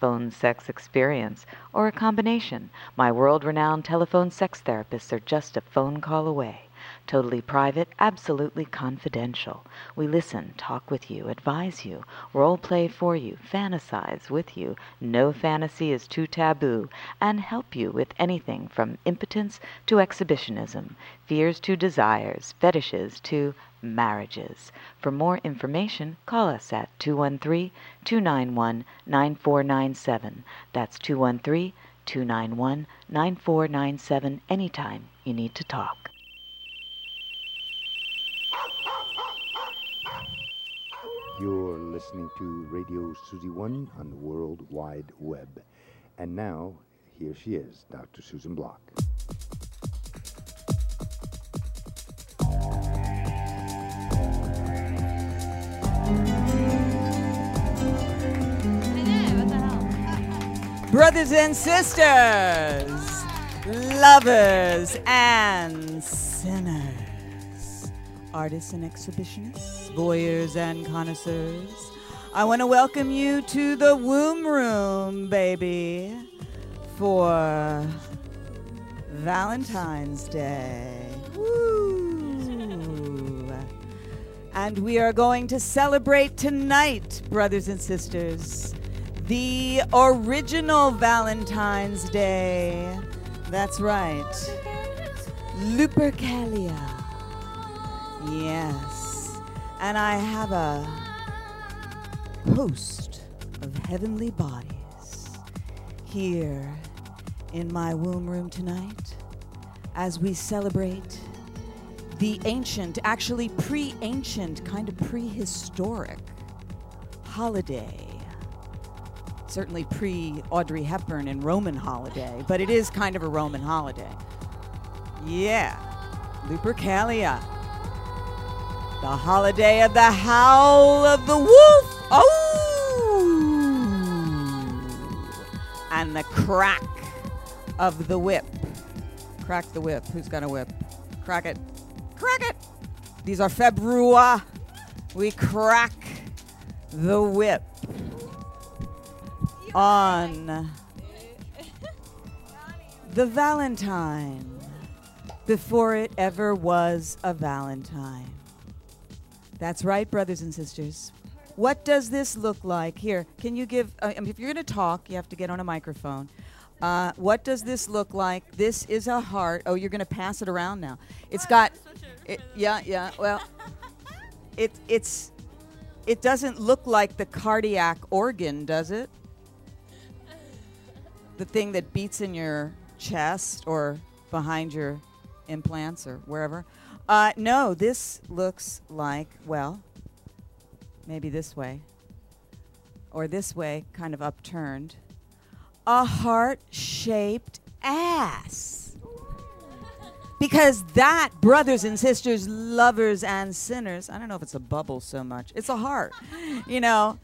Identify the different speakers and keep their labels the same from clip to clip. Speaker 1: phone sex experience or a combination, my world renowned telephone sex therapists are just a phone call away. Totally private, absolutely confidential. We listen, talk with you, advise you, role play for you, fantasize with you. No fantasy is too taboo, and help you with anything from impotence to exhibitionism, fears to desires, fetishes to marriages. For more information, call us at 213 291 9497. That's 213 291 9497 anytime you need to talk.
Speaker 2: You're listening to Radio Susie One on the World Wide Web. And now, here she is, Dr. Susan Block.
Speaker 3: Brothers and sisters, lovers and sinners, artists and exhibitionists, voyeurs and connoisseurs, I want to welcome you to the womb room, baby, for Valentine's Day. Woo! And we are going to celebrate tonight, brothers and sisters the original Valentine's Day. That's right. Lupercalia. Yes. And I have a host of heavenly bodies here in my womb room tonight as we celebrate the ancient, actually pre ancient, kind of prehistoric holiday certainly pre Audrey Hepburn and Roman holiday, but it is kind of a Roman holiday. Yeah, Lupercalia, the holiday of the howl of the wolf. Oh, and the crack of the whip. Crack the whip. Who's gonna whip? Crack it. Crack it. These are February. We crack the whip on the Valentine before it ever was a Valentine. That's right, brothers and sisters. What does this look like? Here, can you give, uh, if you're going to talk, you have to get on a microphone. Uh, what does this look like? This is a heart. Oh, you're going to pass it around now. It's got, it, yeah, yeah. Well, it, it's, it doesn't look like the cardiac organ, does it? the thing that beats in your chest or behind your implants or wherever. Uh, no, this looks like, well, maybe this way or this way, kind of upturned, a heart shaped ass. Because that, brothers and sisters, lovers and sinners, I don't know if it's a bubble so much, it's a heart, you know,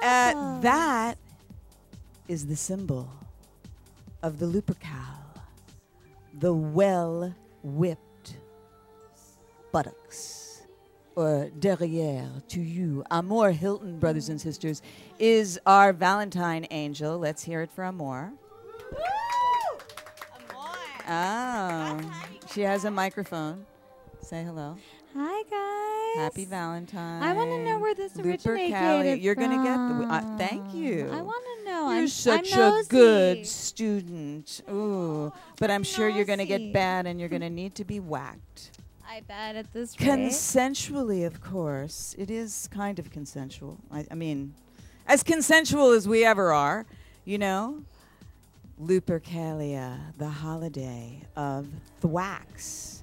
Speaker 3: uh, that is the symbol of the Lupercal, the well whipped buttocks, or derriere to you. Amor Hilton, brothers and sisters, is our Valentine angel. Let's hear it for Amor. Oh, she has a microphone. Say hello.
Speaker 4: Hi guys.
Speaker 3: Happy Valentine.
Speaker 4: I want to know where this originated
Speaker 3: Lupercalia. You're gonna get the.
Speaker 4: from.
Speaker 3: Uh, thank you.
Speaker 4: I want to know.
Speaker 3: You're
Speaker 4: I'm,
Speaker 3: such
Speaker 4: I'm
Speaker 3: a good
Speaker 4: nosy.
Speaker 3: student. Ooh, but I'm sure you're going to get
Speaker 4: nosy.
Speaker 3: bad and you're going to need to be whacked.
Speaker 4: I bet at this rate.
Speaker 3: Consensually, of course. It is kind of consensual. I, I mean, as consensual as we ever are, you know? Lupercalia, the holiday of thwacks.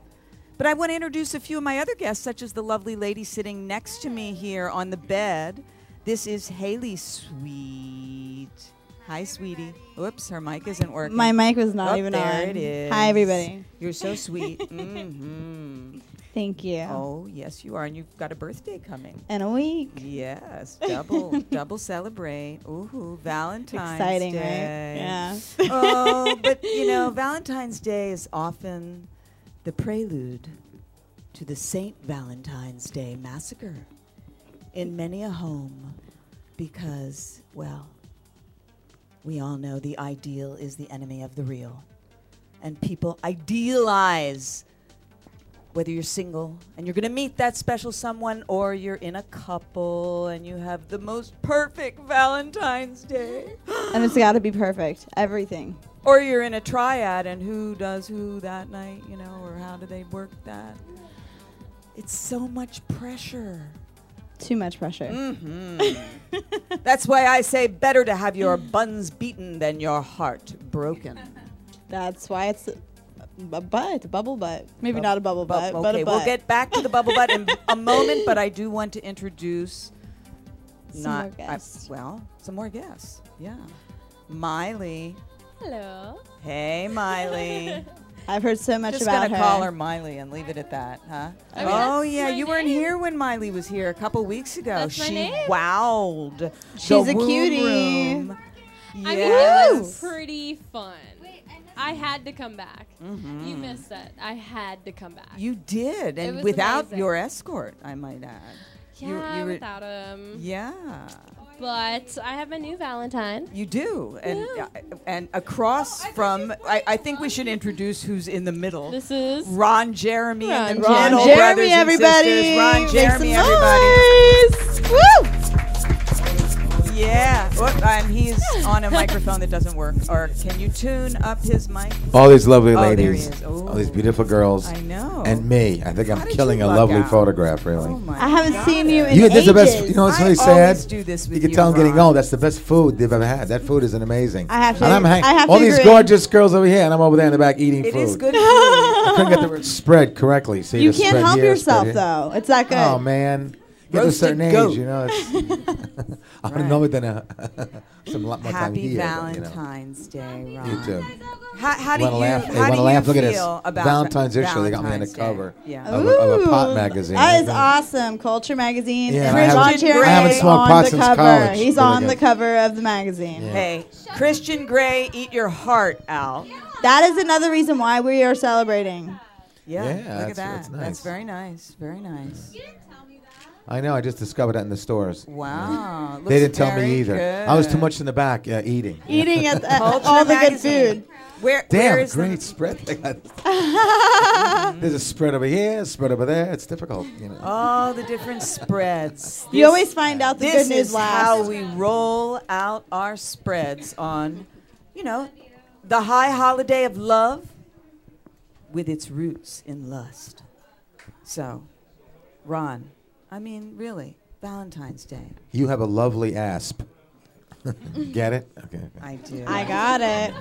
Speaker 3: But I want to introduce a few of my other guests, such as the lovely lady sitting next to me here on the bed. This is Haley Sweet. Hi, sweetie. Whoops, her mic isn't working.
Speaker 5: My mic was not
Speaker 3: Oh,
Speaker 5: even
Speaker 3: there
Speaker 5: on.
Speaker 3: it is.
Speaker 5: Hi, everybody.
Speaker 3: You're so sweet. hmm
Speaker 5: Thank you.
Speaker 3: Oh, yes, you are. And you've got a birthday coming.
Speaker 5: In a week.
Speaker 3: Yes, double, double celebrate. Ooh, Valentine's
Speaker 5: Exciting,
Speaker 3: Day.
Speaker 5: right? Yeah.
Speaker 3: oh, but you know, Valentine's Day is often the prelude to the St. Valentine's Day massacre in many a home because, well, we all know the ideal is the enemy of the real. And people idealize whether you're single and you're going to meet that special someone or you're in a couple and you have the most perfect Valentine's Day.
Speaker 5: and it's got to be perfect. Everything.
Speaker 3: or you're in a triad and who does who that night, you know, or how do they work that? It's so much pressure. Mm-hmm.
Speaker 5: Too much pressure.
Speaker 3: That's why I say better to have your buns beaten than your heart broken.
Speaker 5: That's why it's a, a butt, a bubble butt. Maybe
Speaker 3: Bub-
Speaker 5: not a bubble
Speaker 3: But
Speaker 5: butt, but
Speaker 3: okay,
Speaker 5: a butt.
Speaker 3: we'll get back to the bubble butt in a moment, but I do want to introduce
Speaker 5: Some
Speaker 3: not
Speaker 5: more
Speaker 3: I-
Speaker 5: guests.
Speaker 3: well, some more guests. Yeah. Miley.
Speaker 4: Hello.
Speaker 3: Hey, Miley.
Speaker 5: I've heard so much
Speaker 3: Just
Speaker 5: about
Speaker 3: gonna call her Miley and leave it at that, huh?
Speaker 4: I mean,
Speaker 3: oh
Speaker 4: that's
Speaker 3: yeah,
Speaker 4: my
Speaker 3: you weren't
Speaker 4: name.
Speaker 3: here when Miley was here a couple weeks ago.
Speaker 4: That's
Speaker 3: she
Speaker 4: my name.
Speaker 3: wowed.
Speaker 5: She's
Speaker 3: the
Speaker 5: a
Speaker 3: womb
Speaker 5: cutie.
Speaker 3: room.
Speaker 4: I mean, it was
Speaker 3: Yes.
Speaker 4: pretty fun. I had to come back. You missed that. I had to come back.
Speaker 3: Mm-hmm. Mm. You did,
Speaker 4: It
Speaker 3: and
Speaker 4: was
Speaker 3: without
Speaker 4: amazing.
Speaker 3: your escort, I might add.
Speaker 4: yeah,
Speaker 3: you- you were-
Speaker 4: without him.
Speaker 3: Yeah,
Speaker 4: But I have a new Valentine.
Speaker 3: you do, and
Speaker 4: Yeah.
Speaker 3: uh, and across from, I, I think we should introduce who's in the middle.
Speaker 4: This is
Speaker 3: Ron Jeremy and the
Speaker 5: Ron
Speaker 3: Gentle
Speaker 5: Jeremy,
Speaker 3: brothers and
Speaker 5: everybody.
Speaker 3: sisters. Ron
Speaker 5: Make
Speaker 3: Jeremy,
Speaker 5: some
Speaker 3: everybody.
Speaker 5: noise. Woo!
Speaker 3: Yeah, Whoop, and he's on a microphone that doesn't work. Or can you tune up his mic?
Speaker 6: All these lovely
Speaker 3: Oh, there he
Speaker 6: ladies,
Speaker 3: is.
Speaker 6: all these
Speaker 3: Ooh.
Speaker 6: beautiful girls,
Speaker 3: I know.
Speaker 6: and me. I think
Speaker 3: How
Speaker 6: I'm
Speaker 3: did
Speaker 6: killing
Speaker 3: you
Speaker 6: a
Speaker 3: luck
Speaker 6: lovely
Speaker 3: out?
Speaker 6: photograph, really.
Speaker 3: Oh my
Speaker 5: I haven't
Speaker 3: God.
Speaker 5: seen you in
Speaker 6: you did
Speaker 5: ages.
Speaker 6: the best. You know what's
Speaker 3: I
Speaker 6: really
Speaker 3: always
Speaker 6: sad?
Speaker 3: do this
Speaker 6: you
Speaker 3: with
Speaker 6: can
Speaker 3: you,
Speaker 6: tell I'm getting
Speaker 3: Ron.
Speaker 6: old. That's the best food they've ever had. That food is amazing.
Speaker 5: I have to-
Speaker 6: And I'm hang-
Speaker 5: I have
Speaker 6: all
Speaker 5: to
Speaker 6: these
Speaker 5: agree.
Speaker 6: gorgeous girls over here, and I'm over there in the back eating
Speaker 3: It
Speaker 6: food.
Speaker 3: is good. food.
Speaker 6: I couldn't get the word spread correctly. See,
Speaker 5: you
Speaker 6: just
Speaker 5: can't
Speaker 6: spread
Speaker 5: help
Speaker 6: here, spread
Speaker 5: yourself
Speaker 6: here.
Speaker 5: though. It's that good.
Speaker 6: Oh man, get to a
Speaker 3: Roasted
Speaker 6: certain
Speaker 3: goat.
Speaker 6: age, you know. It's, I'm no than a some lot more time
Speaker 3: Happy
Speaker 6: here. but, you know.
Speaker 3: Valentine's Day, Ron.
Speaker 6: You too.
Speaker 3: How, how do
Speaker 6: wanna
Speaker 3: you
Speaker 6: laugh?
Speaker 3: how
Speaker 6: They
Speaker 3: do
Speaker 6: wanna
Speaker 3: you
Speaker 6: laugh? Look at this.
Speaker 3: feel about
Speaker 6: Valentine's issue. They got me on the
Speaker 3: Valentine's Day?
Speaker 6: cover.
Speaker 3: Yeah.
Speaker 6: Of a- of a pop
Speaker 5: Ooh,
Speaker 6: magazine.
Speaker 5: That is
Speaker 6: Yeah.
Speaker 5: awesome. Culture magazine.
Speaker 6: Yeah,
Speaker 5: and
Speaker 6: I haven't-
Speaker 5: Ron Jeremy
Speaker 3: I haven't
Speaker 5: is
Speaker 6: smoked
Speaker 5: on
Speaker 6: pot
Speaker 5: the
Speaker 6: since
Speaker 5: cover.
Speaker 6: college.
Speaker 5: He's
Speaker 6: Really
Speaker 5: on
Speaker 6: good.
Speaker 5: the cover of the magazine.
Speaker 6: Yeah.
Speaker 3: Hey, Christian Grey, eat your heart out.
Speaker 5: That is another reason why we are celebrating.
Speaker 3: Yeah,
Speaker 6: Yeah,
Speaker 3: look at
Speaker 6: that's-
Speaker 3: that.
Speaker 6: that's nice.
Speaker 3: very nice. Very nice.
Speaker 6: I know. I just discovered that in the stores.
Speaker 3: Wow.
Speaker 6: They
Speaker 3: looks
Speaker 6: didn't tell
Speaker 3: very
Speaker 6: me either. I was too
Speaker 3: good.
Speaker 6: much in the back uh, eating. Yeah.
Speaker 5: Eating at, at
Speaker 3: Culture
Speaker 5: all the good
Speaker 3: magazine.
Speaker 5: food.
Speaker 3: Where, where
Speaker 6: Damn,
Speaker 3: is the-
Speaker 6: great spread. they got. There's a spread over here, a spread over there. It's difficult, you know.
Speaker 3: all the different spreads.
Speaker 5: You always find out the
Speaker 3: This
Speaker 5: good news
Speaker 3: is
Speaker 5: last.
Speaker 3: how we roll out our spreads on, you know, the high holiday of love with its roots in lust. So, Ron, I mean, really, Valentine's Day.
Speaker 6: You have a lovely asp. Get it? Okay.
Speaker 3: I do.
Speaker 5: I got it.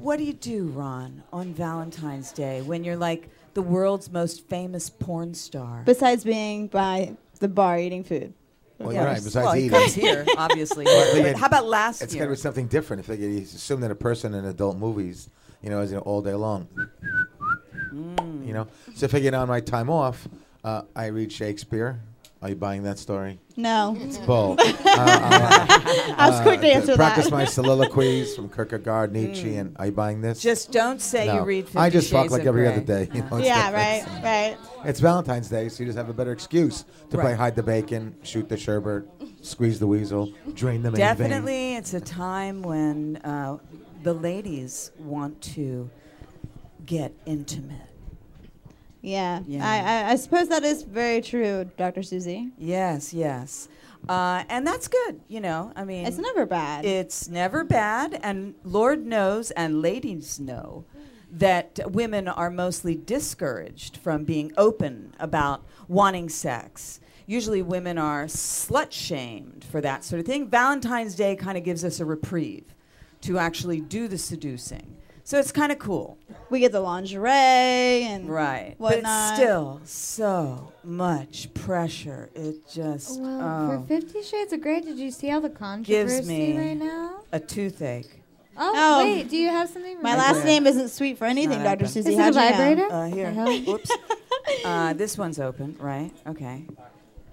Speaker 3: what do you do, Ron, on Valentine's Day when you're like the world's most famous porn star?
Speaker 5: Besides being by the bar eating food.
Speaker 6: Well,
Speaker 3: Yeah.
Speaker 6: you're right. Besides
Speaker 3: well, he
Speaker 6: eating,
Speaker 3: comes here, obviously.
Speaker 6: they
Speaker 3: But
Speaker 6: had-
Speaker 3: how about last
Speaker 6: it's got
Speaker 3: year?
Speaker 6: to be something different. If they could assume that a person in adult movies, you know, is you know, all day long.
Speaker 3: Mm.
Speaker 6: You know, so if I get on my time off, uh, I read Shakespeare. Are you buying that story?
Speaker 5: No.
Speaker 6: Bull. Uh, I'll, uh,
Speaker 5: I was quick to
Speaker 6: uh,
Speaker 5: answer
Speaker 6: Practice
Speaker 5: that.
Speaker 6: my soliloquies from Kierkegaard, Nietzsche, and are you buying this?
Speaker 3: Mm. Just don't say you
Speaker 6: No.
Speaker 3: read. 50
Speaker 6: I just talk
Speaker 3: Shades
Speaker 6: like
Speaker 3: of
Speaker 6: every
Speaker 3: Grey.
Speaker 6: other day. You know, it's uh,
Speaker 5: yeah,
Speaker 6: like-
Speaker 5: right, right.
Speaker 6: It's Valentine's Day, so you just have a better excuse to play
Speaker 3: Right.
Speaker 6: hide the bacon, shoot the sherbet, squeeze the weasel, drain the main vein.
Speaker 3: Definitely, it's a time when uh, the ladies want to get intimate.
Speaker 5: Yeah.
Speaker 3: Yeah.
Speaker 5: I, I, I suppose that is very true, Dr. Susie.
Speaker 3: Yes, yes, uh, and that's good. You know, I mean,
Speaker 5: It's never bad.
Speaker 3: It's never bad, and Lord knows, and ladies know, that women are mostly discouraged from being open about wanting sex. Usually, women are slut shamed for that sort of thing. Valentine's Day kind of gives us a reprieve to actually do the seducing. So it's kind of cool.
Speaker 5: we get the lingerie and
Speaker 3: Right.
Speaker 5: whatnot.
Speaker 3: But still, so much pressure. It just.
Speaker 7: Well,
Speaker 3: oh.
Speaker 7: for Fifty Shades of Grey, did you see all the controversy
Speaker 3: me-
Speaker 7: right now?
Speaker 3: a toothache.
Speaker 7: Oh,
Speaker 5: Oh.
Speaker 7: wait, do you have something?
Speaker 5: My last name isn't sweet for anything,
Speaker 3: not
Speaker 5: Dr.
Speaker 3: open.
Speaker 5: Susie.
Speaker 7: is it a
Speaker 5: How'd you know?
Speaker 7: vibrator?
Speaker 3: Uh, here.
Speaker 7: I hope.
Speaker 3: Whoops. Uh, this one's open, right? Okay.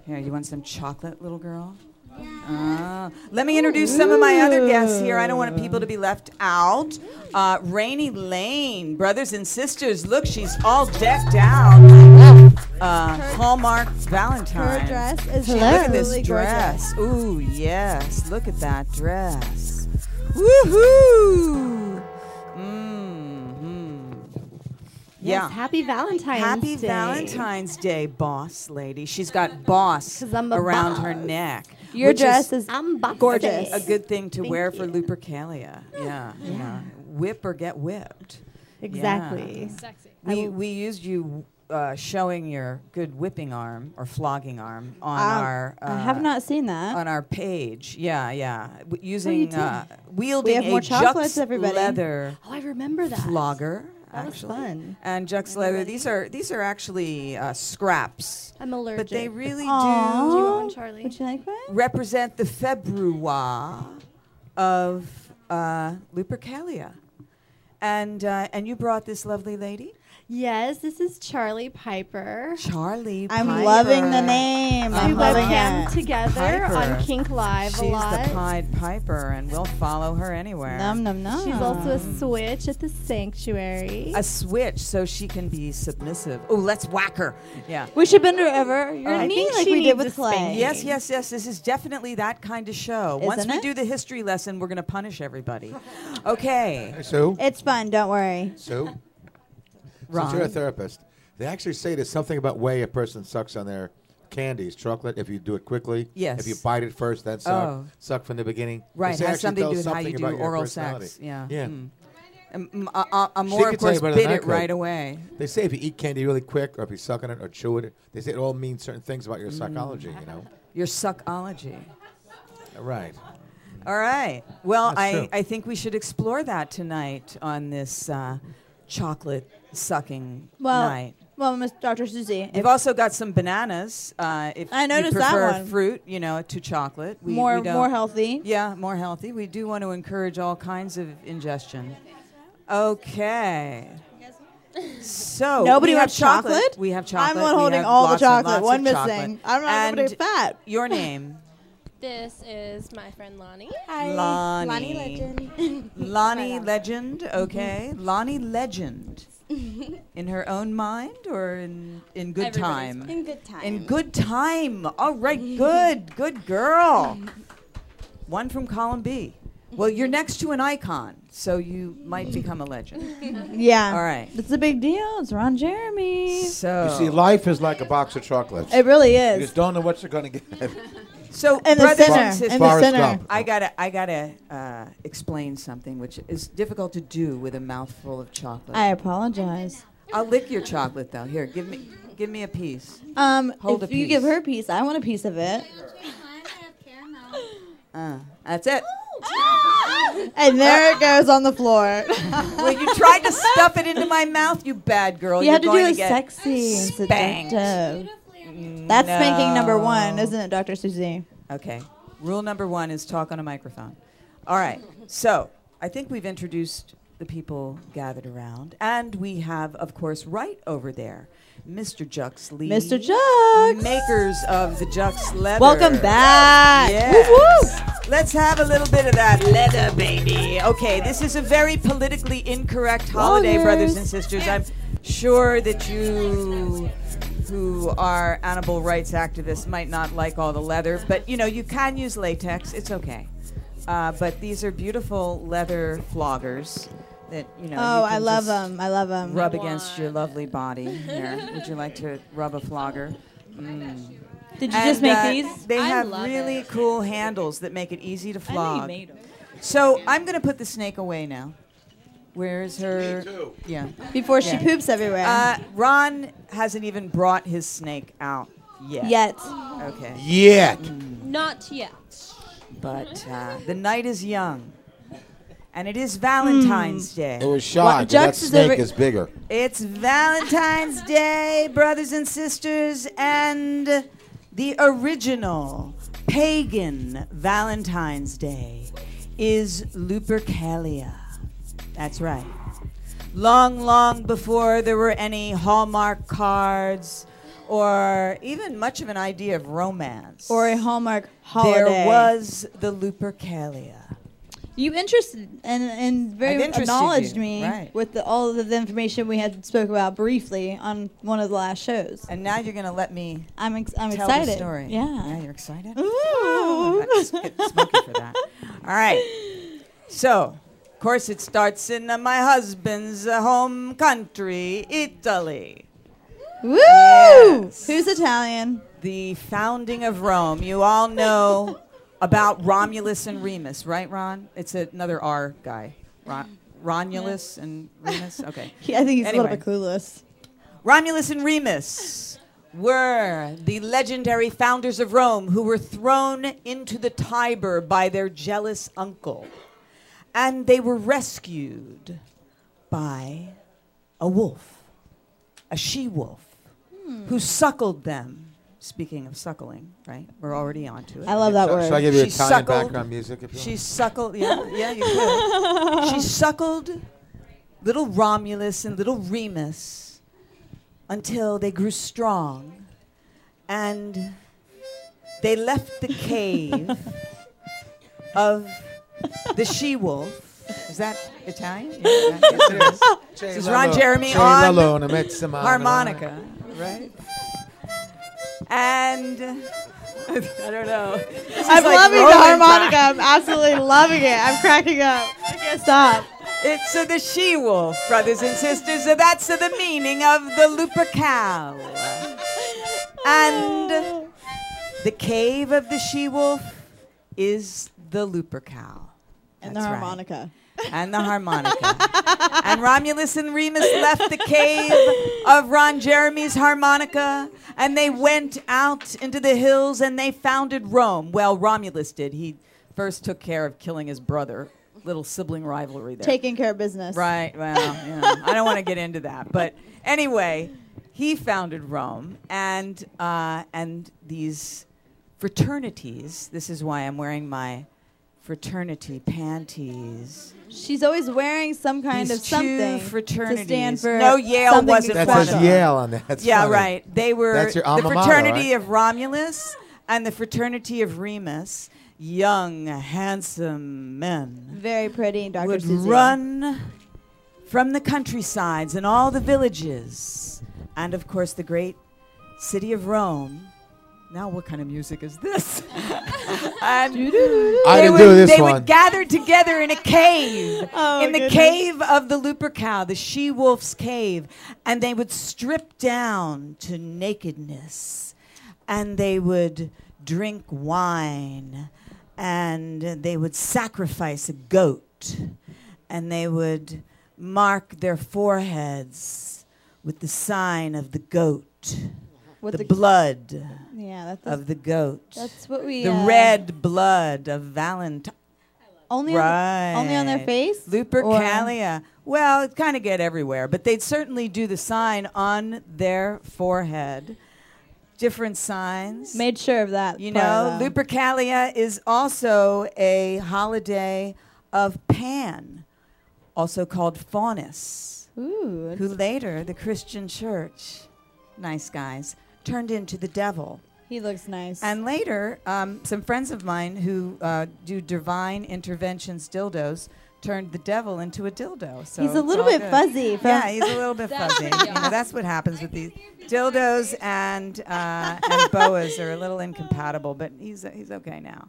Speaker 3: Here, you want some chocolate, little girl? Oh. Let me introduce some of my other guests here. I don't want people to be left out. Uh, Rainy Lane, brothers and sisters. Look, she's all decked out. Uh, Hallmark Valentine.
Speaker 7: Her dress is
Speaker 5: Hello.
Speaker 3: Look at this
Speaker 7: absolutely gorgeous.
Speaker 3: dress. Ooh, yes. Look at that dress. Woohoo! Mm-hmm.
Speaker 7: Yes,
Speaker 3: Yeah.
Speaker 7: happy Valentine's
Speaker 3: Happy
Speaker 7: Day.
Speaker 3: Valentine's Day, boss lady. She's got boss
Speaker 7: 'Cause I'm a
Speaker 3: around her
Speaker 7: boss.
Speaker 3: neck.
Speaker 7: Your
Speaker 3: which
Speaker 7: dress is,
Speaker 5: gorgeous.
Speaker 3: a good thing to wear for Lupercalia. Yeah. you know. Whip or get whipped.
Speaker 7: Exactly.
Speaker 4: Sexy.
Speaker 3: We, we used you uh, showing your good whipping arm or flogging arm on
Speaker 7: Ah,
Speaker 5: Um,
Speaker 3: our. Uh,
Speaker 5: I have not seen that.
Speaker 3: on our page. Yeah, yeah. W-
Speaker 5: you
Speaker 3: using
Speaker 5: doing?
Speaker 3: uh, wielding
Speaker 5: have
Speaker 3: a
Speaker 5: more chocolates,
Speaker 3: Jux
Speaker 5: everybody.
Speaker 3: leather
Speaker 7: Oh, I remember that.
Speaker 3: flogger.
Speaker 5: That was
Speaker 3: actually.
Speaker 5: fun.
Speaker 3: And Jux leather. These are these are actually uh, scraps,
Speaker 7: I'm allergic.
Speaker 3: but they really
Speaker 5: Aw.
Speaker 7: Do
Speaker 3: do
Speaker 7: you want one, Charlie?
Speaker 5: Would you like one?
Speaker 3: represent the februar of uh, Lupercalia. And uh, and you brought this lovely lady,
Speaker 7: Yes, this is Charlie Piper.
Speaker 3: Charlie.
Speaker 5: I'm
Speaker 3: Piper.
Speaker 5: loving the name.
Speaker 3: Uh-huh.
Speaker 5: I'm
Speaker 7: We
Speaker 5: loving
Speaker 7: webcam
Speaker 5: it.
Speaker 7: together
Speaker 3: Piper.
Speaker 7: on Kink Live
Speaker 3: She's
Speaker 7: a lot.
Speaker 3: the Pied Piper, and we'll follow her anywhere.
Speaker 5: Num num num.
Speaker 7: She's also a switch at the sanctuary.
Speaker 3: a switch so she can be submissive. Oh, let's whack her. Yeah.
Speaker 5: We should bend her over your
Speaker 7: I
Speaker 5: knee
Speaker 7: think
Speaker 5: like
Speaker 7: she
Speaker 5: we did
Speaker 7: needs a
Speaker 5: with Clay.
Speaker 7: spanking.
Speaker 3: Yes, yes, yes. This is definitely that kind of show. Once
Speaker 5: Isn't
Speaker 3: we
Speaker 5: it?
Speaker 3: do the history lesson, we're going to punish everybody. Okay.
Speaker 6: So,
Speaker 5: It's fun. Don't worry.
Speaker 6: so, since
Speaker 3: Ron.
Speaker 6: you're a therapist, they actually say there's something about way a person sucks on their candies, chocolate. If you do it quickly,
Speaker 3: Yes.
Speaker 6: If you bite it first, then suck.
Speaker 3: Oh.
Speaker 6: Suck from the beginning. They
Speaker 3: Right,
Speaker 6: say
Speaker 3: has
Speaker 6: actually
Speaker 3: something to do
Speaker 6: tells
Speaker 3: with how you
Speaker 6: something
Speaker 3: do
Speaker 6: about your
Speaker 3: oral
Speaker 6: personality.
Speaker 3: sex, yeah.
Speaker 6: Yeah.
Speaker 3: Mm. Um, uh, uh, uh,
Speaker 6: She
Speaker 3: more,
Speaker 6: could
Speaker 3: of
Speaker 6: tell you
Speaker 3: course,
Speaker 6: better than
Speaker 3: bid
Speaker 6: I
Speaker 3: it
Speaker 6: could.
Speaker 3: right away.
Speaker 6: They say if you eat candy really quick, or if you suck on it, or chew it, they say it all means certain things about your
Speaker 3: Mm.
Speaker 6: psychology. You know.
Speaker 3: Your suckology.
Speaker 6: Right.
Speaker 3: All right. Well,
Speaker 6: That's
Speaker 3: I,
Speaker 6: true.
Speaker 3: I think we should explore that tonight on this uh, chocolate sucking
Speaker 5: Well,
Speaker 3: night.
Speaker 5: well, Miss Dr. Susie,
Speaker 3: We've
Speaker 5: if
Speaker 3: also got some bananas. Uh, if
Speaker 5: I noticed
Speaker 3: you
Speaker 5: that
Speaker 3: prefer
Speaker 5: one.
Speaker 3: fruit, you know, to chocolate. We,
Speaker 5: more
Speaker 3: we don't-
Speaker 5: more healthy.
Speaker 3: Yeah, more healthy. We do want to encourage all kinds of ingestion. Okay. So
Speaker 5: Nobody
Speaker 3: we have
Speaker 5: wants chocolate?
Speaker 3: We have chocolate.
Speaker 5: I'm one
Speaker 3: We
Speaker 5: holding
Speaker 3: have
Speaker 5: all the
Speaker 3: lots and
Speaker 5: chocolate,
Speaker 3: lots
Speaker 5: one
Speaker 3: of
Speaker 5: missing.
Speaker 3: chocolate.
Speaker 5: I'm not
Speaker 3: and
Speaker 5: nobody fat.
Speaker 3: Your name,
Speaker 4: This is my friend Lonnie.
Speaker 7: Hi.
Speaker 3: Lonnie.
Speaker 7: Lonnie Legend.
Speaker 3: Lonnie Legend. Okay,
Speaker 7: Mm-hmm.
Speaker 3: Lonnie Legend. in her own mind or in in good
Speaker 4: Everybody's
Speaker 3: time?
Speaker 7: In good time.
Speaker 3: In good time. All right, good, good girl. One from column B. Well, you're next to an icon, so you might become a legend.
Speaker 5: Yeah.
Speaker 3: All right.
Speaker 5: It's a big deal. It's Ron Jeremy.
Speaker 3: So,
Speaker 6: You see, life is like a box of chocolates.
Speaker 5: It really
Speaker 6: you
Speaker 5: is.
Speaker 6: just don't know what you're going to get.
Speaker 3: so
Speaker 5: In the
Speaker 3: brothers and
Speaker 5: center. In
Speaker 3: sisters,
Speaker 5: the
Speaker 6: Forrest
Speaker 5: center.
Speaker 6: Gump.
Speaker 3: I gotta, I gotta uh, explain something, which is difficult to do with a mouthful of chocolate.
Speaker 5: I apologize.
Speaker 3: I'll lick your chocolate though. Here, give me, give me a piece.
Speaker 5: Um,
Speaker 3: Hold
Speaker 5: if
Speaker 3: a
Speaker 5: you
Speaker 3: piece.
Speaker 5: give her a piece, I want a piece of it.
Speaker 3: Uh, that's it.
Speaker 5: And there it goes on the floor.
Speaker 3: well, you tried to stuff it into my mouth, you bad girl.
Speaker 5: you
Speaker 3: are
Speaker 5: have to do
Speaker 3: going
Speaker 5: it
Speaker 3: to get
Speaker 5: sexy and
Speaker 3: spanked.
Speaker 5: seductive. That's spanking number one,
Speaker 3: No.
Speaker 5: isn't it, Dr. Susie?
Speaker 3: Okay. Rule number one is talk on a microphone. All right. So I think we've introduced the people gathered around, and we have, of course, right over there, Mr. Jux Lee,
Speaker 5: Mr. Jux.
Speaker 3: makers of the Jux leather.
Speaker 5: Welcome back.
Speaker 3: Yes. Let's have a little bit of that leather, baby. Okay, this is a very politically incorrect
Speaker 5: Oh,
Speaker 3: holiday, brothers and sisters. I'm sure that you who are animal rights activists might not like all the leather, but you know, you can use latex, it's okay. Uh, but these are beautiful leather floggers that, you know,
Speaker 5: Oh,
Speaker 3: you can
Speaker 5: I love
Speaker 3: just
Speaker 5: them. I love them.
Speaker 3: Rub against your lovely body here. Would you like to rub a flogger? Mm.
Speaker 5: Did you just make
Speaker 3: uh,
Speaker 5: these?
Speaker 3: They
Speaker 4: I
Speaker 3: have
Speaker 4: love
Speaker 3: really
Speaker 4: it.
Speaker 3: cool handles that make it easy to flog. So I'm gonna put the snake away now. Where is her? Yeah.
Speaker 5: Before she poops everywhere.
Speaker 3: Uh, Ron hasn't even brought his snake out yet.
Speaker 5: Yet.
Speaker 3: Okay. Mm,
Speaker 6: Yet.
Speaker 4: Not yet.
Speaker 3: But uh, the night is young, and it is
Speaker 5: Hmm.
Speaker 3: Valentine's
Speaker 6: It
Speaker 3: Day.
Speaker 6: was shot.
Speaker 5: Jux
Speaker 6: that
Speaker 5: is
Speaker 6: snake
Speaker 5: over-
Speaker 6: is bigger.
Speaker 3: It's Valentine's Day, brothers and sisters, and the original pagan Valentine's Day is Lupercalia. That's right. Long, long before there were any Hallmark cards or even much of an idea of romance,
Speaker 5: Or a Hallmark holiday.
Speaker 3: there was the Lupercalia.
Speaker 5: You interested and and very
Speaker 3: I've interested
Speaker 5: acknowledged
Speaker 3: you,
Speaker 5: me
Speaker 3: right.
Speaker 5: with the, all of the information we had spoke about briefly on one of the last shows.
Speaker 3: And now you're going to let me
Speaker 5: I'm ex- I'm
Speaker 3: tell
Speaker 5: excited.
Speaker 3: the story.
Speaker 5: Yeah.
Speaker 3: you're excited? Oh,
Speaker 5: Ooh.
Speaker 3: I'm not sm- smoky for that. All right. So, of course, it starts in uh, my husband's uh, home country, Italy.
Speaker 5: Woo!
Speaker 3: Yes.
Speaker 5: Who's Italian?
Speaker 3: The founding of Rome. You all know about Romulus and Remus, right, Ron? It's another R guy. Ron- Romulus and Remus? Okay.
Speaker 5: He- I think he's a
Speaker 3: Anyway.
Speaker 5: little bit clueless.
Speaker 3: Romulus and Remus were the legendary founders of Rome who were thrown into the Tiber by their jealous uncle. And they were rescued by a wolf, a she wolf,
Speaker 5: Hmm.
Speaker 3: who suckled them. Speaking of suckling, right? We're already on to it.
Speaker 5: I love that
Speaker 6: So,
Speaker 5: word.
Speaker 6: should I give you
Speaker 3: She
Speaker 6: Italian
Speaker 3: suckled.
Speaker 6: background music? If you
Speaker 3: She suckled. Yeah, yeah, you could. she suckled little Romulus and little Remus until they grew strong, and they left the cave of the she wolf. Is that Italian? Yeah, yeah, yes, it is.
Speaker 6: want?
Speaker 3: is Ron Jeremy
Speaker 6: Jay
Speaker 3: on
Speaker 6: Leno and Ahmet Simon.
Speaker 3: harmonica, right? And I don't know.
Speaker 5: I'm
Speaker 3: like
Speaker 5: loving the
Speaker 3: Roman
Speaker 5: harmonica. I'm absolutely loving it. I'm cracking up. I can't stop.
Speaker 3: It's uh, the she wolf, brothers and sisters. Uh, that's uh, the meaning of the Lupercal. And the cave of the she wolf is the Lupercal.
Speaker 5: And
Speaker 3: That's
Speaker 5: the
Speaker 3: right.
Speaker 5: harmonica.
Speaker 3: And the harmonica. and Romulus and Remus left the cave of Ron Jeremy's harmonica and they went out into the hills and they founded Rome. Well, Romulus did. He first took care of killing his brother. Little sibling rivalry there.
Speaker 5: Taking care of business.
Speaker 3: Right. Well, yeah. I don't want to get into that, but anyway, he founded Rome, and uh, and these fraternities. This is why I'm wearing my fraternity panties.
Speaker 5: She's always wearing some kind
Speaker 3: These
Speaker 5: of
Speaker 3: two
Speaker 5: something to stand
Speaker 3: fraternities.
Speaker 5: for.
Speaker 3: No, Yale
Speaker 5: something
Speaker 3: wasn't
Speaker 6: That
Speaker 3: one of
Speaker 6: says
Speaker 5: special.
Speaker 3: them.
Speaker 6: Yale on that. That's
Speaker 3: yeah,
Speaker 6: funny.
Speaker 3: right. They were
Speaker 6: That's your
Speaker 3: the
Speaker 6: alma mater,
Speaker 3: fraternity
Speaker 6: right?
Speaker 3: of Romulus and the fraternity of Remus. Young, handsome men
Speaker 5: Very pretty, Dr.
Speaker 3: would
Speaker 5: Susie.
Speaker 3: run from the countrysides and all the villages, and of course the great city of Rome. Now, what kind of music is this? and
Speaker 6: I
Speaker 3: they
Speaker 6: didn't
Speaker 3: would,
Speaker 6: do this
Speaker 3: they
Speaker 6: one.
Speaker 3: would gather together in a cave,
Speaker 5: Oh,
Speaker 3: in the
Speaker 5: goodness.
Speaker 3: cave of the Lupercal, the she wolf's cave, and they would strip down to nakedness, and they would drink wine, and they would sacrifice a goat, and they would mark their foreheads with the sign of the goat,
Speaker 5: With
Speaker 3: the,
Speaker 5: the-
Speaker 3: blood
Speaker 5: Yeah, that- that's,
Speaker 3: of the goat.
Speaker 5: that's what we.
Speaker 3: the
Speaker 5: uh,
Speaker 3: red blood of Valentine.
Speaker 5: Only
Speaker 3: Right.
Speaker 5: on, only on their face. Or-
Speaker 3: Lupercalia. Well, it kind of get everywhere, but they'd certainly do the sign on their forehead. Different signs.
Speaker 5: Made sure of that.
Speaker 3: you
Speaker 5: part, um,
Speaker 3: know,
Speaker 5: though.
Speaker 3: Lupercalia is also a holiday of Pan, also called Faunus,
Speaker 5: Ooh,
Speaker 3: who later the Christian church, nice guys, turned into the devil.
Speaker 5: he looks nice.
Speaker 3: And later, um, some friends of mine who uh, do divine interventions dildos turned the devil into a dildo. So
Speaker 5: He's a
Speaker 3: it's
Speaker 5: little
Speaker 3: all
Speaker 5: bit
Speaker 3: good.
Speaker 5: fuzzy. From,
Speaker 3: Yeah, he's a little bit
Speaker 4: That's
Speaker 3: fuzzy.
Speaker 4: pretty
Speaker 3: You know, that's what happens with these dildos and uh, and boas are a little incompatible, but he's uh, he's okay now.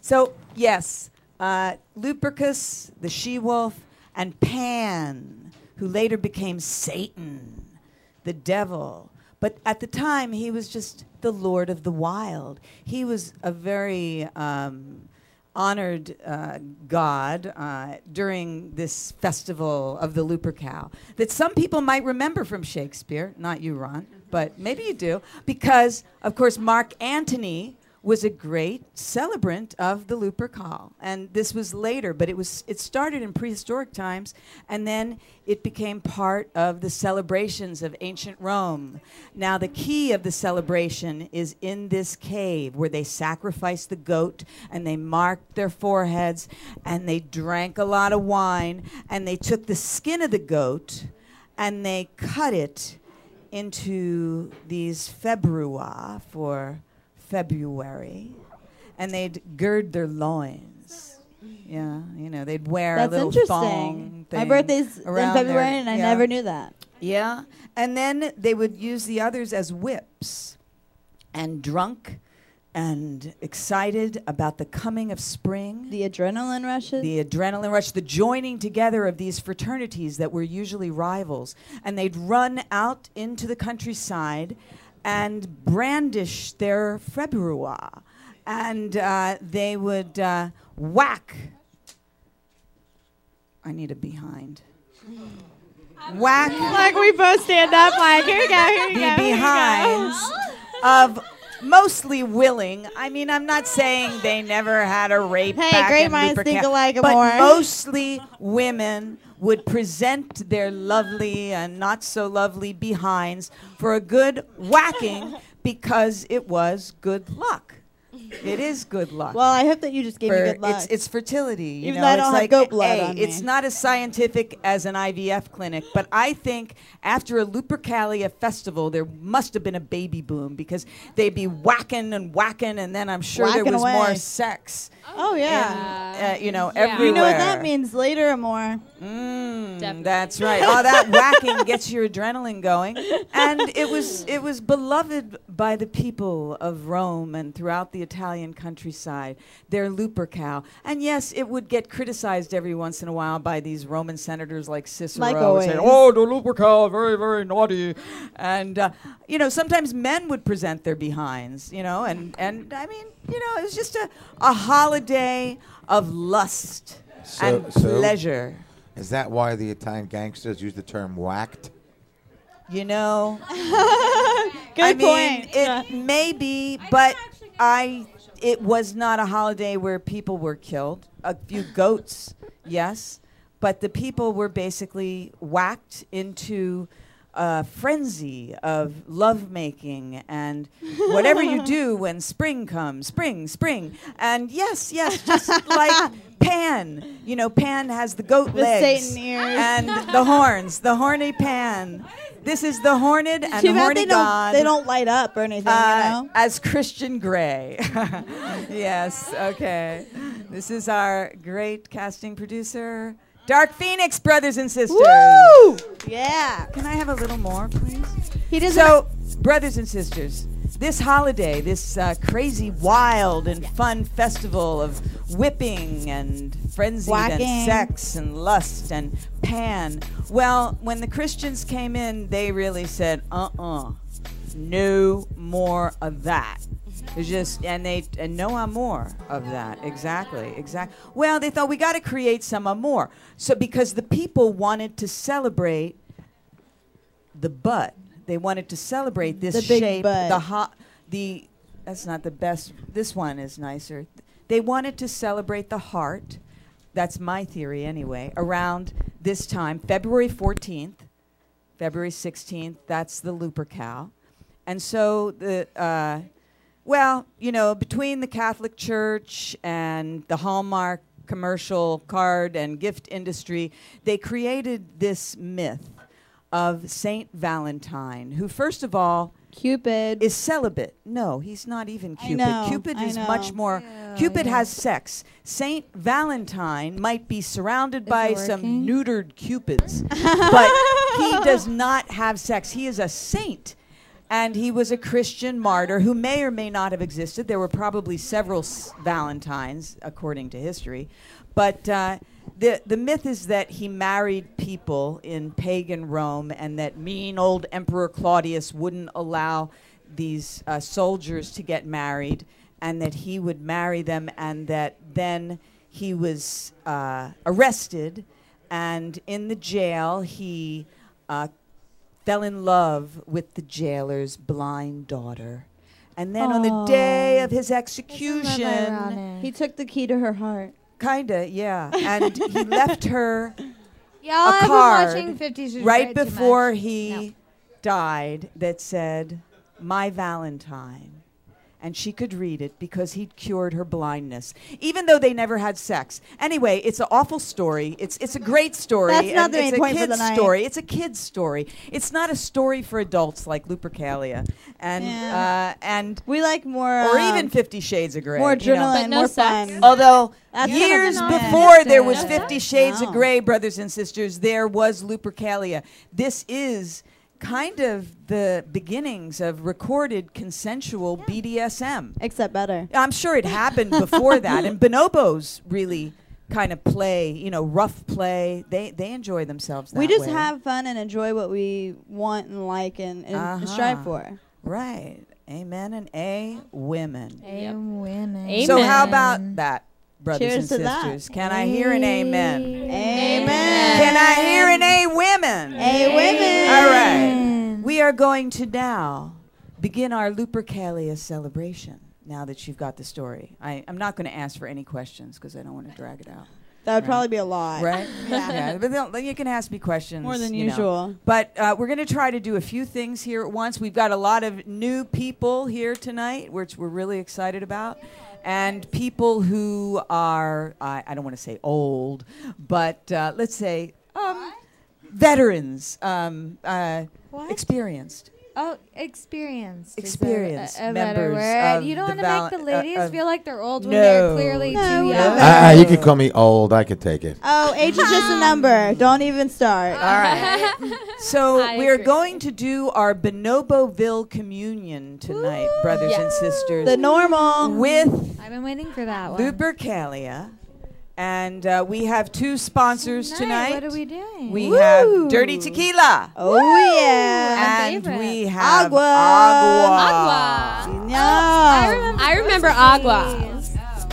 Speaker 3: So yes, uh, Lupercus, the she wolf, and Pan, who later became Satan, the devil. But at the time, he was just the lord of the wild. He was a very um, honored uh, god uh, during this festival of the Lupercal that some people might remember from Shakespeare, not you, Ron, but maybe you do, because, of course, Mark Antony was a great celebrant of the Lupercal. And this was later, but it was it started in prehistoric times and then it became part of the celebrations of ancient Rome. Now the key of the celebration is in this cave where they sacrificed the goat and they marked their foreheads and they drank a lot of wine and they took the skin of the goat and they cut it into these februa for February, and they'd gird their loins. Yeah, you know, they'd wear
Speaker 5: That's
Speaker 3: a little
Speaker 5: interesting.
Speaker 3: thong
Speaker 5: My
Speaker 3: thing
Speaker 5: birthday's in
Speaker 3: around
Speaker 5: February,
Speaker 3: their-
Speaker 5: and I
Speaker 3: yeah.
Speaker 5: never knew that.
Speaker 3: Yeah, and then they would use the others as whips, and drunk, and excited about the coming of spring
Speaker 5: The adrenaline rushes.
Speaker 3: the adrenaline rush, the joining together of these fraternities that were usually rivals. And they'd run out into the countryside and brandish their februa. And uh, they would uh, whack. I need a behind. Whack
Speaker 5: like we both stand up. Like here we go. Here we
Speaker 3: the behinds of mostly willing. I mean, I'm not saying they never had a rape.
Speaker 5: Hey,
Speaker 3: back
Speaker 5: great
Speaker 3: in
Speaker 5: minds
Speaker 3: Lupercal,
Speaker 5: think alike,
Speaker 3: But
Speaker 5: Amore.
Speaker 3: mostly women would present their lovely and not so lovely behinds for a good whacking because it was good luck. It is good luck.
Speaker 5: Well, I hope that you just gave me
Speaker 3: for-
Speaker 5: good luck.
Speaker 3: It's, it's fertility. You
Speaker 5: Even
Speaker 3: know,
Speaker 5: though I
Speaker 3: it's
Speaker 5: don't have
Speaker 3: like,
Speaker 5: goat blood
Speaker 3: hey,
Speaker 5: on
Speaker 3: it's
Speaker 5: me.
Speaker 3: not as scientific as an IVF clinic, but I think after a Lupercalia festival, there must have been a baby boom because they'd be whacking and whacking, and then I'm sure there
Speaker 5: Whacking
Speaker 3: was more
Speaker 5: away.
Speaker 3: sex.
Speaker 5: oh yeah.
Speaker 3: Uh, you know,
Speaker 4: Yeah.
Speaker 3: everywhere.
Speaker 5: You know what that means later, more.
Speaker 3: Mm,
Speaker 4: Definitely.
Speaker 3: that's right. All that whacking gets your adrenaline going, and it was it was beloved by the people of Rome and throughout the Italian countryside. Their Lupercal, and yes, it would get criticized every once in a while by these Roman senators like Cicero,
Speaker 5: Like
Speaker 3: who said,
Speaker 5: always.
Speaker 3: "Oh, the Lupercal, very very naughty," and uh, you know sometimes men would present their behinds, you know, and and I mean you know it was just a a holiday of lust
Speaker 6: So-
Speaker 3: and
Speaker 6: so-
Speaker 3: pleasure.
Speaker 6: Is that why the Italian gangsters use the term whacked?
Speaker 3: You know,
Speaker 5: Good
Speaker 3: I
Speaker 5: point.
Speaker 3: mean,
Speaker 5: Yeah.
Speaker 3: it may be, but I it was not a holiday where people were killed. A few goats, yes, but the people were basically whacked into a frenzy of lovemaking and whatever you do when spring comes, spring, spring, and yes, yes, just like Pan. You know, Pan has the goat
Speaker 5: The
Speaker 3: legs
Speaker 5: Satan ears.
Speaker 3: and the horns, the horny Pan. This is the horned and
Speaker 5: Too bad
Speaker 3: horny
Speaker 5: they
Speaker 3: god.
Speaker 5: don't, they don't light up or anything,
Speaker 3: Uh,
Speaker 5: you know?
Speaker 3: as Christian Grey. yes, okay. This is our great casting producer, Dark Phoenix, brothers and sisters.
Speaker 5: Woo! Yeah.
Speaker 3: Can I have a little more, please?
Speaker 5: He doesn't.
Speaker 3: So, brothers and sisters, this holiday, this uh, crazy, wild, and fun festival of whipping and frenzied
Speaker 5: Whacking.
Speaker 3: and sex and lust and pan. Well, when the Christians came in, they really said, "Uh uh no more of that."
Speaker 5: Mm-hmm.
Speaker 3: It's just, and they, and no more of that. Exactly, exactly. Well, they thought we got to create some more. So, because the people wanted to celebrate the butt. They wanted to celebrate this
Speaker 5: The big
Speaker 3: shape,
Speaker 5: butt.
Speaker 3: the hot, the. That's not the best. This one is nicer. They wanted to celebrate the heart. That's my theory, anyway. Around this time, February fourteenth, February sixteenth. That's the Lupercal, and so the. Uh, well, you know, between the Catholic Church and the Hallmark commercial card and gift industry, they created this myth of Saint Valentine, who, first of all,
Speaker 5: Cupid.
Speaker 3: is celibate. No, he's not even
Speaker 5: I
Speaker 3: Cupid.
Speaker 5: know,
Speaker 3: Cupid
Speaker 5: I
Speaker 3: is
Speaker 5: know.
Speaker 3: much more. Cupid has sex. Saint Valentine might be surrounded by
Speaker 5: it
Speaker 3: some
Speaker 5: working?
Speaker 3: neutered Cupids, but he does not have sex. He is a saint. And he was a Christian martyr who may or may not have existed. There were probably several s- Valentines, according to history. But uh, the, the myth is that he married people in pagan Rome and that mean old Emperor Claudius wouldn't allow these uh, soldiers to get married and that he would marry them and that then he was uh, arrested and in the jail he uh, fell in love with the jailer's blind daughter And then on the day of his execution,
Speaker 5: He took the key to her heart.
Speaker 3: kinda, yeah, and he left her
Speaker 8: Y'all
Speaker 3: a
Speaker 8: have been
Speaker 3: card
Speaker 8: watching Fifty Shades of
Speaker 3: right
Speaker 8: Grey too
Speaker 3: before
Speaker 8: much.
Speaker 3: he died that said, "My Valentine," and she could read it because he'd cured her blindness, even though they never had sex. Anyway, it's an awful story. It's it's a great story.
Speaker 5: That's not
Speaker 3: and
Speaker 5: the main
Speaker 3: it's a
Speaker 5: point for
Speaker 3: kid's
Speaker 5: the night.
Speaker 3: story. It's a kid's story. It's not a story for adults like Lupercalia and
Speaker 5: Yeah.
Speaker 3: uh, and
Speaker 5: We like more,
Speaker 3: or
Speaker 5: um,
Speaker 3: even Fifty Shades of Grey.
Speaker 5: more
Speaker 3: you know.
Speaker 5: adrenaline,
Speaker 4: But no
Speaker 5: more
Speaker 4: sex.
Speaker 5: fun.
Speaker 3: Although
Speaker 5: That's kind of
Speaker 3: years
Speaker 5: an option.
Speaker 3: before there was
Speaker 4: No
Speaker 3: Fifty Shades
Speaker 5: No.
Speaker 3: of Grey, brothers and sisters, there was Lupercalia. This is kind of the beginnings of recorded consensual BDSM.
Speaker 5: Except better.
Speaker 3: I'm sure it happened before that, and bonobos really kind of play, you know, rough play. They they enjoy themselves. That
Speaker 5: We just
Speaker 3: way.
Speaker 5: have fun and enjoy what we want and like and, and
Speaker 3: Uh-huh.
Speaker 5: strive for.
Speaker 3: right. Amen and a women.
Speaker 4: Yep.
Speaker 8: Women.
Speaker 4: Amen.
Speaker 3: So how about that, brothers
Speaker 5: Cheers to
Speaker 3: and
Speaker 5: that.
Speaker 3: sisters? Can I hear an amen?
Speaker 5: Amen.
Speaker 3: Can I hear an A women?
Speaker 5: Hey, women.
Speaker 3: All right. We are going to now begin our Lupercalia celebration. Now that you've got the story, I, I'm not going to ask for any questions because I don't want to drag it out.
Speaker 5: That would probably be a lot.
Speaker 3: Right? yeah. But they'll- you can ask me questions.
Speaker 5: More than
Speaker 3: you know.
Speaker 5: usual.
Speaker 3: But uh, we're going to try to do a few things here at once. We've got a lot of new people here tonight, which we're really excited about. And people who are, I I don't want to say old, but uh, let's say um, veterans, um, uh,
Speaker 8: What?
Speaker 3: experienced.
Speaker 8: Oh, experienced. is a-
Speaker 3: Experienced
Speaker 8: A, a better
Speaker 3: members
Speaker 8: word.
Speaker 3: of
Speaker 8: You don't
Speaker 3: the
Speaker 8: want to
Speaker 3: val-
Speaker 8: make the
Speaker 3: uh,
Speaker 8: ladies
Speaker 3: of-
Speaker 8: feel like they're old when they're
Speaker 3: No.
Speaker 8: clearly
Speaker 5: No,
Speaker 8: too
Speaker 5: we
Speaker 3: Oh.
Speaker 8: young.
Speaker 5: don't.
Speaker 6: Ah, ah, you can call me old. I could take it.
Speaker 5: Oh, age is just a number. Don't even start.
Speaker 3: All right. So
Speaker 4: I
Speaker 3: we're
Speaker 4: agree.
Speaker 3: going to do our Bonoboville communion tonight, brothers and sisters,
Speaker 5: the normal.
Speaker 3: with
Speaker 8: I've been waiting for that one.
Speaker 3: Lupercalia. And uh, we have two sponsors tonight.
Speaker 8: What are we doing?
Speaker 3: We
Speaker 5: Woo!
Speaker 3: have Dirty Tequila.
Speaker 5: oh yeah.
Speaker 3: and
Speaker 8: favorite.
Speaker 3: we have
Speaker 5: Agua.
Speaker 3: Agua.
Speaker 4: Agua.
Speaker 5: No.
Speaker 4: I remember agua.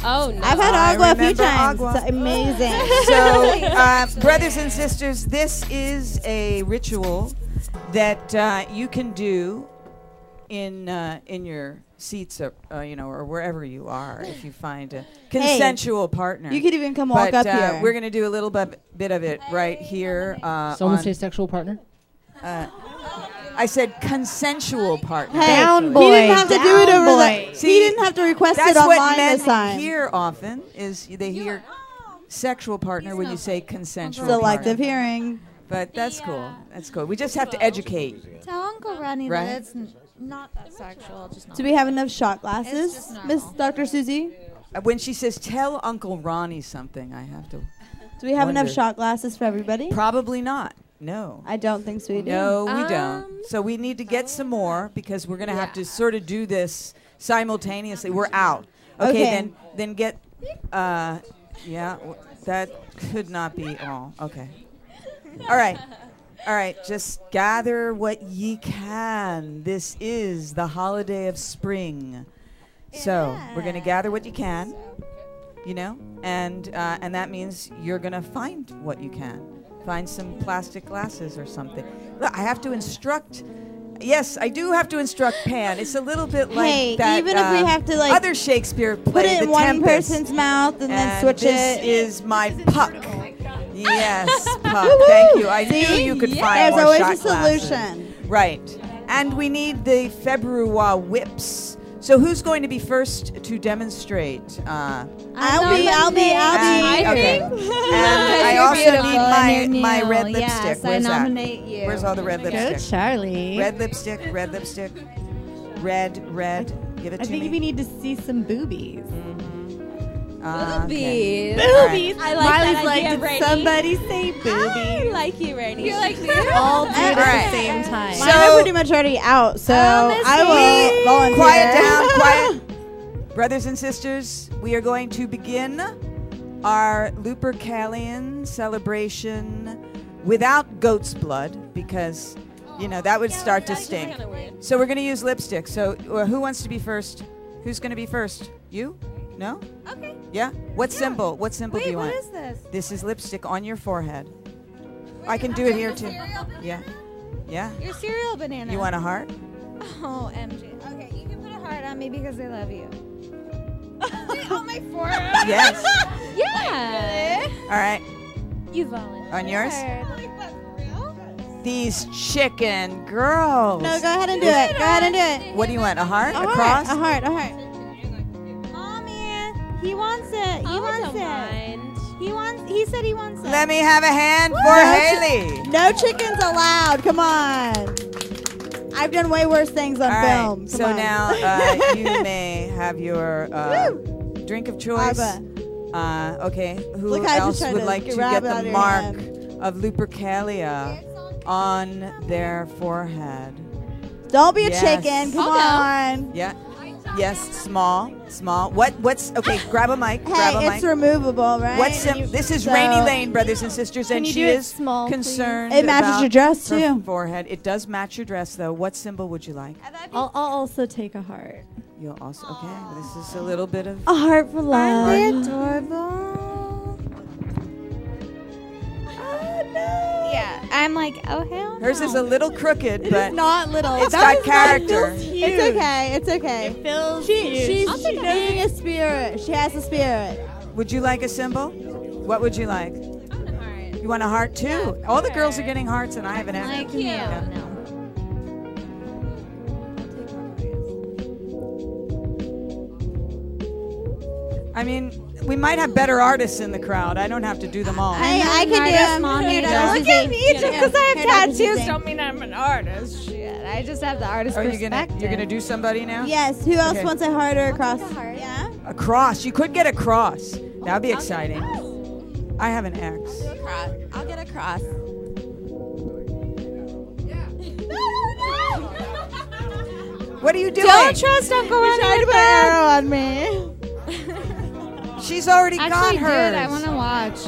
Speaker 4: Oh no.
Speaker 5: I've had
Speaker 3: I
Speaker 5: agua a few
Speaker 3: remember
Speaker 5: times.
Speaker 3: agua.
Speaker 5: It's amazing.
Speaker 3: So, uh, brothers and sisters, this is a ritual that uh, you can do in uh, in your seats, or, uh, you know, or wherever you are, if you find a consensual partner.
Speaker 5: you could even come walk
Speaker 3: but,
Speaker 5: up
Speaker 3: uh,
Speaker 5: here.
Speaker 3: We're gonna do a little bit, bit of it right here. Uh,
Speaker 9: Someone
Speaker 3: on-
Speaker 9: say sexual partner.
Speaker 3: Uh, I said consensual partner.
Speaker 5: Hey,
Speaker 8: Down
Speaker 5: He
Speaker 8: boy,
Speaker 5: didn't have to do it
Speaker 8: down
Speaker 5: over
Speaker 8: boy.
Speaker 5: the.
Speaker 3: See,
Speaker 5: he didn't have to request
Speaker 3: That's
Speaker 5: it online
Speaker 3: what men
Speaker 5: this time.
Speaker 3: hear often is they hear sexual partner when you say consensual.
Speaker 5: Selective
Speaker 3: partner.
Speaker 5: hearing.
Speaker 3: But that's
Speaker 8: uh,
Speaker 3: cool. That's cool. We just have to educate.
Speaker 8: Tell Uncle Ronnie
Speaker 3: Right?
Speaker 8: that it's n- not that sexual. Just not.
Speaker 5: Do we have enough shot
Speaker 8: It's
Speaker 5: glasses,
Speaker 8: just
Speaker 5: Miss
Speaker 8: normal.
Speaker 5: Dr. Susie?
Speaker 3: Uh, When she says tell Uncle Ronnie something, I have to
Speaker 5: Do we have enough
Speaker 3: Wonder.
Speaker 5: shot glasses for everybody?
Speaker 3: probably not. No.
Speaker 5: I don't think so. Ah. We do.
Speaker 3: No, we
Speaker 4: Um,
Speaker 3: don't. So we need to get some more because we're going to have to sort of do this simultaneously. We're out. Okay,
Speaker 5: Okay.
Speaker 3: then then get uh yeah, w- that could not be all. Okay. All right. All right, just gather what ye can. This is the holiday of spring. So, we're going to gather what you can. You know? And uh, and that means you're going to find what you can. Find some plastic glasses or something. Look, I have to instruct Yes, I do have to instruct Pan. It's a little bit like
Speaker 5: Hey,
Speaker 3: that.
Speaker 5: even if we
Speaker 3: uh,
Speaker 5: have to, like,
Speaker 3: other Shakespeare play,
Speaker 5: Put it
Speaker 3: The
Speaker 5: in one
Speaker 3: Tempest.
Speaker 5: person's mouth and, then
Speaker 3: And
Speaker 5: switch
Speaker 3: this
Speaker 5: it.
Speaker 3: is my puck. Yes, puck. Thank you. I knew
Speaker 5: See?
Speaker 3: you could
Speaker 5: Yeah.
Speaker 3: find
Speaker 5: There's
Speaker 3: more
Speaker 5: always
Speaker 3: shot
Speaker 5: a solution.
Speaker 3: glasses. Right, and we need the February whips. So who's going to be first to demonstrate? Uh,
Speaker 5: I'll be, I'll
Speaker 3: and-
Speaker 5: be, I'll be.
Speaker 4: I
Speaker 3: okay.
Speaker 4: think-
Speaker 3: And I
Speaker 8: you're
Speaker 3: also
Speaker 8: beautiful
Speaker 3: need
Speaker 8: and
Speaker 3: my
Speaker 8: you're
Speaker 3: my
Speaker 8: new.
Speaker 3: red
Speaker 8: Yes,
Speaker 3: lipstick.
Speaker 8: I
Speaker 3: Where's that?
Speaker 8: nominate you.
Speaker 3: Where's all the red
Speaker 8: Go,
Speaker 3: lipstick?
Speaker 8: Charlie.
Speaker 3: Red lipstick. Red lipstick. Red, red. Give it
Speaker 8: I
Speaker 3: to
Speaker 8: think
Speaker 3: me.
Speaker 8: we need to see some boobies.
Speaker 3: Ah, okay.
Speaker 8: Boobies. I like
Speaker 4: Miley's
Speaker 8: that
Speaker 4: like,
Speaker 8: idea,
Speaker 4: "Did
Speaker 8: Brittany."
Speaker 4: somebody
Speaker 8: say boobies? I like you, Rainy. You're like all
Speaker 5: All
Speaker 8: do it
Speaker 3: right.
Speaker 8: at the same time.
Speaker 5: Mine are pretty much already out, so
Speaker 8: Oh,
Speaker 5: I will
Speaker 8: Missy.
Speaker 5: volunteer.
Speaker 3: Quiet down, quiet. Brothers and sisters, we are going to begin our Lupercalian celebration without goat's blood because, you know, that would start to stink.
Speaker 4: Kinda weird.
Speaker 3: So we're going to use lipstick. So uh, who wants to be first? Who's going to be first? You? No?
Speaker 8: okay.
Speaker 3: Yeah? What symbol? What symbol do
Speaker 8: Wait,
Speaker 3: you
Speaker 8: what
Speaker 3: want?
Speaker 8: is this?
Speaker 3: This is lipstick on your forehead. I can do it here too.
Speaker 8: Cereal banana?
Speaker 3: Yeah. Yeah.
Speaker 8: Your cereal banana.
Speaker 3: You want a heart?
Speaker 8: Oh, MG. Okay, you can put a heart.
Speaker 9: at me because I love you. on my forearm.
Speaker 3: Yes.
Speaker 8: Yeah.
Speaker 3: All right.
Speaker 8: You volunteered.
Speaker 3: On yours? These chicken girls.
Speaker 5: No, go ahead and do it. Go ahead and do it.
Speaker 3: What do you want? A heart?
Speaker 5: A
Speaker 3: a
Speaker 5: heart,
Speaker 3: cross?
Speaker 5: a heart, a heart.
Speaker 9: He wants it. He wants it. He wants. He said he wants it.
Speaker 3: Let me have a hand for
Speaker 5: That's-
Speaker 3: Haley.
Speaker 5: No chickens allowed. Come on. I've done way worse things on
Speaker 3: All right.
Speaker 5: film. Come
Speaker 3: So
Speaker 5: on.
Speaker 3: now uh, you may have your uh, drink of choice. Uh, okay. Who
Speaker 5: Look, I just
Speaker 3: else
Speaker 5: tried
Speaker 3: would
Speaker 5: to
Speaker 3: like to get
Speaker 5: grab it out
Speaker 3: the
Speaker 5: of your
Speaker 3: mark
Speaker 5: hand.
Speaker 3: of Lupercalia on their forehead?
Speaker 5: Don't be a
Speaker 3: Yes.
Speaker 5: chicken. Come on.
Speaker 3: Yeah. Yes. Small. Small. What? What's okay? Grab a mic. grab a
Speaker 5: Hey,
Speaker 3: mic.
Speaker 5: it's removable, right?
Speaker 3: What's
Speaker 5: And
Speaker 3: the,
Speaker 5: you-
Speaker 3: this is
Speaker 5: so-
Speaker 3: Rainy Lane, brothers and sisters,
Speaker 8: Can
Speaker 3: and
Speaker 8: you
Speaker 3: she
Speaker 8: do it
Speaker 3: is
Speaker 8: small, please?
Speaker 3: concerned.
Speaker 5: It matches
Speaker 3: about
Speaker 5: your dress,
Speaker 3: her
Speaker 5: too.
Speaker 3: Forehead. It does match your dress, though. What symbol would you like?
Speaker 7: I'll, I'll also take a heart.
Speaker 3: You'll also okay. This is a little bit of
Speaker 5: A heart for love.
Speaker 9: adorable? Yeah, I'm like, oh hell.
Speaker 3: hers is a little crooked,
Speaker 5: It's
Speaker 3: but
Speaker 5: not little.
Speaker 3: it's
Speaker 5: That
Speaker 3: got
Speaker 5: is not-
Speaker 3: character.
Speaker 5: It's okay. It's okay.
Speaker 8: Feels
Speaker 5: She, she's
Speaker 4: I'll
Speaker 5: she's
Speaker 4: take a
Speaker 5: being a spirit. She has a spirit.
Speaker 3: Would you like a symbol? What would you like?
Speaker 4: Alright.
Speaker 3: You want a heart too? All the girls are getting hearts, and I haven't had.
Speaker 9: Like,
Speaker 3: one.
Speaker 9: yeah.
Speaker 3: Yeah.
Speaker 9: no.
Speaker 3: I mean, we might have better artists in the crowd. I don't have to do them all.
Speaker 5: I, I can do
Speaker 9: artist,
Speaker 5: it.
Speaker 9: Mom. Here it
Speaker 5: Yeah.
Speaker 9: is.
Speaker 5: Look at me,
Speaker 9: Just because I have tattoos,
Speaker 5: Don't
Speaker 9: don't mean I'm an artist. Shit, I just have the artist
Speaker 3: Are you
Speaker 9: perspective.
Speaker 3: gonna you're gonna do somebody now?
Speaker 5: Yes. Who else
Speaker 3: Okay.
Speaker 5: wants a heart or a cross?
Speaker 9: heart.
Speaker 5: Yeah.
Speaker 3: A cross. You could get a cross. That would be exciting. I have an X.
Speaker 8: cross. I'll get a cross.
Speaker 3: What are you doing?
Speaker 9: Don't trust Uncle Ronnie with that.
Speaker 5: Arrow on me.
Speaker 3: She's already got
Speaker 9: Actually,
Speaker 3: hers.
Speaker 9: dude, I want to watch.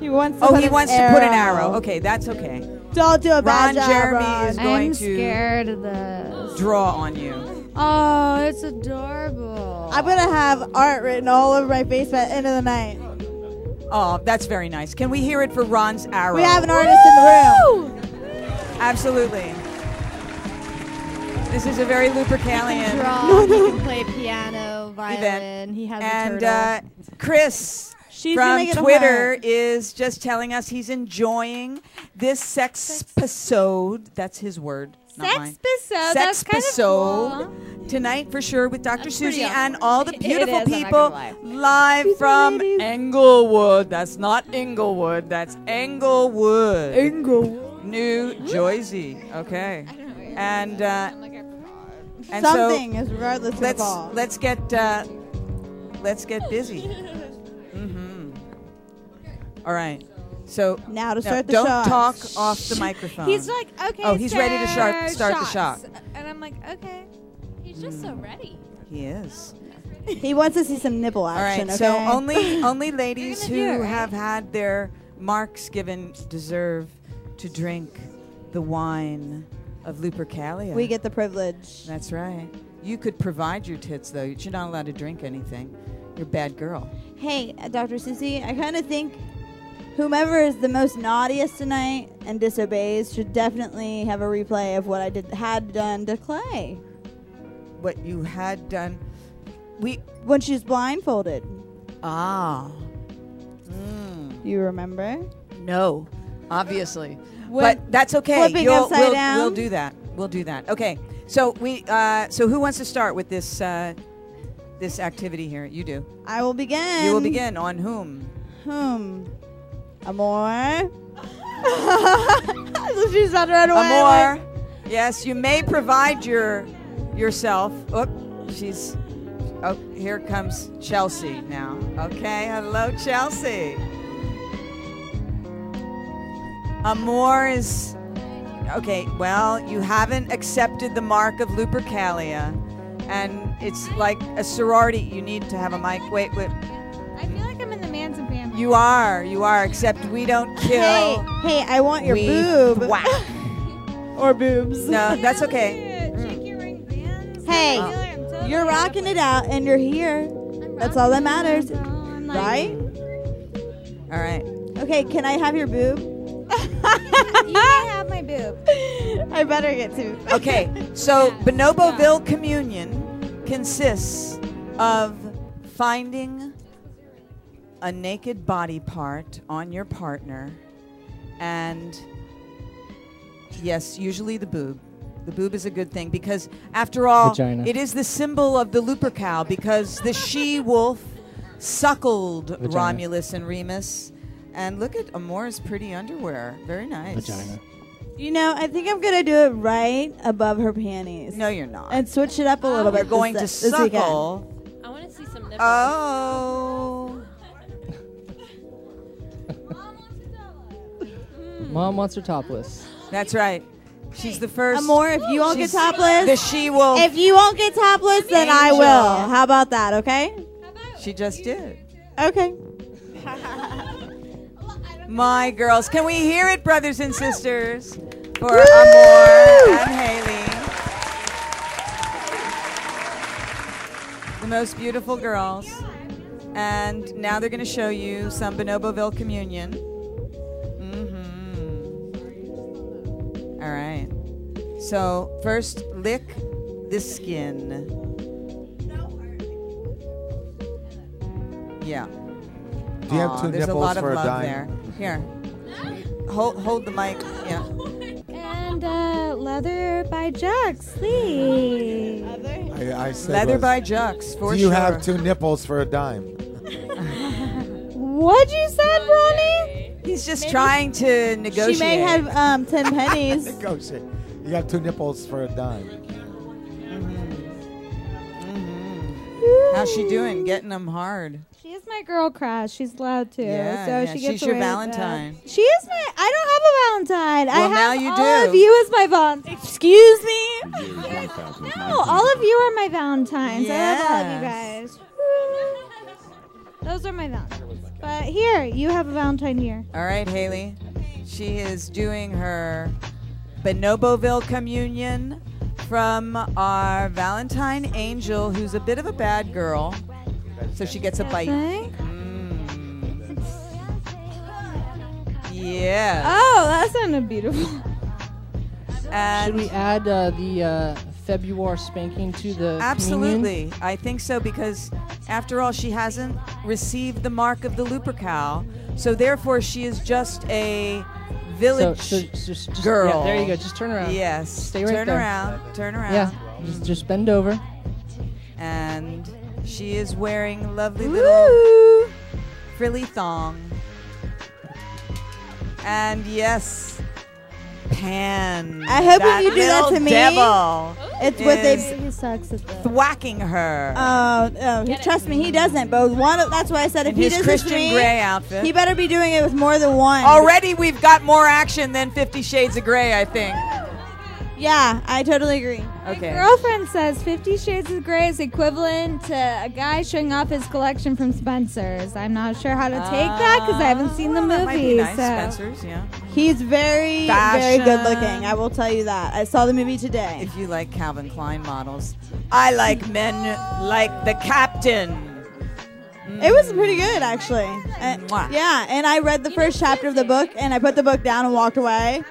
Speaker 5: He wants. To
Speaker 3: Oh,
Speaker 5: put
Speaker 3: he
Speaker 5: an
Speaker 3: wants
Speaker 5: arrow.
Speaker 3: to put an arrow. Okay, that's okay.
Speaker 5: Don't do a bad
Speaker 3: Ron
Speaker 5: job,
Speaker 3: Jeremy
Speaker 5: Ron.
Speaker 3: is going
Speaker 9: I'm
Speaker 3: to
Speaker 9: scared of this.
Speaker 3: draw on you.
Speaker 9: Oh, it's adorable.
Speaker 5: I'm gonna have art written all over my face by the end of the night.
Speaker 3: Oh, that's very nice. Can we hear it for Ron's arrow?
Speaker 5: We have an artist in the room.
Speaker 3: Absolutely. This is a very Lupercalian.
Speaker 7: Draw. he can play piano, violin. He has a
Speaker 3: And
Speaker 7: turtle.
Speaker 3: uh, Chris
Speaker 5: She's gonna
Speaker 3: from
Speaker 5: get a
Speaker 3: Twitter
Speaker 5: heart.
Speaker 3: is just telling us he's enjoying this sex episode. That's his word. Not mine.
Speaker 9: Sexpisode. That's kind of
Speaker 3: Sexpisode
Speaker 9: cool.
Speaker 3: tonight for sure with Dr. Susie
Speaker 9: awesome.
Speaker 3: and all the
Speaker 9: It- it
Speaker 3: beautiful
Speaker 9: is, I'm not
Speaker 3: people
Speaker 9: gonna
Speaker 3: live from Englewood. That's not Englewood, that's Englewood. Englewood. New Jersey. Okay. And uh, and
Speaker 5: Something is regardless
Speaker 3: so
Speaker 5: of
Speaker 3: let's
Speaker 5: the ball.
Speaker 3: let's get uh, let's get busy. Mhm. All right. So
Speaker 5: now to
Speaker 3: no,
Speaker 5: start the
Speaker 3: don't
Speaker 5: shots.
Speaker 3: talk off the microphone.
Speaker 9: He's like, okay.
Speaker 3: Oh, he's ready to
Speaker 9: sir,
Speaker 3: start- start the Hmm.
Speaker 9: shots.
Speaker 3: shot.
Speaker 9: And I'm like, okay.
Speaker 4: He's just so ready.
Speaker 3: he is.
Speaker 5: He wants to see some nipple
Speaker 3: All right.
Speaker 5: action.
Speaker 3: So
Speaker 5: okay?
Speaker 3: only only ladies who
Speaker 9: do it, right?
Speaker 3: have had their marks given deserve to drink the wine of Lupercalia.
Speaker 5: we get the privilege.
Speaker 3: That's right. You could provide your tits though. You're not allowed to drink anything. You're a bad girl.
Speaker 5: Hey, uh, Dr. Susie, I kind of think whomever is the most naughtiest tonight and disobeys should definitely have a replay of what I did had done to Clay
Speaker 3: What you had done. We
Speaker 5: when she was blindfolded.
Speaker 3: ah
Speaker 5: You remember?
Speaker 3: no, obviously. but that's okay.
Speaker 5: flipping
Speaker 3: You'll-
Speaker 5: upside
Speaker 3: we'll,
Speaker 5: down?
Speaker 3: we'll do that. We'll do that. Okay. So we. Uh, so who wants to start with this? Uh, this activity here. You do.
Speaker 5: I will begin.
Speaker 3: You will begin on whom?
Speaker 5: Whom? Amor. so she's not right away.
Speaker 3: Amor. Yes, you may provide your yourself. Oop, she's. Oh, here comes Chelsea now. Okay, hello, Chelsea. Amor is. Okay, well, you haven't accepted the mark of Lupercalia, and it's like a sorority. You need to have a mic. Wait, wait.
Speaker 9: I feel like I'm in the man's and family.
Speaker 3: You are, you are, except we don't kill.
Speaker 5: Hey, hey, I want your
Speaker 3: we
Speaker 5: boob.
Speaker 3: thwack.
Speaker 5: Or boobs.
Speaker 3: No, that's okay.
Speaker 9: Check your ring bands.
Speaker 5: Hey,
Speaker 9: I feel like I'm totally
Speaker 5: You're rocking it out and you're here.
Speaker 9: I'm
Speaker 5: That's all that
Speaker 9: rocking it
Speaker 5: matters.
Speaker 9: out, though. I'm like-
Speaker 5: Right?
Speaker 3: All right.
Speaker 5: Okay, can I have your boob?
Speaker 9: You may have my boob.
Speaker 5: I better get to.
Speaker 3: Okay, so Bonoboville Communion consists of finding a naked body part on your partner and yes, usually the boob. The boob is a good thing because after all,
Speaker 10: Vagina.
Speaker 3: it is the symbol of the Lupercal because the she-wolf suckled
Speaker 10: Vagina.
Speaker 3: Romulus and Remus. And look at Amore's pretty underwear. Very nice.
Speaker 10: Vagina.
Speaker 5: You know, I think I'm gonna do it right above her panties.
Speaker 3: No, you're not.
Speaker 5: And switch it up a little bit.
Speaker 3: You're going to
Speaker 5: this, This weekend.
Speaker 3: suckle.
Speaker 4: I want to see some nipples.
Speaker 3: Oh. Hmm.
Speaker 10: Mom wants her topless.
Speaker 3: That's right. She's the first.
Speaker 5: Amore, if you won't get
Speaker 3: She's
Speaker 5: topless-
Speaker 3: the she will.
Speaker 5: If you won't get topless, then I
Speaker 3: Angel.
Speaker 5: will. How about that? Okay.
Speaker 3: she just did.
Speaker 5: Okay.
Speaker 3: My girls, can we hear it, brothers and sisters, for Amore and Haley, the most beautiful girls. And now they're going to show you some Bonoboville communion. Mm-hmm. All right. So first, lick the skin. Yeah.
Speaker 6: Do you have
Speaker 3: Aw,
Speaker 6: two
Speaker 3: there's a
Speaker 6: nipples
Speaker 3: lot of
Speaker 6: for a
Speaker 3: love
Speaker 6: dime?
Speaker 3: there. Here, hold hold the mic. Yeah.
Speaker 9: And uh, leather by Jack, please.
Speaker 6: I, I said
Speaker 3: Leather
Speaker 6: was,
Speaker 3: by Jux for
Speaker 6: Do you
Speaker 3: sure.
Speaker 6: have two nipples for a dime?
Speaker 5: What'd you say, Ronnie?
Speaker 3: He's just trying to negotiate.
Speaker 5: She may have um, ten pennies.
Speaker 6: Negotiate. Oh, You have two nipples for a dime.
Speaker 3: How's she doing? Getting them hard.
Speaker 9: She is my girl crush. She's loud too.
Speaker 3: Yeah,
Speaker 9: so
Speaker 3: yeah,
Speaker 9: she gets
Speaker 3: she's your
Speaker 9: away with that.
Speaker 3: Valentine.
Speaker 9: She is my. I don't have a Valentine. I
Speaker 3: Well, now
Speaker 9: have
Speaker 3: you
Speaker 9: all
Speaker 3: do.
Speaker 9: of you as my Valentine. Excuse me. No,
Speaker 11: No,
Speaker 9: Oh, all of you are my Valentines. I
Speaker 3: Yes.
Speaker 9: love all of you guys. Those are my Valentines. But here, you have a Valentine here.
Speaker 3: All right, Haley. She is doing her Bonoboville communion from our Valentine angel, who's a bit of a bad girl. So she gets a bite.
Speaker 9: Right?
Speaker 3: Mm. Yeah.
Speaker 9: Oh, that sounded beautiful.
Speaker 10: Should we
Speaker 3: And
Speaker 10: add uh, the uh, February spanking to the communion?
Speaker 3: absolutely, I think so because after all, she hasn't received the mark of the Lupercal. So therefore, she is just a
Speaker 10: So,
Speaker 3: village.
Speaker 10: so, so just, just-
Speaker 3: girl.
Speaker 10: Yeah, there you go. Just turn around.
Speaker 3: Yes.
Speaker 10: Stay right
Speaker 3: turn
Speaker 10: there.
Speaker 3: around. Turn around.
Speaker 10: Yeah. Just, just bend over.
Speaker 3: And she is wearing lovely little frilly thong. And yes, Pan.
Speaker 5: I hope if you do that
Speaker 3: little
Speaker 5: to me,
Speaker 3: Devil
Speaker 5: It's what
Speaker 3: Is-
Speaker 5: they.
Speaker 9: He sucks at this.
Speaker 3: thwacking her.
Speaker 5: Oh, oh, he- trust me, he doesn't. But one. of- That's why I said if
Speaker 3: in
Speaker 5: he
Speaker 3: his
Speaker 5: does
Speaker 3: Christian
Speaker 5: this to me,
Speaker 3: Grey outfit.
Speaker 5: he better be doing it with more than one.
Speaker 3: Already, we've got more action than Fifty Shades of Grey, I think.
Speaker 5: Yeah, I totally agree.
Speaker 3: Okay.
Speaker 9: Girlfriend says Fifty Shades of Grey is equivalent to a guy showing off his collection from Spencer's. I'm not sure how to take that because I haven't seen the
Speaker 3: Ah,
Speaker 9: movie.
Speaker 3: that might be nice,
Speaker 9: so.
Speaker 3: Spencer's, yeah.
Speaker 5: He's very,
Speaker 3: Fashion.
Speaker 5: very good looking. I will tell you that. I saw the movie today.
Speaker 3: If you like Calvin Klein models, I like men like the captain.
Speaker 5: It was pretty good, actually. Uh,
Speaker 3: Mwah.
Speaker 5: yeah, and I read the first chapter of the book, and I put the book down and walked away.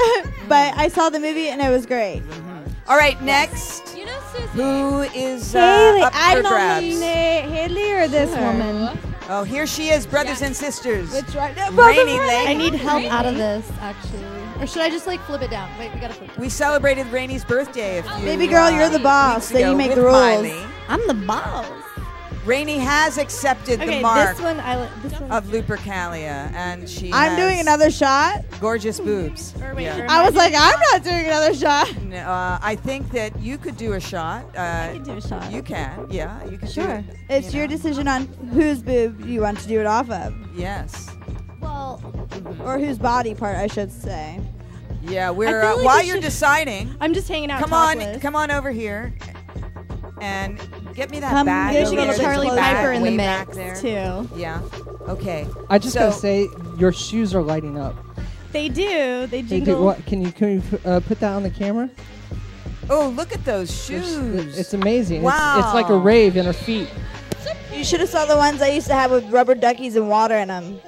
Speaker 5: but I saw the movie, and it was great.
Speaker 3: All right, Mm-hmm. next.
Speaker 4: You know, Susie.
Speaker 3: Who is uh,
Speaker 9: Haley,
Speaker 3: up
Speaker 9: I
Speaker 3: for
Speaker 9: don't
Speaker 3: grabs?
Speaker 9: know Haley or this woman.
Speaker 3: Oh, here she is, brothers and sisters.
Speaker 9: Which one? No, both of
Speaker 3: Rainy
Speaker 9: them.
Speaker 7: I
Speaker 3: Lake.
Speaker 7: need help out of this, actually. Or should I just like flip it down? Wait, we gotta flip. It.
Speaker 3: We celebrated Rainy's birthday. A few,
Speaker 5: Baby girl, you're the
Speaker 3: uh,
Speaker 5: boss,
Speaker 3: weeks
Speaker 5: so you
Speaker 3: ago
Speaker 5: make
Speaker 3: with
Speaker 5: the rules.
Speaker 3: Miley.
Speaker 7: I'm the boss.
Speaker 3: Rainy has accepted
Speaker 7: Okay,
Speaker 3: the mark
Speaker 7: this one I like. This one.
Speaker 3: of Lupercalia, and she.
Speaker 5: I'm
Speaker 3: has
Speaker 5: doing another shot.
Speaker 3: gorgeous boobs.
Speaker 7: Or wait,
Speaker 3: Yeah.
Speaker 7: or am
Speaker 5: I was like, I'm not doing another shot.
Speaker 3: N- Uh, I think that you could do a shot. Uh, I
Speaker 7: can do a shot.
Speaker 3: You can, yeah, you can
Speaker 5: Sure.
Speaker 3: do it.
Speaker 5: It's
Speaker 3: you
Speaker 5: your
Speaker 3: know.
Speaker 5: decision on whose boob you want to do it off of,
Speaker 3: Yes.
Speaker 7: Well,
Speaker 5: or whose body part, I should say.
Speaker 3: Yeah, we're
Speaker 7: feel
Speaker 3: uh,
Speaker 7: like
Speaker 3: while
Speaker 7: you
Speaker 3: you're
Speaker 7: should-
Speaker 3: deciding.
Speaker 7: I'm just hanging out.
Speaker 3: come on,
Speaker 7: topless.
Speaker 3: come on over here, and get me that
Speaker 5: Come
Speaker 3: bag.
Speaker 5: get
Speaker 7: There should
Speaker 5: your
Speaker 7: be
Speaker 3: over
Speaker 7: a
Speaker 5: little
Speaker 7: Charlie
Speaker 3: there.
Speaker 5: closer.
Speaker 3: Bag
Speaker 7: Piper in the
Speaker 3: way back
Speaker 7: mix
Speaker 3: there.
Speaker 7: too.
Speaker 3: Yeah. Okay.
Speaker 10: I just gotta
Speaker 3: So-
Speaker 10: say, your shoes are lighting up.
Speaker 7: They do. They
Speaker 10: They do-
Speaker 7: jingle.
Speaker 10: what- can you can you pu- uh, put that on the camera?
Speaker 3: Oh, look at those
Speaker 10: They're s-
Speaker 3: shoes.
Speaker 10: It's amazing. It's, it's like a
Speaker 3: Wow.
Speaker 10: rave in her feet.
Speaker 5: You should have saw the ones I used to have with rubber duckies and water in them.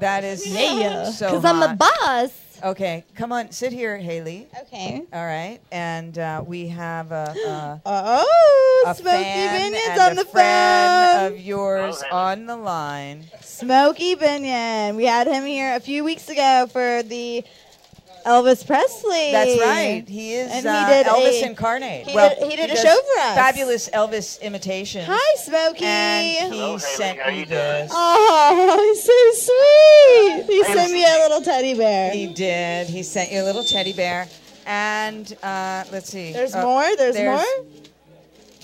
Speaker 3: that is
Speaker 7: Yeah.
Speaker 3: so
Speaker 7: Because I'm the
Speaker 3: hot.
Speaker 7: boss.
Speaker 3: Okay, come on, sit here, Haley.
Speaker 5: Okay.
Speaker 3: All right, and uh, we have a, a,
Speaker 5: Oh,
Speaker 3: a
Speaker 5: Smokey
Speaker 3: fan
Speaker 5: Binion's
Speaker 3: and
Speaker 5: on
Speaker 3: a
Speaker 5: the
Speaker 3: friend
Speaker 5: phone.
Speaker 3: of yours on the line.
Speaker 5: Smokey Binion. We had him here a few weeks ago for the Elvis Presley.
Speaker 3: That's right. He is
Speaker 5: And
Speaker 3: uh,
Speaker 5: he did
Speaker 3: Elvis
Speaker 5: a-
Speaker 3: incarnate.
Speaker 5: he did- he did a
Speaker 3: does
Speaker 5: show for us.
Speaker 3: Fabulous Elvis imitation.
Speaker 5: Hi, Smokey.
Speaker 3: And he sent me this.
Speaker 5: Oh, he's so sweet. He
Speaker 3: Hey,
Speaker 5: sent me a little teddy bear.
Speaker 3: He did. He sent you a little teddy bear. And uh, let's see.
Speaker 5: There's more? There's more?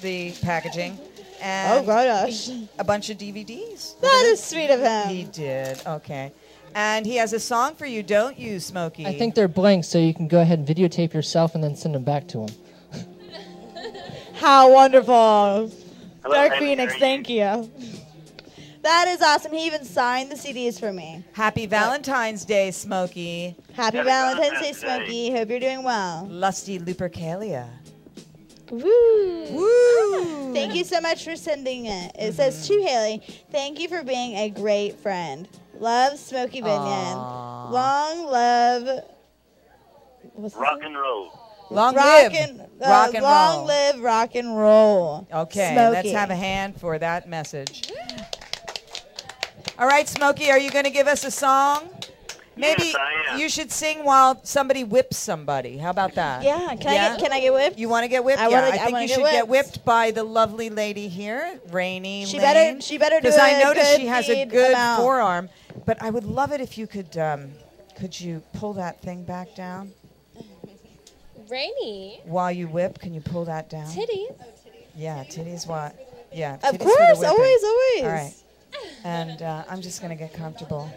Speaker 3: The packaging. And
Speaker 5: Oh, gosh.
Speaker 3: A bunch of DVDs.
Speaker 5: That is sweet of him.
Speaker 3: He did. Okay. And he has a song for you, don't you, Smokey?
Speaker 10: I think they're blank, so you can go ahead and videotape yourself and then send them back to them.
Speaker 5: How wonderful. Dark
Speaker 10: Amy.
Speaker 5: Phoenix,
Speaker 10: How are
Speaker 5: thank you. That is awesome. He even signed the CDs for me.
Speaker 3: Happy Valentine's Day, Smokey.
Speaker 5: Happy Valentine's Day, Smokey. Hope you're doing well.
Speaker 3: Lusty Lupercalia.
Speaker 5: Woo!
Speaker 3: Woo! Mm-hmm.
Speaker 5: Thank you so much for sending it. It says to Haley, thank you for being a great friend. Love, Smokey Binion. Long love. What's
Speaker 11: Rock and roll.
Speaker 3: Long
Speaker 5: rock
Speaker 3: live
Speaker 5: and, uh,
Speaker 3: rock and
Speaker 5: long
Speaker 3: roll.
Speaker 5: live rock and roll.
Speaker 3: Okay, let's
Speaker 5: Smokey.
Speaker 3: have a hand for that message. All right, Smokey, are you going to give us a song? Maybe
Speaker 5: Yes, I am.
Speaker 3: you should sing while somebody whips somebody. How about that?
Speaker 5: Yeah, can I get- can I get whipped?
Speaker 3: You want to get whipped?
Speaker 5: I
Speaker 3: yeah,
Speaker 5: wanna-
Speaker 3: I
Speaker 5: I
Speaker 3: think
Speaker 5: wanna
Speaker 3: you
Speaker 5: get
Speaker 3: should get whipped by the lovely lady here, Rainy.
Speaker 5: She
Speaker 3: Lane,
Speaker 5: better- she better do
Speaker 3: Because I
Speaker 5: a
Speaker 3: noticed
Speaker 5: good
Speaker 3: she has a
Speaker 5: deed
Speaker 3: good
Speaker 5: amount.
Speaker 3: forearm. But I would love it if you could, um, could you pull that thing back down
Speaker 4: Rainy.
Speaker 3: while you whip? Can you pull that down?
Speaker 4: Titties.
Speaker 3: Yeah, titties what? Yeah.
Speaker 5: Of
Speaker 3: titties for the
Speaker 5: course,
Speaker 3: whipping.
Speaker 5: always, always.
Speaker 3: All right. And uh, I'm just gonna get comfortable.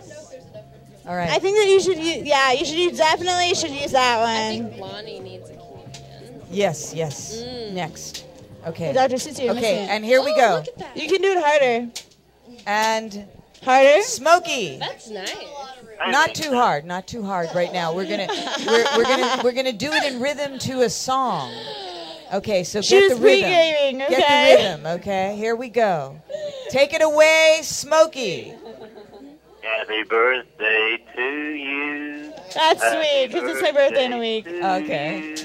Speaker 3: All right.
Speaker 5: I think that you should use, yeah, you should use, definitely should use that one.
Speaker 4: Lonnie needs a key.
Speaker 3: Yes. Yes.
Speaker 5: Mm.
Speaker 3: Next. Okay.
Speaker 5: Dr. Seuss, you're
Speaker 3: Okay,
Speaker 5: missing it.
Speaker 3: and here we
Speaker 5: Oh,
Speaker 3: go.
Speaker 5: look at that. You can do it harder.
Speaker 3: And
Speaker 5: harder.
Speaker 3: Smoky.
Speaker 4: That's nice.
Speaker 3: Not too hard. Not too hard right now. We're gonna we're, we're gonna we're gonna do it in rhythm to a song. Okay. So
Speaker 5: She
Speaker 3: get the
Speaker 5: was
Speaker 3: rhythm.
Speaker 5: pre-gaming, okay?
Speaker 3: Get the rhythm. Okay. Here we go. Take it away, Smokey.
Speaker 11: Happy birthday to you.
Speaker 5: That's
Speaker 11: Happy
Speaker 5: sweet, 'cause it's my birthday in a week.
Speaker 11: to
Speaker 5: Okay.
Speaker 11: you.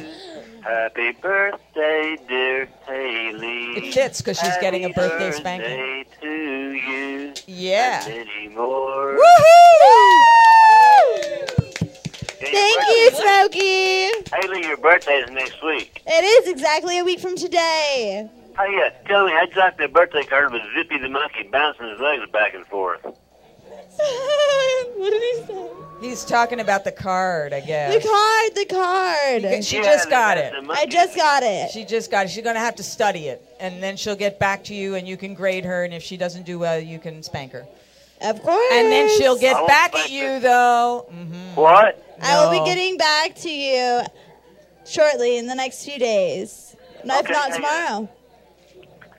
Speaker 11: Happy birthday, dear Haley.
Speaker 3: It fits 'cause she's getting a
Speaker 11: Happy
Speaker 3: birthday spanking.
Speaker 11: birthday to you.
Speaker 3: Yeah.
Speaker 11: And many more. Hey,
Speaker 5: Thank
Speaker 11: your
Speaker 5: you,
Speaker 11: birthday-
Speaker 5: Smokey.
Speaker 11: Haley, your birthday is next week.
Speaker 5: It is exactly a week from today.
Speaker 11: Hey, uh, yeah, tell me, how'd you like that birthday card with Zippy the monkey bouncing his legs back and forth?
Speaker 5: what did he say?
Speaker 3: He's talking about the card, I guess.
Speaker 5: The card, the card.
Speaker 3: She- She just got it.
Speaker 5: I just got it.
Speaker 3: She just got it. She's going to have to study it. And then she'll get back to you and you can grade her. And if she doesn't do well, you can spank her.
Speaker 5: Of course.
Speaker 3: And then she'll
Speaker 5: I
Speaker 3: get
Speaker 5: won't
Speaker 3: back at you, though.
Speaker 11: What?
Speaker 5: I will
Speaker 3: No.
Speaker 5: be getting back to you shortly in the next few days. No, if
Speaker 11: Okay,
Speaker 5: not
Speaker 11: thank you.
Speaker 5: tomorrow.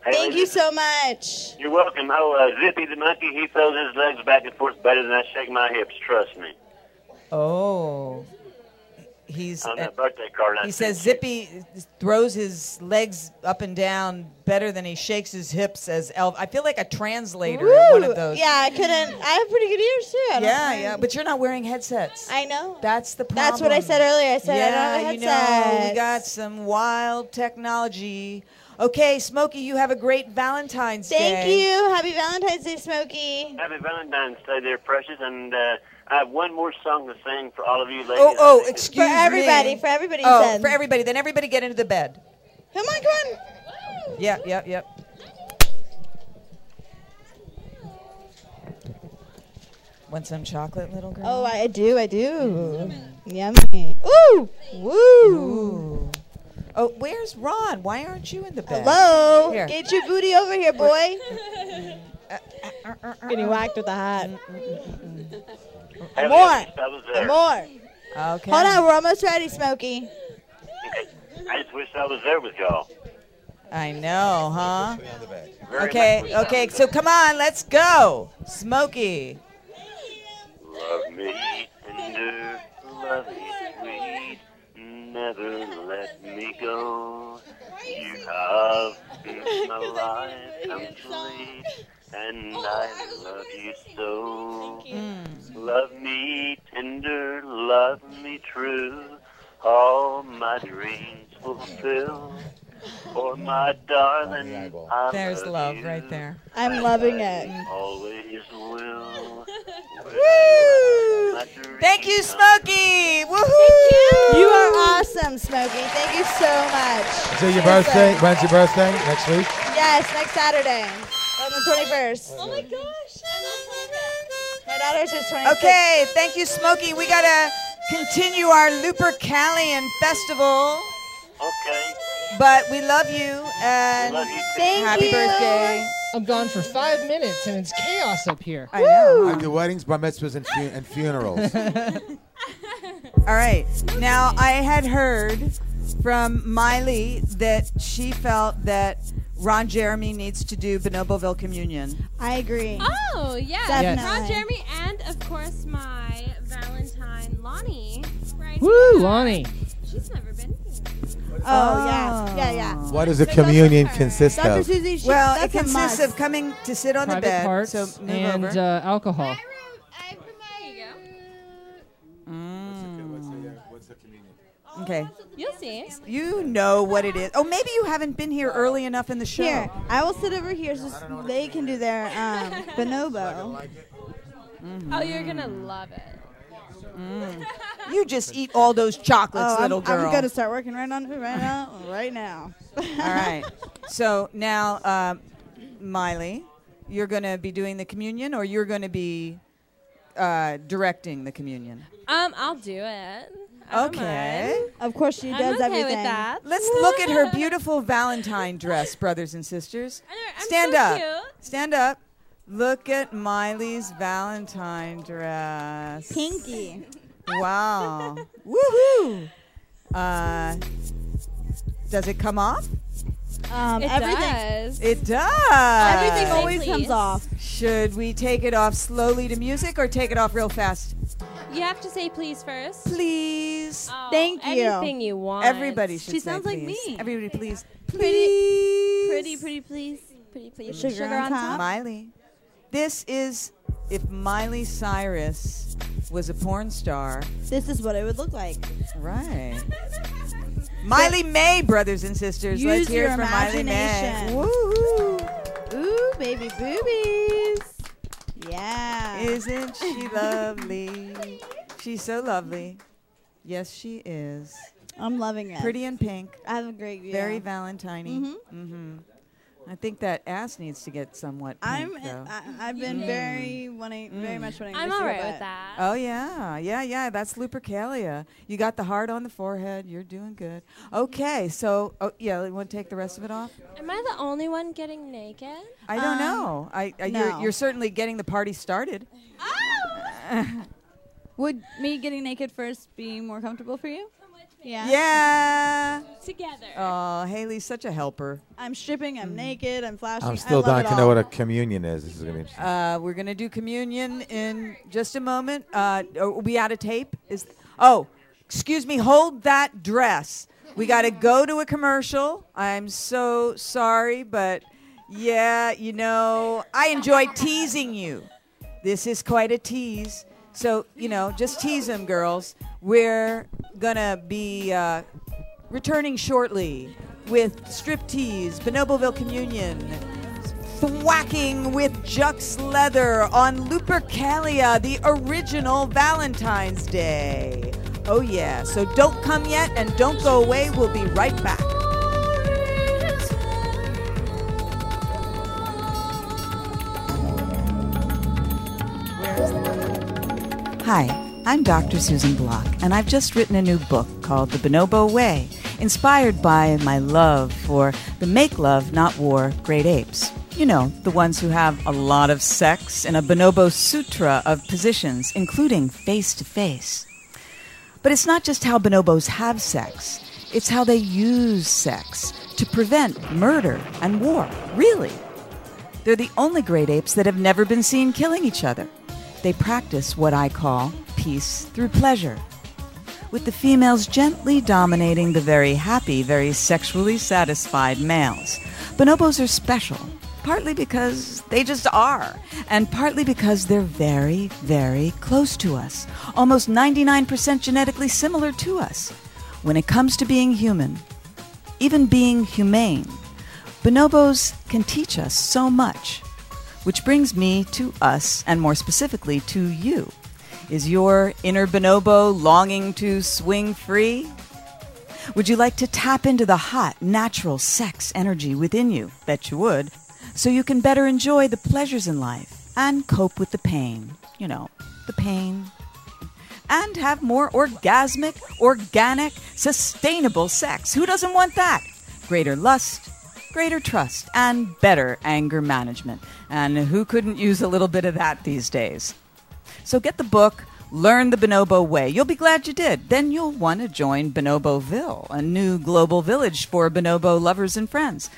Speaker 11: Haley,
Speaker 5: Thank you so much.
Speaker 11: You're welcome. Oh, uh, Zippy the monkey, he throws his legs back and forth better than I shake my hips. Trust me.
Speaker 3: Oh. He's. uh,
Speaker 11: On that birthday card. I
Speaker 3: He says Zippy throws his legs up and down better than he shakes his hips as Elf. I feel like a translator in one of
Speaker 5: Woo!
Speaker 3: those.
Speaker 5: Yeah, I couldn't. I have pretty good ears too. I don't
Speaker 3: Yeah,
Speaker 5: mind.
Speaker 3: yeah, but you're not wearing headsets.
Speaker 5: I know.
Speaker 3: That's the problem.
Speaker 5: That's what I said earlier. I said I
Speaker 3: yeah,
Speaker 5: don't have
Speaker 3: you know, we
Speaker 5: headsets.
Speaker 3: got some wild technology. Okay, Smokey, you have a great Valentine's Day.
Speaker 5: Thank you. Happy Valentine's Day, Smokey.
Speaker 11: Happy Valentine's Day, there, precious. And uh, I have one more song to sing for all of you ladies.
Speaker 3: Oh, oh, excuse me.
Speaker 5: For everybody, for everybody you
Speaker 3: Oh,
Speaker 5: said.
Speaker 3: for everybody. Then everybody get into the bed.
Speaker 5: Come on, come on.
Speaker 3: Yep, yep, yep. Want some chocolate, little girl?
Speaker 5: Oh, I do, I do.
Speaker 3: Mm-hmm.
Speaker 5: Yummy. Ooh, woo.
Speaker 3: Oh, where's Ron? Why aren't you in the bed?
Speaker 5: Hello.
Speaker 3: Here.
Speaker 5: Get your booty over here, boy. Getting whacked with a hat.
Speaker 11: Hell
Speaker 5: More.
Speaker 11: yes, I was there.
Speaker 5: More.
Speaker 3: Okay.
Speaker 5: Hold on, we're almost ready, Smokey.
Speaker 11: I just wish I was there with y'all.
Speaker 3: I know, huh?
Speaker 11: Very much
Speaker 3: Okay,
Speaker 11: wish I
Speaker 3: okay.
Speaker 11: was
Speaker 3: So
Speaker 11: there.
Speaker 3: come on, let's go, Smokey.
Speaker 11: Love me tender, love me sweet, never let me go. You have my life complete. And I love you so. Love me tender, love me true. All my dreams fulfill. For my darling, I
Speaker 12: There's
Speaker 11: love
Speaker 12: love right there.
Speaker 5: I'm loving it.
Speaker 11: Always will.
Speaker 3: Thank you, Smokey. Woohoo!
Speaker 5: You are awesome, Smokey. Thank you so much.
Speaker 6: Is it your birthday? When's your birthday? Next week?
Speaker 5: Yes, next Saturday on the 21st. Oh my gosh. My daughter's just 26.
Speaker 3: Okay, thank you, Smokey. We gotta continue our Lupercalian festival,
Speaker 11: Okay.
Speaker 3: but we love you and happy birthday.
Speaker 10: I'm gone for five minutes and it's chaos up here.
Speaker 3: I know.
Speaker 6: I do weddings, bar mitzvahs, and, fu- and funerals.
Speaker 3: All right. Now, I had heard from Miley that she felt that Ron Jeremy needs to do Bonoboville Communion.
Speaker 5: I agree.
Speaker 4: Oh yeah,
Speaker 3: Definitely.
Speaker 4: Ron Jeremy, and of course my Valentine Lonnie. Right?
Speaker 10: Woo, Lonnie.
Speaker 4: She's never been.
Speaker 5: Oh, yeah. Yeah, yeah.
Speaker 6: what does a communion consist of?
Speaker 3: well, it
Speaker 5: that's a
Speaker 3: consists
Speaker 5: must.
Speaker 3: of coming to sit on
Speaker 10: Private
Speaker 3: the bed.
Speaker 10: parts
Speaker 3: so move
Speaker 10: and
Speaker 3: over.
Speaker 10: Uh, alcohol.
Speaker 3: Mm,
Speaker 6: uh,
Speaker 3: Okay.
Speaker 4: You'll see.
Speaker 3: You know what it is. Oh, maybe you haven't been here early enough in the show.
Speaker 5: Here, I will sit over here so they can do their um, bonobo.
Speaker 4: Oh, you're gonna love it.
Speaker 3: You just eat all those chocolates,
Speaker 5: Mm-hmm. oh,
Speaker 3: little
Speaker 5: I'm,
Speaker 3: girl.
Speaker 5: I'm gonna start working right on it right now, right now.
Speaker 3: All right. So now, um, Miley, you're going to be doing the communion, or you're going to be uh, directing the communion.
Speaker 4: Um, I'll do it. I don't
Speaker 3: Okay.
Speaker 4: mind.
Speaker 5: Of course, she
Speaker 4: I'm
Speaker 5: does
Speaker 4: okay
Speaker 5: everything.
Speaker 4: with that.
Speaker 3: Let's look at her beautiful Valentine dress, brothers and sisters.
Speaker 4: I'm
Speaker 3: Stand
Speaker 4: so
Speaker 3: up.
Speaker 4: cute.
Speaker 3: Stand up. Look at Miley's Valentine dress.
Speaker 5: Pinky.
Speaker 3: Wow. Woohoo. Uh, does it come off?
Speaker 5: Um,
Speaker 4: It
Speaker 5: everything.
Speaker 4: does.
Speaker 3: It does.
Speaker 5: Everything
Speaker 4: Say
Speaker 5: always comes
Speaker 4: please.
Speaker 5: off.
Speaker 3: Should we take it off slowly to music or take it off real fast?
Speaker 4: You have to say please first.
Speaker 3: Please.
Speaker 4: Oh,
Speaker 5: Thank you.
Speaker 4: Anything you want.
Speaker 3: Everybody should
Speaker 8: She
Speaker 3: say
Speaker 8: sounds like
Speaker 3: please.
Speaker 8: me.
Speaker 3: Everybody, please.
Speaker 8: Pretty, pretty, pretty, please, pretty, please.
Speaker 5: Sugar on top.
Speaker 3: Miley. This is if Miley Cyrus was a porn star.
Speaker 5: This is what it would look like.
Speaker 3: Right. Miley May, brothers and sisters. Let's
Speaker 5: Use
Speaker 3: hear
Speaker 5: your
Speaker 3: it from Miley May.
Speaker 5: imagination.
Speaker 3: Woohoo.
Speaker 5: Ooh, baby boobies. Yeah.
Speaker 3: Isn't she lovely? She's so lovely. Yes, she is.
Speaker 5: I'm loving it.
Speaker 3: Pretty in pink.
Speaker 5: I have a great view.
Speaker 3: Very Valentine-y. Mm-hmm. I think that ass needs to get somewhat
Speaker 5: I'm.
Speaker 3: pink, though. Mm.
Speaker 5: I, I've been very wanting, very much wanting.
Speaker 4: Mm. I'm
Speaker 5: to see
Speaker 4: all
Speaker 5: your
Speaker 4: right
Speaker 5: butt.
Speaker 4: with that.
Speaker 3: Oh yeah, yeah, yeah. That's Lupercalia. You got the heart on the forehead. You're doing good. Okay, so oh yeah, you want to take the rest of it off?
Speaker 4: Am I the only one getting naked?
Speaker 3: I don't know. I, I
Speaker 5: Um, no.
Speaker 3: you're, you're certainly getting the party started.
Speaker 8: Would me getting naked first be more comfortable for you?
Speaker 5: Yeah.
Speaker 3: Yeah.
Speaker 4: Together.
Speaker 3: Oh, Haley's such a helper.
Speaker 5: I'm stripping.
Speaker 3: Mm.
Speaker 5: I'm naked. I'm flashing.
Speaker 6: I'm still
Speaker 5: I love
Speaker 6: dying
Speaker 5: it
Speaker 6: to know
Speaker 5: all.
Speaker 6: what a communion is. This is gonna be interesting.
Speaker 3: Uh, we're gonna do communion in just a moment. Uh, are we out of tape? Is oh, excuse me. Hold that dress. We gotta go to a commercial. I'm so sorry, but yeah, you know, I enjoy teasing you. This is quite a tease. So you know, just tease them, girls. We're gonna be uh, returning shortly with striptease, Bonoboville Communion thwacking with Jux Leather on Lupercalia, the original Valentine's Day. Oh, yeah. So don't come yet and don't go away. We'll be right back. Hi, I'm Dr. Susan Block, and I've just written a new book called The Bonobo Way, inspired by my love for the make love, not war great apes. You know, the ones who have a lot of sex in a bonobo sutra of positions, including face to face. But it's not just how bonobos have sex, it's how they use sex to prevent murder and war, really. They're the only great apes that have never been seen killing each other. They practice what I call peace through pleasure, with the females gently dominating the very happy, very sexually satisfied males. Bonobos are special. partly because they just are, and partly because they're very, very close to us, almost 99% genetically similar to us. When it comes to being human, even being humane, bonobos can teach us so much. Which brings me to us, and more specifically to you. Is your inner bonobo longing to swing free? Would you like to tap into the hot, natural sex energy within you? Bet you would. So you can better enjoy the pleasures in life and cope with the pain. You know, the pain. And have more orgasmic, organic, sustainable sex. Who doesn't want that? Greater lust, greater trust, and better anger management. And who couldn't use a little bit of that these days? So get the book, Learn the Bonobo Way. You'll be glad you did. Then you'll want to join Bonoboville, a new global village for bonobo lovers and friends.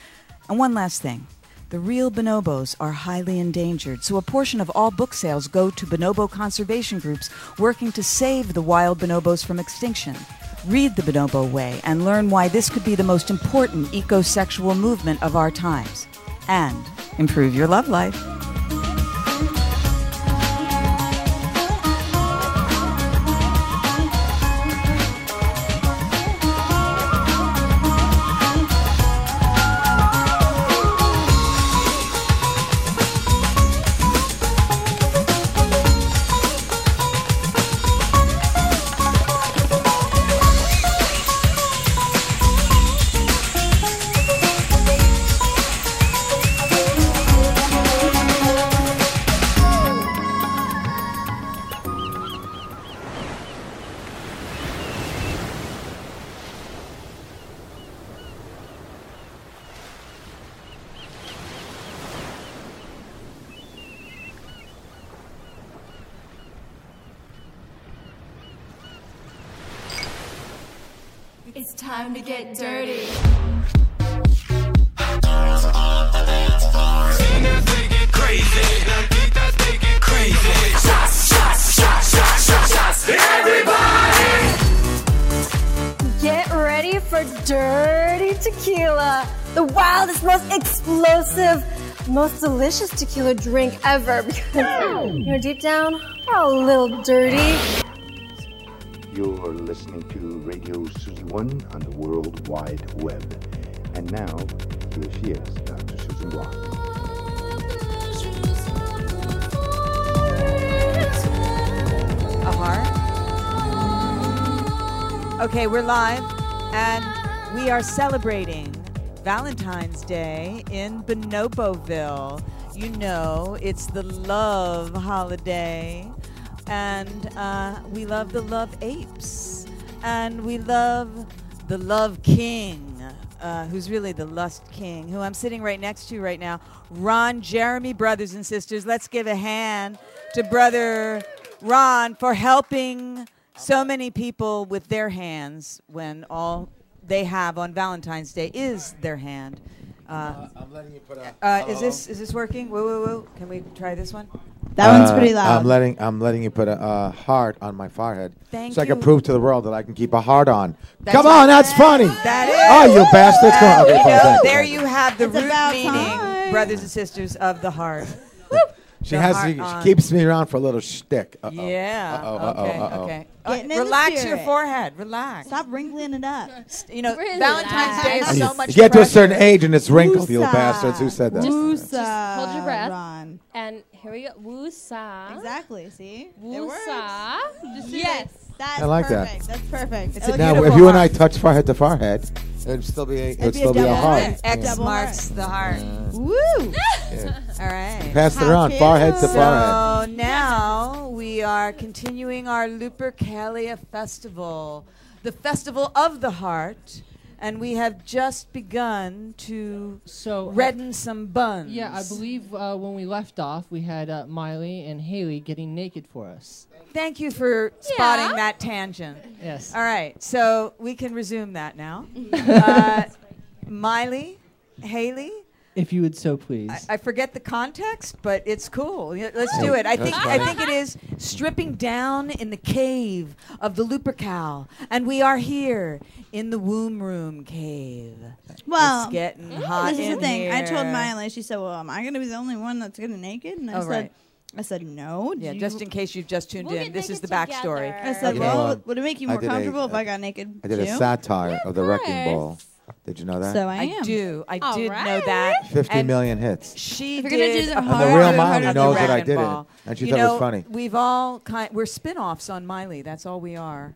Speaker 3: And one last thing. The real bonobos are highly endangered, so a portion of all book sales go to bonobo conservation groups working to save the wild bonobos from extinction. Read The Bonobo Way and learn why this could be the most important ecosexual movement of our times. And improve your love life.
Speaker 12: It's time to get dirty.
Speaker 13: Get ready for dirty tequila, the wildest, most explosive, most delicious tequila drink ever. Because, you know, deep down, we're all a little dirty.
Speaker 2: You're listening to Radio Susie One on the World Wide Web. And now, here she is, Dr. Susan Block.
Speaker 3: A heart? Okay, we're live and we are celebrating Valentine's Day in Bonoboville. You know, it's the love holiday, and uh, we love the love apes, and we love the love king, uh, who's really the lust king, who I'm sitting right next to right now, Ron Jeremy, brothers and sisters. Let's give a hand to brother Ron for helping so many people with their hands when all they have on Valentine's Day is their hand. Uh,
Speaker 6: I'm letting you put up.
Speaker 3: uh, is this is this working? Woo woo woo! Can we try this one?
Speaker 6: Uh, I'm letting I'm letting you put a, a heart on my forehead,
Speaker 3: Thank
Speaker 6: so I can
Speaker 3: you.
Speaker 6: prove to the world that I can keep a heart on.
Speaker 3: That's
Speaker 6: Come
Speaker 3: right.
Speaker 6: on, that's funny.
Speaker 3: That
Speaker 6: Oh, you bastards! Come on. Okay,
Speaker 3: So
Speaker 6: fine, thank you,
Speaker 3: there
Speaker 6: thank you.
Speaker 3: you have the root meaning, brothers and sisters of the heart.
Speaker 6: She
Speaker 3: The
Speaker 6: has
Speaker 3: heart
Speaker 6: she
Speaker 3: on.
Speaker 6: keeps me around for a little shtick. Uh-oh.
Speaker 3: Yeah.
Speaker 6: Uh-oh, uh-oh,
Speaker 3: okay.
Speaker 6: uh-oh.
Speaker 3: Okay.
Speaker 13: Getting in the
Speaker 3: relax your
Speaker 13: spirit.
Speaker 3: forehead. Relax.
Speaker 13: Stop wrinkling it up.
Speaker 3: You know, Valentine's Day is so much.
Speaker 6: You get to a certain
Speaker 3: pressure.
Speaker 6: age and it's wrinkled, you
Speaker 13: Woosa.
Speaker 6: bastards. Who said that?
Speaker 4: Just, just hold your breath.
Speaker 13: Ron.
Speaker 4: And here we go. Woosah.
Speaker 13: Exactly. See?
Speaker 4: Woosah. Just do
Speaker 13: Yes.
Speaker 4: this.
Speaker 13: That's
Speaker 6: I like that.
Speaker 13: perfect. That's perfect.
Speaker 3: It's a
Speaker 6: now, if
Speaker 3: beautiful
Speaker 6: you and I
Speaker 3: heart.
Speaker 6: touched forehead to forehead, it would still be a, it would
Speaker 13: be a
Speaker 6: still be a
Speaker 13: double
Speaker 6: heart.
Speaker 13: heart.
Speaker 6: Yeah.
Speaker 3: X marks the heart.
Speaker 13: Woo!
Speaker 3: All right.
Speaker 6: Passed around,
Speaker 13: cute.
Speaker 6: forehead to forehead.
Speaker 3: So now we are continuing our Lupercalia Festival, the Festival of the Heart, and we have just begun to
Speaker 10: So uh,
Speaker 3: redden some buns.
Speaker 10: Yeah, I believe uh, when we left off, we had uh, Miley and Haley getting naked for us.
Speaker 3: Thank you for spotting that tangent.
Speaker 10: Yes.
Speaker 3: All right, so we can resume that now. uh, Miley, Haley,
Speaker 10: If you would so please.
Speaker 3: I, I forget the context, but it's cool. Y- Let's do it. I think
Speaker 10: Oh, That's
Speaker 3: I
Speaker 10: fine.
Speaker 3: think it is stripping down in the cave of the Lupercal, and we are here in the womb room cave.
Speaker 14: Well,
Speaker 3: it's getting
Speaker 14: Mm,
Speaker 3: hot.
Speaker 14: This is
Speaker 3: in
Speaker 14: the thing. I told
Speaker 3: here.
Speaker 14: Miley. She said, "Well, am I going to be the only one that's getting naked?" And I
Speaker 3: Oh,
Speaker 14: said,
Speaker 3: right.
Speaker 14: "I said no."
Speaker 3: Yeah,
Speaker 14: you-
Speaker 3: just in case you've just tuned in, this is the backstory.
Speaker 14: I said,
Speaker 6: Okay.
Speaker 14: "Well,
Speaker 6: Well,
Speaker 14: would it make you
Speaker 6: um, I
Speaker 14: more
Speaker 6: did a- uh,
Speaker 14: comfortable if I got naked?"
Speaker 6: I did a
Speaker 14: too?
Speaker 6: satire of the Wrecking Ball. Did you know that?
Speaker 14: So I am.
Speaker 3: do. I
Speaker 14: All
Speaker 3: did know that.
Speaker 6: Fifty
Speaker 3: And
Speaker 6: million hits.
Speaker 3: She
Speaker 14: If you're
Speaker 3: did.
Speaker 14: gonna do the
Speaker 3: a
Speaker 6: hard-
Speaker 3: cover
Speaker 6: real
Speaker 3: of
Speaker 6: Miley
Speaker 3: the
Speaker 6: knows that I
Speaker 3: Dragon
Speaker 6: did it,
Speaker 3: Ball.
Speaker 6: and she
Speaker 3: You
Speaker 6: thought it was
Speaker 3: know,
Speaker 6: funny.
Speaker 3: We've all kind. We're spin-offs on Miley. That's all we are.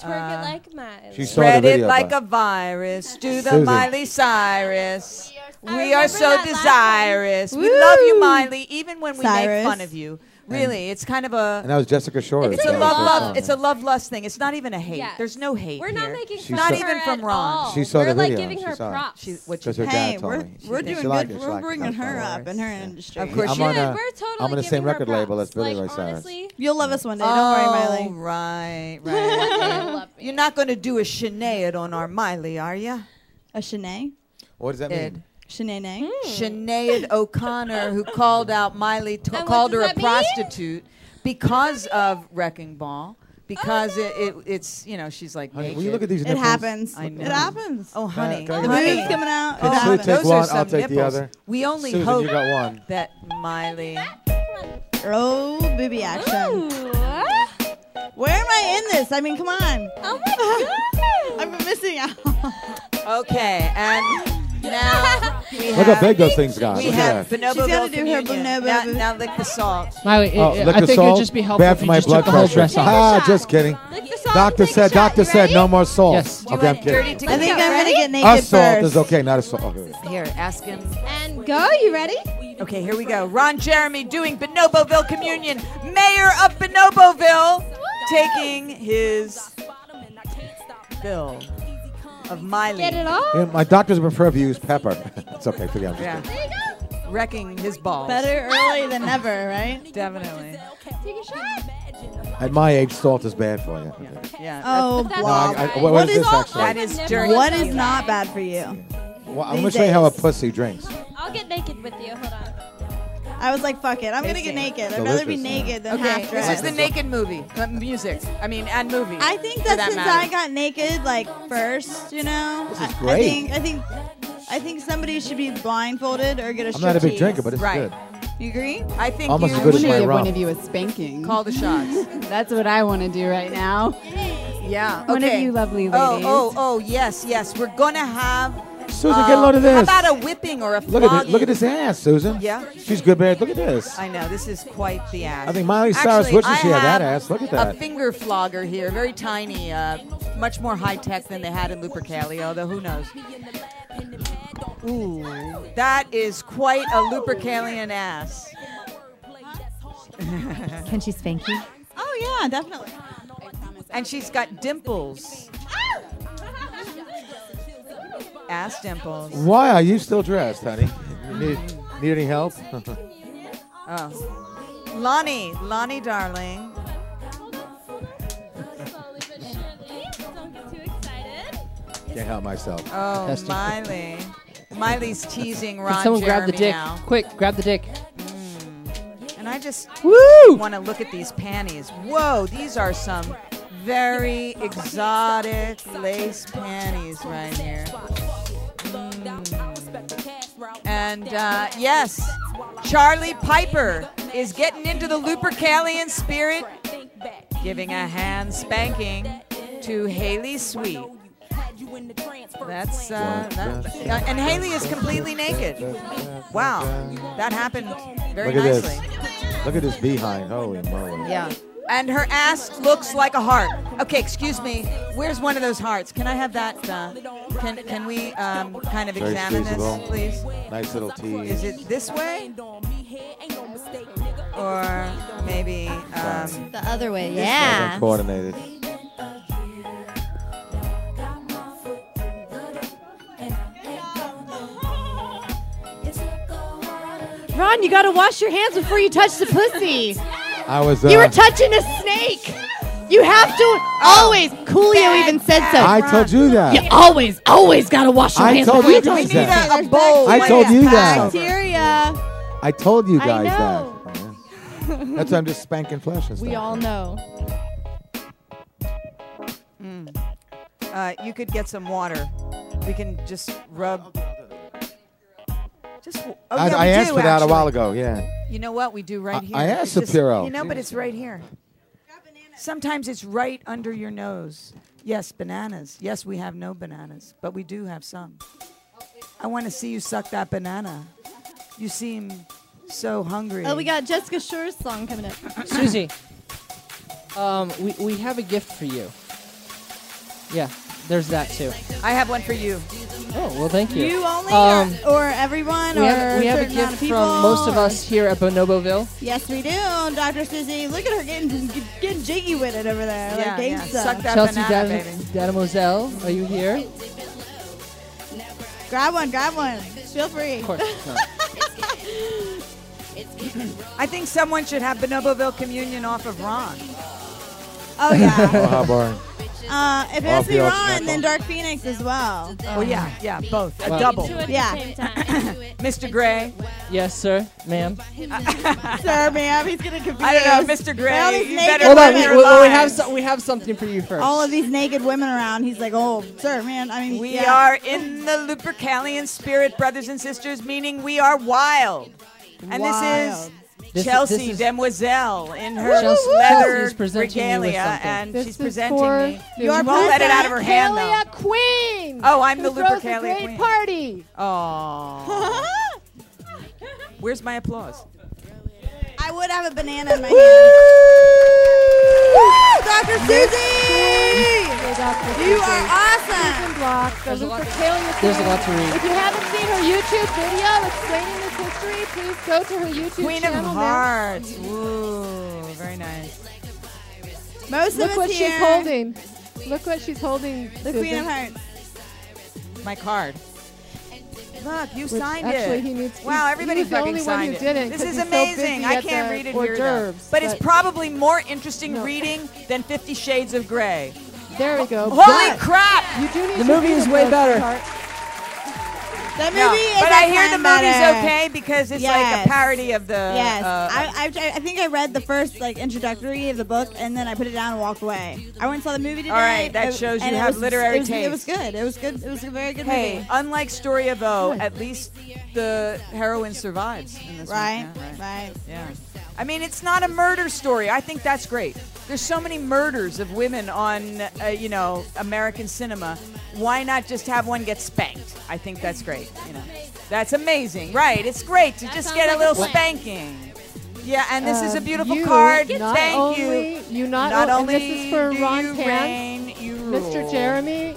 Speaker 4: Twerk it
Speaker 3: Uh,
Speaker 4: like Miley.
Speaker 6: She saw the
Speaker 3: Spread
Speaker 6: video,
Speaker 3: it like
Speaker 6: but-
Speaker 3: a virus. Do the
Speaker 6: Susan.
Speaker 3: Miley Cyrus.
Speaker 4: I
Speaker 3: We are
Speaker 4: remember that
Speaker 3: so
Speaker 4: last one.
Speaker 3: desirous. We love you,
Speaker 4: Woo.
Speaker 3: Miley, even when we make
Speaker 14: Cyrus.
Speaker 3: fun of you. Really, it's kind of a.
Speaker 6: And that was Jessica Shore.
Speaker 3: It's a love, love. It's a love lust thing. It's not even a hate.
Speaker 4: Yes.
Speaker 3: There's no hate.
Speaker 4: We're not
Speaker 3: here.
Speaker 4: making
Speaker 6: She fun
Speaker 3: not
Speaker 6: saw-
Speaker 3: even
Speaker 6: her
Speaker 3: from
Speaker 4: at
Speaker 3: Ron.
Speaker 6: She saw the video. She saw it.
Speaker 3: She, what
Speaker 6: Because
Speaker 3: you
Speaker 6: her
Speaker 3: hey,
Speaker 6: dad told
Speaker 14: we're-
Speaker 6: me. She-
Speaker 14: we're
Speaker 6: she
Speaker 14: doing
Speaker 6: liked
Speaker 14: good.
Speaker 6: it. She
Speaker 14: We're
Speaker 6: liked it.
Speaker 14: bringing her
Speaker 6: That's
Speaker 14: up in her industry.
Speaker 6: Of course, I'm on, a, I'm on the same record label as Billy Ray Cyrus.
Speaker 14: You'll love us one day. Don't worry, Miley.
Speaker 3: Oh, Right, right. You're not going to do a Sinead on our Miley, are you?
Speaker 14: A Sinead?
Speaker 6: What does that mean?
Speaker 14: Sinead?
Speaker 3: Sinead O'Connor, who called out Miley, t-
Speaker 14: what
Speaker 3: called
Speaker 14: does
Speaker 3: her a
Speaker 14: that mean?
Speaker 3: prostitute because of Wrecking Ball.
Speaker 14: Oh,
Speaker 3: Because it, it, it's you know she's like
Speaker 6: Honey,
Speaker 3: naked.
Speaker 6: will you look at these
Speaker 3: I
Speaker 6: nipples?
Speaker 3: happens.
Speaker 6: Look at
Speaker 14: It happens.
Speaker 3: Oh honey,
Speaker 6: Can I-
Speaker 14: The
Speaker 3: honey. Oh,
Speaker 14: boobs coming out.
Speaker 6: Can
Speaker 14: It
Speaker 6: Sue
Speaker 14: happens.
Speaker 6: take
Speaker 3: Those are
Speaker 6: one? I'll
Speaker 3: some
Speaker 6: take the
Speaker 3: nipples.
Speaker 6: other.
Speaker 3: We only
Speaker 6: Susan,
Speaker 3: hope
Speaker 6: you got one.
Speaker 3: that Miley.
Speaker 14: Oh, booby action. Where am I in this? I mean, come on.
Speaker 4: Oh my
Speaker 14: god. I'm missing out.
Speaker 3: Okay, and now we
Speaker 6: Look
Speaker 3: have
Speaker 6: how big those things got.
Speaker 3: we
Speaker 6: Look
Speaker 3: have
Speaker 6: at that.
Speaker 3: bonobo.
Speaker 14: She's gotta
Speaker 3: Bowl
Speaker 14: do her
Speaker 3: communion.
Speaker 14: bonobo
Speaker 3: Now,
Speaker 14: boo-
Speaker 3: now lick the salt.
Speaker 10: Miley, it-
Speaker 6: Oh,
Speaker 10: it-
Speaker 6: lick
Speaker 10: I
Speaker 6: the
Speaker 10: think it
Speaker 6: salt.
Speaker 10: would just be helpful
Speaker 6: Bad
Speaker 10: if
Speaker 6: for
Speaker 10: you
Speaker 6: my
Speaker 10: just
Speaker 6: blood
Speaker 10: took the whole
Speaker 6: pressure.
Speaker 10: drink.
Speaker 6: Ah, just kidding. Doctor said. Doctor said no more salt. Okay, I'm kidding.
Speaker 14: I think I'm gonna get naked
Speaker 6: Assault
Speaker 14: first.
Speaker 6: is okay, not assault.
Speaker 3: Here, ask him.
Speaker 9: And go. You ready?
Speaker 3: Okay, here we go. Ron Jeremy doing Bonoboville Communion. Mayor of Bonoboville taking his bill of Miley.
Speaker 9: Get it all.
Speaker 6: Yeah, my doctor's prefer if you use pepper. it's okay, forget it.
Speaker 3: Yeah.
Speaker 6: I'm just
Speaker 3: Wrecking his balls.
Speaker 14: Better early than never, right?
Speaker 3: Definitely.
Speaker 4: Take a shot.
Speaker 6: kidding. At my age, salt is bad for you. Okay.
Speaker 3: Yeah.
Speaker 14: Oh,
Speaker 3: that's-
Speaker 6: Well, I- I-
Speaker 14: blob.
Speaker 6: what- what is this, actually?
Speaker 3: That is dirty.
Speaker 14: What is not bad for you?
Speaker 6: Well, I'm
Speaker 14: These
Speaker 6: gonna show you how a pussy drinks.
Speaker 4: I'll get naked with you. Hold on.
Speaker 14: I was like, fuck it. I'm gonna get naked. I'd rather be
Speaker 6: Delicious,
Speaker 14: naked than
Speaker 3: Okay,
Speaker 14: half
Speaker 3: this is
Speaker 14: dressed.
Speaker 3: the naked movie. Uh, music. I mean, and movie.
Speaker 14: I think
Speaker 3: for
Speaker 14: that since
Speaker 3: matter.
Speaker 14: I got naked like first, you know,
Speaker 6: This is
Speaker 14: I- I
Speaker 6: great.
Speaker 14: think I think I think somebody should be blindfolded or get a.
Speaker 6: I'm not a big
Speaker 14: striptease.
Speaker 6: drinker, but it's
Speaker 14: right.
Speaker 6: good.
Speaker 14: You agree?
Speaker 3: I think
Speaker 6: Almost
Speaker 3: you
Speaker 6: as good as
Speaker 15: I'm
Speaker 6: my
Speaker 15: gonna give
Speaker 6: rum.
Speaker 15: one of you a spanking.
Speaker 3: call the shots.
Speaker 15: That's what I want to do right now.
Speaker 3: Yeah.
Speaker 15: One of
Speaker 3: okay.
Speaker 15: you lovely
Speaker 3: Oh,
Speaker 15: ladies.
Speaker 3: oh, oh, yes, yes. We're gonna have. um,
Speaker 6: Susan, get a load of
Speaker 3: How
Speaker 6: this.
Speaker 3: about a whipping or a
Speaker 6: Look at this,
Speaker 3: flogging?
Speaker 6: look at this ass, Susan.
Speaker 3: Yeah.
Speaker 6: She's good, bad. Look at this.
Speaker 3: I know this is quite the ass.
Speaker 6: I think Miley Cyrus
Speaker 3: Actually,
Speaker 6: wishes
Speaker 3: I
Speaker 6: she had that
Speaker 3: have
Speaker 6: ass. Look at
Speaker 3: A
Speaker 6: that.
Speaker 3: finger flogger here, very tiny, uh, much more high tech than they had in Lupercalia, although who knows? Ooh, that is quite a Lupercalian ass.
Speaker 7: Can she spank you?
Speaker 14: Oh yeah, definitely.
Speaker 3: And she's got dimples. Ass dimples.
Speaker 6: Why are you still dressed, honey? Need, need any help?
Speaker 3: Oh. Lonnie, Lonnie, darling.
Speaker 4: Slowly but surely. Don't get too excited.
Speaker 6: Can't help myself.
Speaker 3: Oh,
Speaker 10: Testing.
Speaker 3: Miley. Miley's teasing
Speaker 10: Can
Speaker 3: Ron
Speaker 10: someone
Speaker 3: Jeremy
Speaker 10: grab the dick?
Speaker 3: now.
Speaker 10: Quick, grab the dick.
Speaker 3: And I just want to look at these panties. Whoa, these are some very exotic lace panties right here. Mm. And uh, yes, Charlie Piper is getting into the Lupercalian spirit, giving a hand spanking to Haley Sweet. That's, uh, that, uh, and Haley is completely naked. Wow, that happened Oh, very
Speaker 6: Look at
Speaker 3: nicely.
Speaker 6: this. Look at this behind. Holy moly.
Speaker 3: Yeah. And her ass looks like a heart. Okay, excuse me. Where's one of those hearts? Can I have that? Uh, can Can we um, kind of
Speaker 6: Very
Speaker 3: examine
Speaker 6: squeezable.
Speaker 3: this, please?
Speaker 6: Nice little tease.
Speaker 3: Is it this way? Or maybe um,
Speaker 7: The other way,
Speaker 3: this
Speaker 7: yeah.
Speaker 3: way?
Speaker 6: Coordinated.
Speaker 15: Ron, you gotta wash your hands before you touch the pussy.
Speaker 6: I was. Uh,
Speaker 15: you were touching a snake.
Speaker 16: You have to
Speaker 5: Oh,
Speaker 16: always. Coolio even said so.
Speaker 6: I told you that.
Speaker 16: You always, always gotta wash your
Speaker 6: I
Speaker 16: hands.
Speaker 6: told
Speaker 16: before
Speaker 6: you
Speaker 16: you do
Speaker 6: guys
Speaker 16: anything.
Speaker 6: that. I told you that.
Speaker 5: Bacteria.
Speaker 6: I told you
Speaker 5: I
Speaker 6: guys
Speaker 5: know.
Speaker 6: that. That's why I'm just spanking flesh and stuff.
Speaker 5: we all know.
Speaker 3: Mm. Uh, you could get some water. We can just rub. Just. Oh,
Speaker 6: I-
Speaker 3: yeah,
Speaker 6: I
Speaker 3: we
Speaker 6: asked
Speaker 3: do,
Speaker 6: for that a
Speaker 3: actually.
Speaker 6: while ago, yeah.
Speaker 3: You know what we do right
Speaker 6: I-
Speaker 3: here?
Speaker 6: I
Speaker 3: It's
Speaker 6: asked
Speaker 3: just-
Speaker 6: Shapiro.
Speaker 3: You know, but it's right here. Sometimes it's right under your nose. Yes, bananas. Yes, we have no bananas, but we do have some. I want to see you suck that banana. You seem so hungry.
Speaker 5: Oh, we got Jessica Shore's song coming up.
Speaker 10: Susie, um, we, we have a gift for you. Yeah, there's that too.
Speaker 3: I have one for you.
Speaker 10: Oh, well, thank you.
Speaker 5: You only,
Speaker 10: Um,
Speaker 5: or, or everyone,
Speaker 10: we
Speaker 5: or
Speaker 10: have, we have a
Speaker 5: certain amount
Speaker 10: gift
Speaker 5: of people.
Speaker 10: from most of
Speaker 5: or-
Speaker 10: us here at Bonoboville.
Speaker 5: Yes, we do. Dr. Susie, look at her getting getting jiggy with it over there,
Speaker 3: Yeah,
Speaker 5: like
Speaker 3: yeah.
Speaker 5: gangsta.
Speaker 3: Suck that
Speaker 10: Chelsea
Speaker 3: banana,
Speaker 10: Dan-
Speaker 3: baby.
Speaker 10: Dademoiselle, are you here?
Speaker 5: Grab one, grab one. Feel free.
Speaker 3: I think someone should have Bonoboville communion off of Ron.
Speaker 5: Oh yeah.
Speaker 6: Oh, how boring.
Speaker 5: Uh, if it
Speaker 6: Off
Speaker 5: has to be
Speaker 6: the old
Speaker 5: Ron,
Speaker 6: snuffle.
Speaker 5: then Dark Phoenix as well.
Speaker 3: Oh yeah, yeah, both a
Speaker 10: Well-
Speaker 3: double.
Speaker 10: Do
Speaker 5: Yeah.
Speaker 3: Mr. Gray.
Speaker 10: Yes, sir, ma'am.
Speaker 5: Uh, Sir, ma'am, he's gonna confuse.
Speaker 3: I don't know, Mr. Gray,
Speaker 5: All these
Speaker 3: you
Speaker 5: naked
Speaker 3: better
Speaker 10: Hold on, we,
Speaker 5: women.
Speaker 10: we- we have some, we have something for you first.
Speaker 5: all of these naked women around. He's like, oh, sir, man. I mean,
Speaker 3: We
Speaker 5: yeah.
Speaker 3: are in the Lupercalian spirit, brothers and sisters, meaning we are wild. And
Speaker 5: Wild.
Speaker 3: this is
Speaker 10: This-
Speaker 3: Chelsea
Speaker 10: this is-
Speaker 3: Demoiselle in her
Speaker 10: Chelsea- Chelsea
Speaker 3: leather
Speaker 10: is presenting you with
Speaker 3: regalia,
Speaker 10: something.
Speaker 3: and
Speaker 16: This
Speaker 3: she's
Speaker 16: is
Speaker 3: presenting
Speaker 16: for
Speaker 3: me.
Speaker 16: the
Speaker 3: You won't let it out of her hand,
Speaker 16: Lupercalia
Speaker 3: though.
Speaker 16: Queen.
Speaker 3: Oh, I'm
Speaker 16: who
Speaker 3: the
Speaker 16: throws a
Speaker 3: Lupercalia
Speaker 16: great
Speaker 3: queen.
Speaker 16: party.
Speaker 3: Aww. Where's my applause?
Speaker 5: I would have a banana in my hand. Woo! Dr. Susie, you are awesome.
Speaker 16: Block, the Lupercalia Queen.
Speaker 10: There's a lot to read.
Speaker 16: If you haven't seen her YouTube video explaining this history, please go to her YouTube
Speaker 3: Queen of
Speaker 16: channel. now.
Speaker 3: Hearts. Ooh, very nice.
Speaker 5: Most of
Speaker 16: Look
Speaker 5: us
Speaker 16: what
Speaker 5: here.
Speaker 16: she's holding. Look what she's holding.
Speaker 5: The Queen of Hearts.
Speaker 3: My card. Look, you
Speaker 16: Which
Speaker 3: signed
Speaker 16: actually
Speaker 3: it.
Speaker 16: he needs-
Speaker 3: wow,
Speaker 16: he-
Speaker 3: everybody
Speaker 16: he was the
Speaker 3: fucking
Speaker 16: only one
Speaker 3: signed
Speaker 16: who
Speaker 3: it.
Speaker 16: didn't,
Speaker 3: this
Speaker 16: 'cause
Speaker 3: is
Speaker 16: he's so
Speaker 3: amazing.
Speaker 16: busy
Speaker 3: I
Speaker 16: at
Speaker 3: can't
Speaker 16: the
Speaker 3: read it
Speaker 16: hors
Speaker 3: here, though.
Speaker 16: d'oeuvres,
Speaker 3: But it's
Speaker 16: but-
Speaker 3: probably more interesting
Speaker 16: No.
Speaker 3: reading than Fifty Shades of Grey.
Speaker 16: There we go.
Speaker 3: Holy
Speaker 16: But
Speaker 3: crap!
Speaker 16: You do need
Speaker 10: The
Speaker 16: to
Speaker 10: movie
Speaker 16: read
Speaker 10: is
Speaker 16: it,
Speaker 10: way
Speaker 16: though,
Speaker 10: better.
Speaker 16: sweetheart.
Speaker 5: That movie
Speaker 3: No,
Speaker 5: is
Speaker 3: but
Speaker 5: a
Speaker 3: I hear the
Speaker 5: time
Speaker 3: movie's
Speaker 5: matter.
Speaker 3: okay because it's like
Speaker 5: Yes.
Speaker 3: a parody of the.
Speaker 5: Yes,
Speaker 3: uh,
Speaker 5: I, I, I think I read the first like introductory of the book, and then I put it down and walked away. I went and saw the movie today.
Speaker 3: All right, that
Speaker 5: It-
Speaker 3: shows
Speaker 5: and
Speaker 3: you
Speaker 5: it
Speaker 3: have
Speaker 5: was-
Speaker 3: literary
Speaker 5: it was,
Speaker 3: taste.
Speaker 5: It was good. It was good. It was a very good
Speaker 3: hey,
Speaker 5: movie.
Speaker 3: unlike Story of O, at least the heroine survives. In this one.
Speaker 5: Right,
Speaker 3: Yeah, right.
Speaker 5: right.
Speaker 3: Yeah. I mean, it's not a murder story. I think that's great. There's so many murders of women on, uh, you know, American cinema. Why not just have one get spanked? I think that's great. You know, that's amazing, right? It's great to
Speaker 16: That
Speaker 3: just
Speaker 16: sounds
Speaker 3: get a
Speaker 16: like a
Speaker 3: little
Speaker 16: plan.
Speaker 3: spanking. Yeah, and this is a
Speaker 16: Um,
Speaker 3: beautiful
Speaker 16: you
Speaker 3: card.
Speaker 16: not
Speaker 3: Thank
Speaker 16: only-
Speaker 3: you.
Speaker 16: you not o- and
Speaker 3: only
Speaker 16: this is for
Speaker 3: do
Speaker 16: Ron
Speaker 3: you
Speaker 16: Tan,
Speaker 3: reign, you
Speaker 16: Mr.
Speaker 3: rule.
Speaker 16: Jeremy,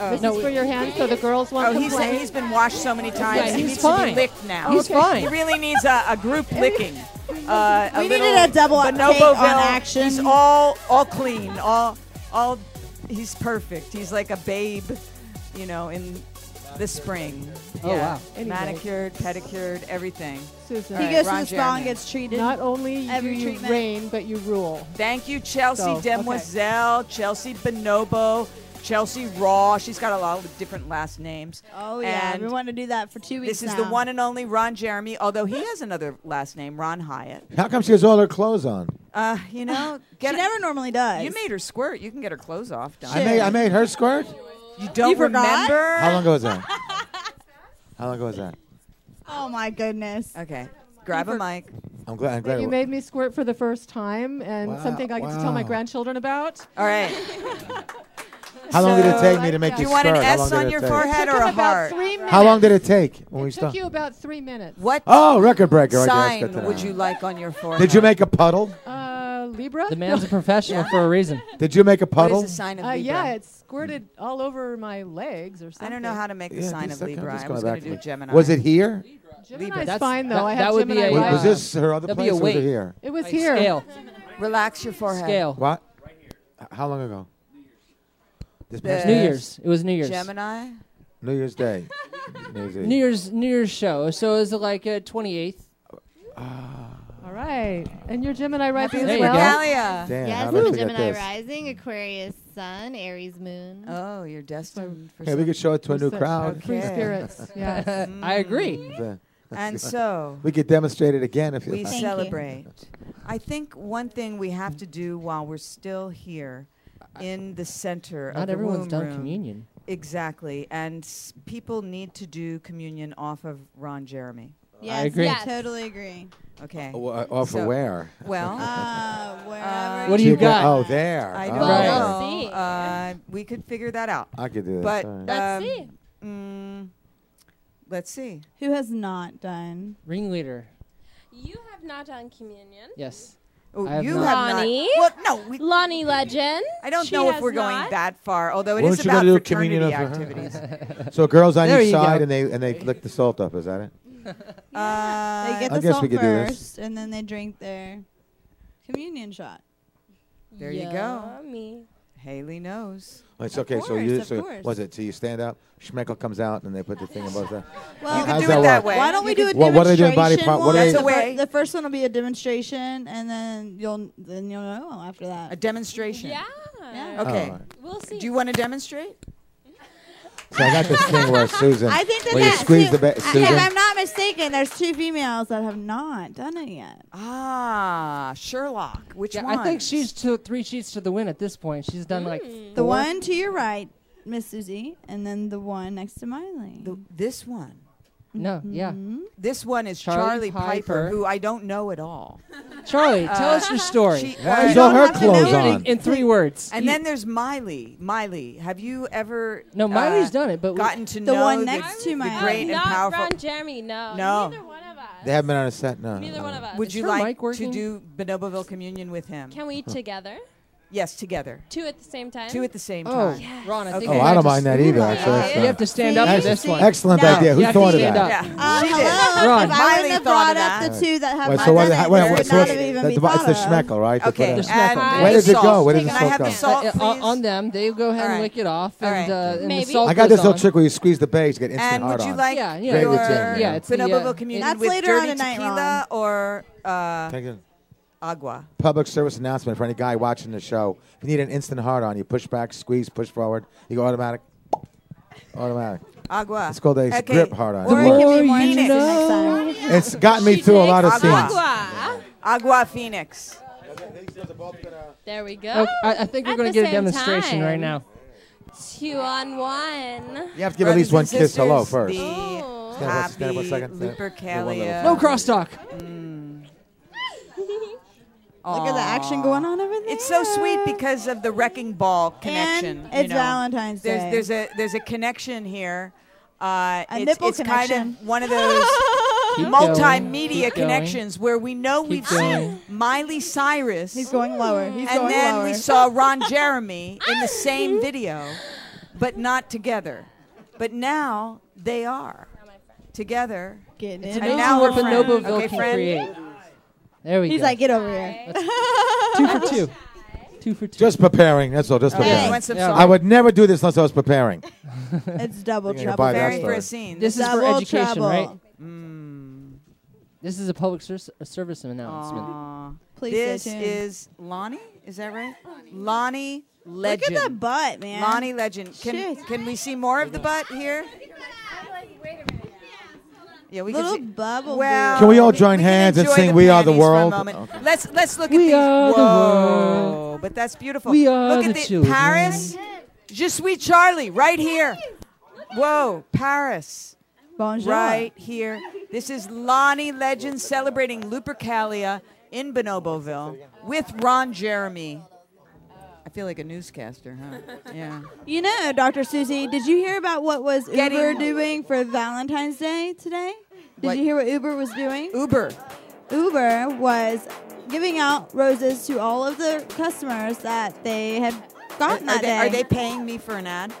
Speaker 3: Oh.
Speaker 16: this
Speaker 10: No,
Speaker 16: is
Speaker 10: we-
Speaker 16: for your hand, so the girls want
Speaker 3: Oh,
Speaker 16: to
Speaker 3: he's,
Speaker 16: play.
Speaker 3: he's been washed so many times. he
Speaker 10: Yeah, he's
Speaker 3: needs to be
Speaker 10: fine.
Speaker 3: licked now.
Speaker 10: He's Okay. fine.
Speaker 3: He really needs a, a group licking. Uh,
Speaker 5: We
Speaker 3: little
Speaker 5: needed a double take on
Speaker 3: bonoboville.
Speaker 5: action.
Speaker 3: He's all all clean. All all. He's perfect. He's like a babe, you know, in the spring.
Speaker 10: Oh,
Speaker 3: Yeah.
Speaker 10: wow. Anyway.
Speaker 3: Manicured, pedicured, everything.
Speaker 16: Susan.
Speaker 3: All
Speaker 5: he
Speaker 3: right,
Speaker 5: goes
Speaker 3: Ron
Speaker 5: to the spa and
Speaker 3: Jeremy.
Speaker 5: gets treated.
Speaker 16: Not only do
Speaker 5: Every
Speaker 16: you
Speaker 5: treatment.
Speaker 16: reign, but you rule.
Speaker 3: Thank you, Chelsea
Speaker 16: So, okay.
Speaker 3: Demoiselle, Chelsea Bonobo, Chelsea Raw. She's got a lot of different last names.
Speaker 5: oh yeah,
Speaker 3: And
Speaker 5: we want to do that for two weeks.
Speaker 3: This is the
Speaker 5: now.
Speaker 3: one and only Ron Jeremy, although he has another last name, Ron Hyatt.
Speaker 6: How come she has all her clothes on?
Speaker 3: Uh, you know, get
Speaker 5: she never normally does.
Speaker 3: you made her squirt. You can get her clothes off. Don.
Speaker 6: I made, I made her squirt?
Speaker 3: you don't
Speaker 5: You forgot?
Speaker 3: remember?
Speaker 6: How long ago was that? How long ago was that?
Speaker 5: oh my goodness.
Speaker 3: Okay, grab a mic.
Speaker 6: I'm glad. I'm glad.
Speaker 16: You made me squirt for the first time, and
Speaker 6: Wow,
Speaker 16: something I get to tell my
Speaker 6: wow.
Speaker 16: grandchildren about.
Speaker 3: All right.
Speaker 6: How long did it
Speaker 3: So,
Speaker 6: take me to make
Speaker 16: Do
Speaker 3: Do
Speaker 6: you
Speaker 3: you want an
Speaker 6: squirt? How long
Speaker 3: S
Speaker 6: did
Speaker 3: on
Speaker 6: it
Speaker 3: your
Speaker 6: take?
Speaker 3: forehead
Speaker 16: uh, Took
Speaker 3: or a
Speaker 16: him about
Speaker 3: heart?
Speaker 16: three minutes.
Speaker 6: How long did it take when we
Speaker 16: It took
Speaker 6: stopped?
Speaker 16: you about three minutes.
Speaker 3: What
Speaker 6: Oh, record breaker! I just got
Speaker 3: sign
Speaker 6: that
Speaker 3: would
Speaker 6: out.
Speaker 3: you like on your forehead?
Speaker 6: Did you make a puddle?
Speaker 16: Uh, Libra.
Speaker 10: The man's a professional for a reason.
Speaker 6: Did you make a
Speaker 3: What is
Speaker 6: puddle?
Speaker 3: the sign of
Speaker 16: Uh,
Speaker 3: Libra?
Speaker 16: yeah, it squirted all over my legs or something.
Speaker 3: I don't know how to make the
Speaker 6: Yeah,
Speaker 3: sign
Speaker 6: just
Speaker 3: of
Speaker 6: a second,
Speaker 3: Libra.
Speaker 6: just
Speaker 3: I
Speaker 6: going
Speaker 3: was
Speaker 6: back
Speaker 3: going
Speaker 6: to
Speaker 3: to do
Speaker 6: it.
Speaker 3: Gemini.
Speaker 6: Was it here?
Speaker 16: Gemini's
Speaker 10: That's-
Speaker 16: fine though.
Speaker 10: that-
Speaker 16: I
Speaker 10: that
Speaker 16: had
Speaker 10: would be
Speaker 16: Gemini
Speaker 10: a-
Speaker 6: Was,
Speaker 10: Wow.
Speaker 6: was
Speaker 16: rising.
Speaker 6: this her other
Speaker 10: That'd
Speaker 6: place?
Speaker 10: be a
Speaker 6: or was it
Speaker 10: weight.
Speaker 6: here?
Speaker 16: It was
Speaker 10: Like
Speaker 16: here.
Speaker 10: Scale.
Speaker 3: Relax your forehead.
Speaker 10: Scale.
Speaker 6: What? How long ago? This
Speaker 3: The-
Speaker 6: past
Speaker 10: New Year's. It was New Year's.
Speaker 3: Gemini.
Speaker 6: New Year's Day. New Year's Eve.
Speaker 10: New Year's New Year's show. So it was like uh, 28th.
Speaker 5: Ah.
Speaker 16: All right, and your Gemini rising
Speaker 10: There
Speaker 16: as
Speaker 10: you go.
Speaker 16: well.
Speaker 3: Galia.
Speaker 6: Damn,
Speaker 5: Yes,
Speaker 6: I'd
Speaker 17: I'm a
Speaker 6: actually got
Speaker 17: Gemini
Speaker 6: this.
Speaker 17: rising, Aquarius sun, Aries moon.
Speaker 3: Oh, you're destined for
Speaker 6: Hey, we could show it to a new crowd.
Speaker 3: Free spirits, Mm.
Speaker 10: yes. I agree.
Speaker 6: The-
Speaker 3: And so-
Speaker 6: we could demonstrate it again if you
Speaker 3: we
Speaker 6: like.
Speaker 3: celebrate. I think one thing we have to do while we're still here in the center
Speaker 10: Not
Speaker 3: of the
Speaker 10: everyone's
Speaker 3: womb
Speaker 10: done
Speaker 3: room-
Speaker 10: communion.
Speaker 3: Exactly. And s- people need to do communion off of Ron Jeremy.
Speaker 5: Yes,
Speaker 10: agree.
Speaker 5: yes. totally agree.
Speaker 3: Okay.
Speaker 6: Oh, uh, off of
Speaker 3: So-
Speaker 6: where?
Speaker 3: Well, um,
Speaker 5: Uh,
Speaker 6: What do you People- got? oh, there.
Speaker 3: I
Speaker 6: Oh.
Speaker 3: don't
Speaker 6: Right.
Speaker 3: know. Uh, we could figure that out.
Speaker 6: I could do this,
Speaker 3: But
Speaker 6: all right.
Speaker 5: Let's
Speaker 3: um, mm, let's see.
Speaker 5: Who has not done?
Speaker 10: Ringleader.
Speaker 4: You have not done communion.
Speaker 10: Yes.
Speaker 3: Oh,
Speaker 10: I have
Speaker 3: you
Speaker 10: not.
Speaker 3: have not-
Speaker 4: Lonnie.
Speaker 3: Well, no,
Speaker 4: Lonnie Legend.
Speaker 3: I don't
Speaker 4: She
Speaker 3: know if
Speaker 4: has
Speaker 3: we're going
Speaker 4: not.
Speaker 3: that far, although it
Speaker 6: Why
Speaker 3: is
Speaker 6: don't you go
Speaker 3: about
Speaker 6: to do
Speaker 3: fraternity
Speaker 6: communion for her?
Speaker 3: activities.
Speaker 6: So girls on
Speaker 10: There
Speaker 6: each
Speaker 10: you go.
Speaker 6: side, and they and they lick the salt up. Is that it?
Speaker 3: Uh,
Speaker 5: they get
Speaker 6: I
Speaker 5: the
Speaker 6: guess
Speaker 5: salt
Speaker 6: we could do this.
Speaker 5: first, and then they drink their communion shot.
Speaker 3: There you go. Haley knows.
Speaker 6: It's okay. so
Speaker 5: course,
Speaker 6: you
Speaker 5: of
Speaker 6: so
Speaker 5: course.
Speaker 6: was it? So you stand up, Schmeckel comes out, and they put the thing above that.
Speaker 5: Well,
Speaker 6: How's work?
Speaker 5: Why don't we do a
Speaker 6: What,
Speaker 5: demonstration?
Speaker 6: what do they do in body part? What
Speaker 5: one?
Speaker 6: do they-
Speaker 5: The first one will be a demonstration, and then you'll then you'll know after that.
Speaker 3: A demonstration.
Speaker 5: Yeah.
Speaker 3: Okay.
Speaker 6: All
Speaker 4: We'll see.
Speaker 3: Do you want to demonstrate?
Speaker 6: So I got this thing where Susan.
Speaker 5: I think that
Speaker 6: where you
Speaker 5: that's
Speaker 6: squeeze
Speaker 5: it.
Speaker 6: the ba-
Speaker 5: I-
Speaker 6: Susan.
Speaker 5: If I'm not mistaken, there's two females that have not done it yet.
Speaker 3: Ah, Sherlock. Which
Speaker 10: Yeah,
Speaker 3: one? Mm.
Speaker 10: I think she's to three sheets to the win at this point. She's done like
Speaker 5: Hmm. The
Speaker 10: four.
Speaker 5: one to your right, Miss Susie, and then the one next to Miley. Mm-hmm.
Speaker 3: this one.
Speaker 10: No, yeah.
Speaker 3: This one is Charlie,
Speaker 10: Charlie
Speaker 3: Piper,
Speaker 10: Piper.
Speaker 3: who I don't know at all.
Speaker 10: Charlie, tell us your story.
Speaker 3: She- uh,
Speaker 10: Why is
Speaker 3: You
Speaker 10: all
Speaker 3: don't
Speaker 10: her
Speaker 3: have to know
Speaker 10: clothes
Speaker 3: it.
Speaker 10: on? In three words.
Speaker 3: And then there's Miley. Miley, have you ever
Speaker 10: No, Miley's
Speaker 3: uh,
Speaker 10: done it, but we-
Speaker 3: gotten to
Speaker 10: The
Speaker 3: know
Speaker 10: one
Speaker 3: the-
Speaker 10: next
Speaker 3: the
Speaker 10: to Miley.
Speaker 3: great and
Speaker 4: Oh, Not
Speaker 3: powerful.
Speaker 4: Ron Jeremy. No.
Speaker 3: No.
Speaker 4: Neither one of us.
Speaker 6: They haven't been on a set. No. no,
Speaker 4: Neither
Speaker 6: no.
Speaker 4: one of us.
Speaker 3: Would you
Speaker 4: her
Speaker 3: like
Speaker 4: mic
Speaker 3: to
Speaker 4: working?
Speaker 3: do Bonoboville communion with him?
Speaker 4: Can we together?
Speaker 3: Yes, together.
Speaker 4: Two at the same time.
Speaker 3: Two at the same
Speaker 4: Oh,
Speaker 3: time.
Speaker 4: yes.
Speaker 10: Ron, I think
Speaker 6: Oh,
Speaker 10: you
Speaker 6: I
Speaker 10: have
Speaker 6: don't
Speaker 10: to
Speaker 6: mind that
Speaker 10: s-
Speaker 6: either. Actually, that's
Speaker 10: You
Speaker 6: not-
Speaker 10: have to stand up for
Speaker 6: Excellent-
Speaker 10: this one.
Speaker 6: Excellent
Speaker 10: No.
Speaker 6: idea.
Speaker 10: You
Speaker 6: Who
Speaker 10: have to
Speaker 6: thought of
Speaker 10: stand
Speaker 6: that?
Speaker 10: up.
Speaker 5: Uh,
Speaker 3: She did.
Speaker 5: hello.
Speaker 6: Ron.
Speaker 5: If I wouldn't
Speaker 3: Miley
Speaker 5: have
Speaker 3: thought of
Speaker 5: brought up
Speaker 3: that.
Speaker 5: the two that have
Speaker 6: Wait,
Speaker 5: not
Speaker 6: so what?
Speaker 5: done
Speaker 6: How,
Speaker 5: it,
Speaker 6: wait,
Speaker 5: it
Speaker 6: what
Speaker 5: would
Speaker 6: so
Speaker 5: not
Speaker 6: it's,
Speaker 5: have even
Speaker 6: the,
Speaker 5: been
Speaker 6: it's
Speaker 5: thought
Speaker 6: the
Speaker 5: of.
Speaker 6: schmeckel, right? They put
Speaker 3: Okay,
Speaker 6: it on.
Speaker 3: and I-
Speaker 6: Where does it go?
Speaker 3: salt.
Speaker 6: Where does
Speaker 3: Can
Speaker 6: the
Speaker 3: I
Speaker 6: salt
Speaker 3: have
Speaker 6: go?
Speaker 3: the salt,
Speaker 10: Uh, uh,
Speaker 3: please?
Speaker 10: on them, they go ahead and lick it off, and,
Speaker 3: right.
Speaker 10: uh, and the
Speaker 3: Maybe.
Speaker 10: salt
Speaker 6: I got
Speaker 10: goes
Speaker 6: this little
Speaker 10: on.
Speaker 6: trick where you squeeze the base, you get instant
Speaker 3: And
Speaker 6: hard
Speaker 3: would you
Speaker 6: on.
Speaker 3: like
Speaker 10: Yeah, yeah.
Speaker 6: Gravy
Speaker 3: your
Speaker 6: tin,
Speaker 10: yeah, it's the,
Speaker 3: Bonoboville
Speaker 10: uh,
Speaker 3: communion
Speaker 5: That's
Speaker 3: with
Speaker 5: later on
Speaker 3: dirty
Speaker 5: tonight,
Speaker 3: tequila or uh,
Speaker 6: Take it.
Speaker 3: agua?
Speaker 6: Public service announcement for any guy watching the show. If you need an instant hard on, you push back, squeeze, push forward. You go automatic. Automatic.
Speaker 3: Agua.
Speaker 6: It's called a
Speaker 3: okay.
Speaker 6: grip hard on.
Speaker 3: Or
Speaker 6: It
Speaker 3: it can
Speaker 6: works.
Speaker 3: be more interesting next time.
Speaker 6: It's gotten me through a lot of scenes.
Speaker 4: Agua.
Speaker 3: Agua Phoenix.
Speaker 4: There we go.
Speaker 10: Okay, I, I think we're
Speaker 4: At
Speaker 10: going to
Speaker 4: the
Speaker 10: get a
Speaker 4: same
Speaker 10: demonstration right
Speaker 4: time.
Speaker 10: now.
Speaker 4: Two on one.
Speaker 6: You have to give at least one
Speaker 3: Brothers and
Speaker 6: kiss hello
Speaker 3: sisters,
Speaker 6: first. Oh.
Speaker 3: The uh,
Speaker 6: Stand up, stand up one
Speaker 3: happy
Speaker 6: second.
Speaker 3: Lupercalia.
Speaker 10: No crosstalk.
Speaker 5: Look at the action going on over there.
Speaker 3: It's so sweet because of the wrecking ball connection. you
Speaker 5: it's
Speaker 3: know.
Speaker 5: Valentine's
Speaker 3: there's,
Speaker 5: Day.
Speaker 3: There's a there's a connection here. Uh,
Speaker 5: A
Speaker 3: it's,
Speaker 5: nipple
Speaker 3: it's kind
Speaker 5: connection.
Speaker 3: of one of those
Speaker 10: Keep going,
Speaker 3: multimedia
Speaker 10: keep going.
Speaker 3: connections where we know
Speaker 10: Keep
Speaker 3: we've
Speaker 10: going.
Speaker 3: seen Miley Cyrus.
Speaker 5: He's going lower. He's
Speaker 3: and
Speaker 5: going
Speaker 3: then
Speaker 5: lower.
Speaker 3: we saw Ron Jeremy in the same video, but not together. But now they are together.
Speaker 5: Getting
Speaker 3: It's
Speaker 5: it
Speaker 3: an
Speaker 10: Amazing
Speaker 3: hour
Speaker 10: what
Speaker 3: friend.
Speaker 10: Bonoboville
Speaker 3: Okay,
Speaker 10: can
Speaker 3: friend?
Speaker 10: create. There we
Speaker 5: He's
Speaker 10: go.
Speaker 5: like, get over here.
Speaker 10: two for two. Two for two.
Speaker 6: Just preparing. That's all. Just
Speaker 3: Okay.
Speaker 6: preparing.
Speaker 3: You want some
Speaker 10: Yeah.
Speaker 3: salt?
Speaker 6: I would never do this unless I was preparing.
Speaker 5: It's double
Speaker 6: You're gonna
Speaker 5: trouble.
Speaker 6: buy that
Speaker 3: Preparing
Speaker 5: baby.
Speaker 3: for a
Speaker 6: story.
Speaker 3: scene.
Speaker 10: This is for
Speaker 5: Double
Speaker 10: education,
Speaker 5: trouble.
Speaker 10: right?
Speaker 3: Mm.
Speaker 10: This is a public ser- service announcement.
Speaker 3: Aw.
Speaker 5: Please
Speaker 3: this
Speaker 5: stay tuned.
Speaker 3: is Lonnie. Is that right? Lonnie
Speaker 5: Look
Speaker 3: Legend.
Speaker 5: at that butt, man.
Speaker 3: Lonnie Legend. Can
Speaker 5: Shit.
Speaker 3: can we see more of the butt here? Yeah, we
Speaker 5: Little
Speaker 3: can see.
Speaker 5: bubble
Speaker 3: Well,
Speaker 6: Can we all join
Speaker 3: can
Speaker 6: hands and
Speaker 3: enjoy
Speaker 6: sing
Speaker 3: the
Speaker 6: "We Are the
Speaker 3: panties for a
Speaker 6: World"?
Speaker 3: moment.
Speaker 6: Okay.
Speaker 3: Let's let's look at
Speaker 10: We
Speaker 3: these.
Speaker 10: are the world.
Speaker 3: Whoa, But that's beautiful.
Speaker 10: We are
Speaker 3: look at
Speaker 10: the
Speaker 3: the
Speaker 10: children.
Speaker 3: Paris. Je suis Charlie, right here. Whoa, Paris.
Speaker 5: Bonjour.
Speaker 3: Right here. This is Lonnie Legend celebrating Lupercalia in Bonoboville with Ron Jeremy. I feel like a newscaster, huh? Yeah.
Speaker 5: You know, Dr. Susie, did you hear about what was
Speaker 3: Getting-
Speaker 5: Uber doing for Valentine's Day today? Did
Speaker 3: What?
Speaker 5: you hear what Uber was doing?
Speaker 3: Uber.
Speaker 5: Uber was giving out roses to all of the customers that they had
Speaker 3: Are,
Speaker 5: gotten
Speaker 3: are
Speaker 5: that
Speaker 3: they,
Speaker 5: day.
Speaker 3: are they paying me for an ad?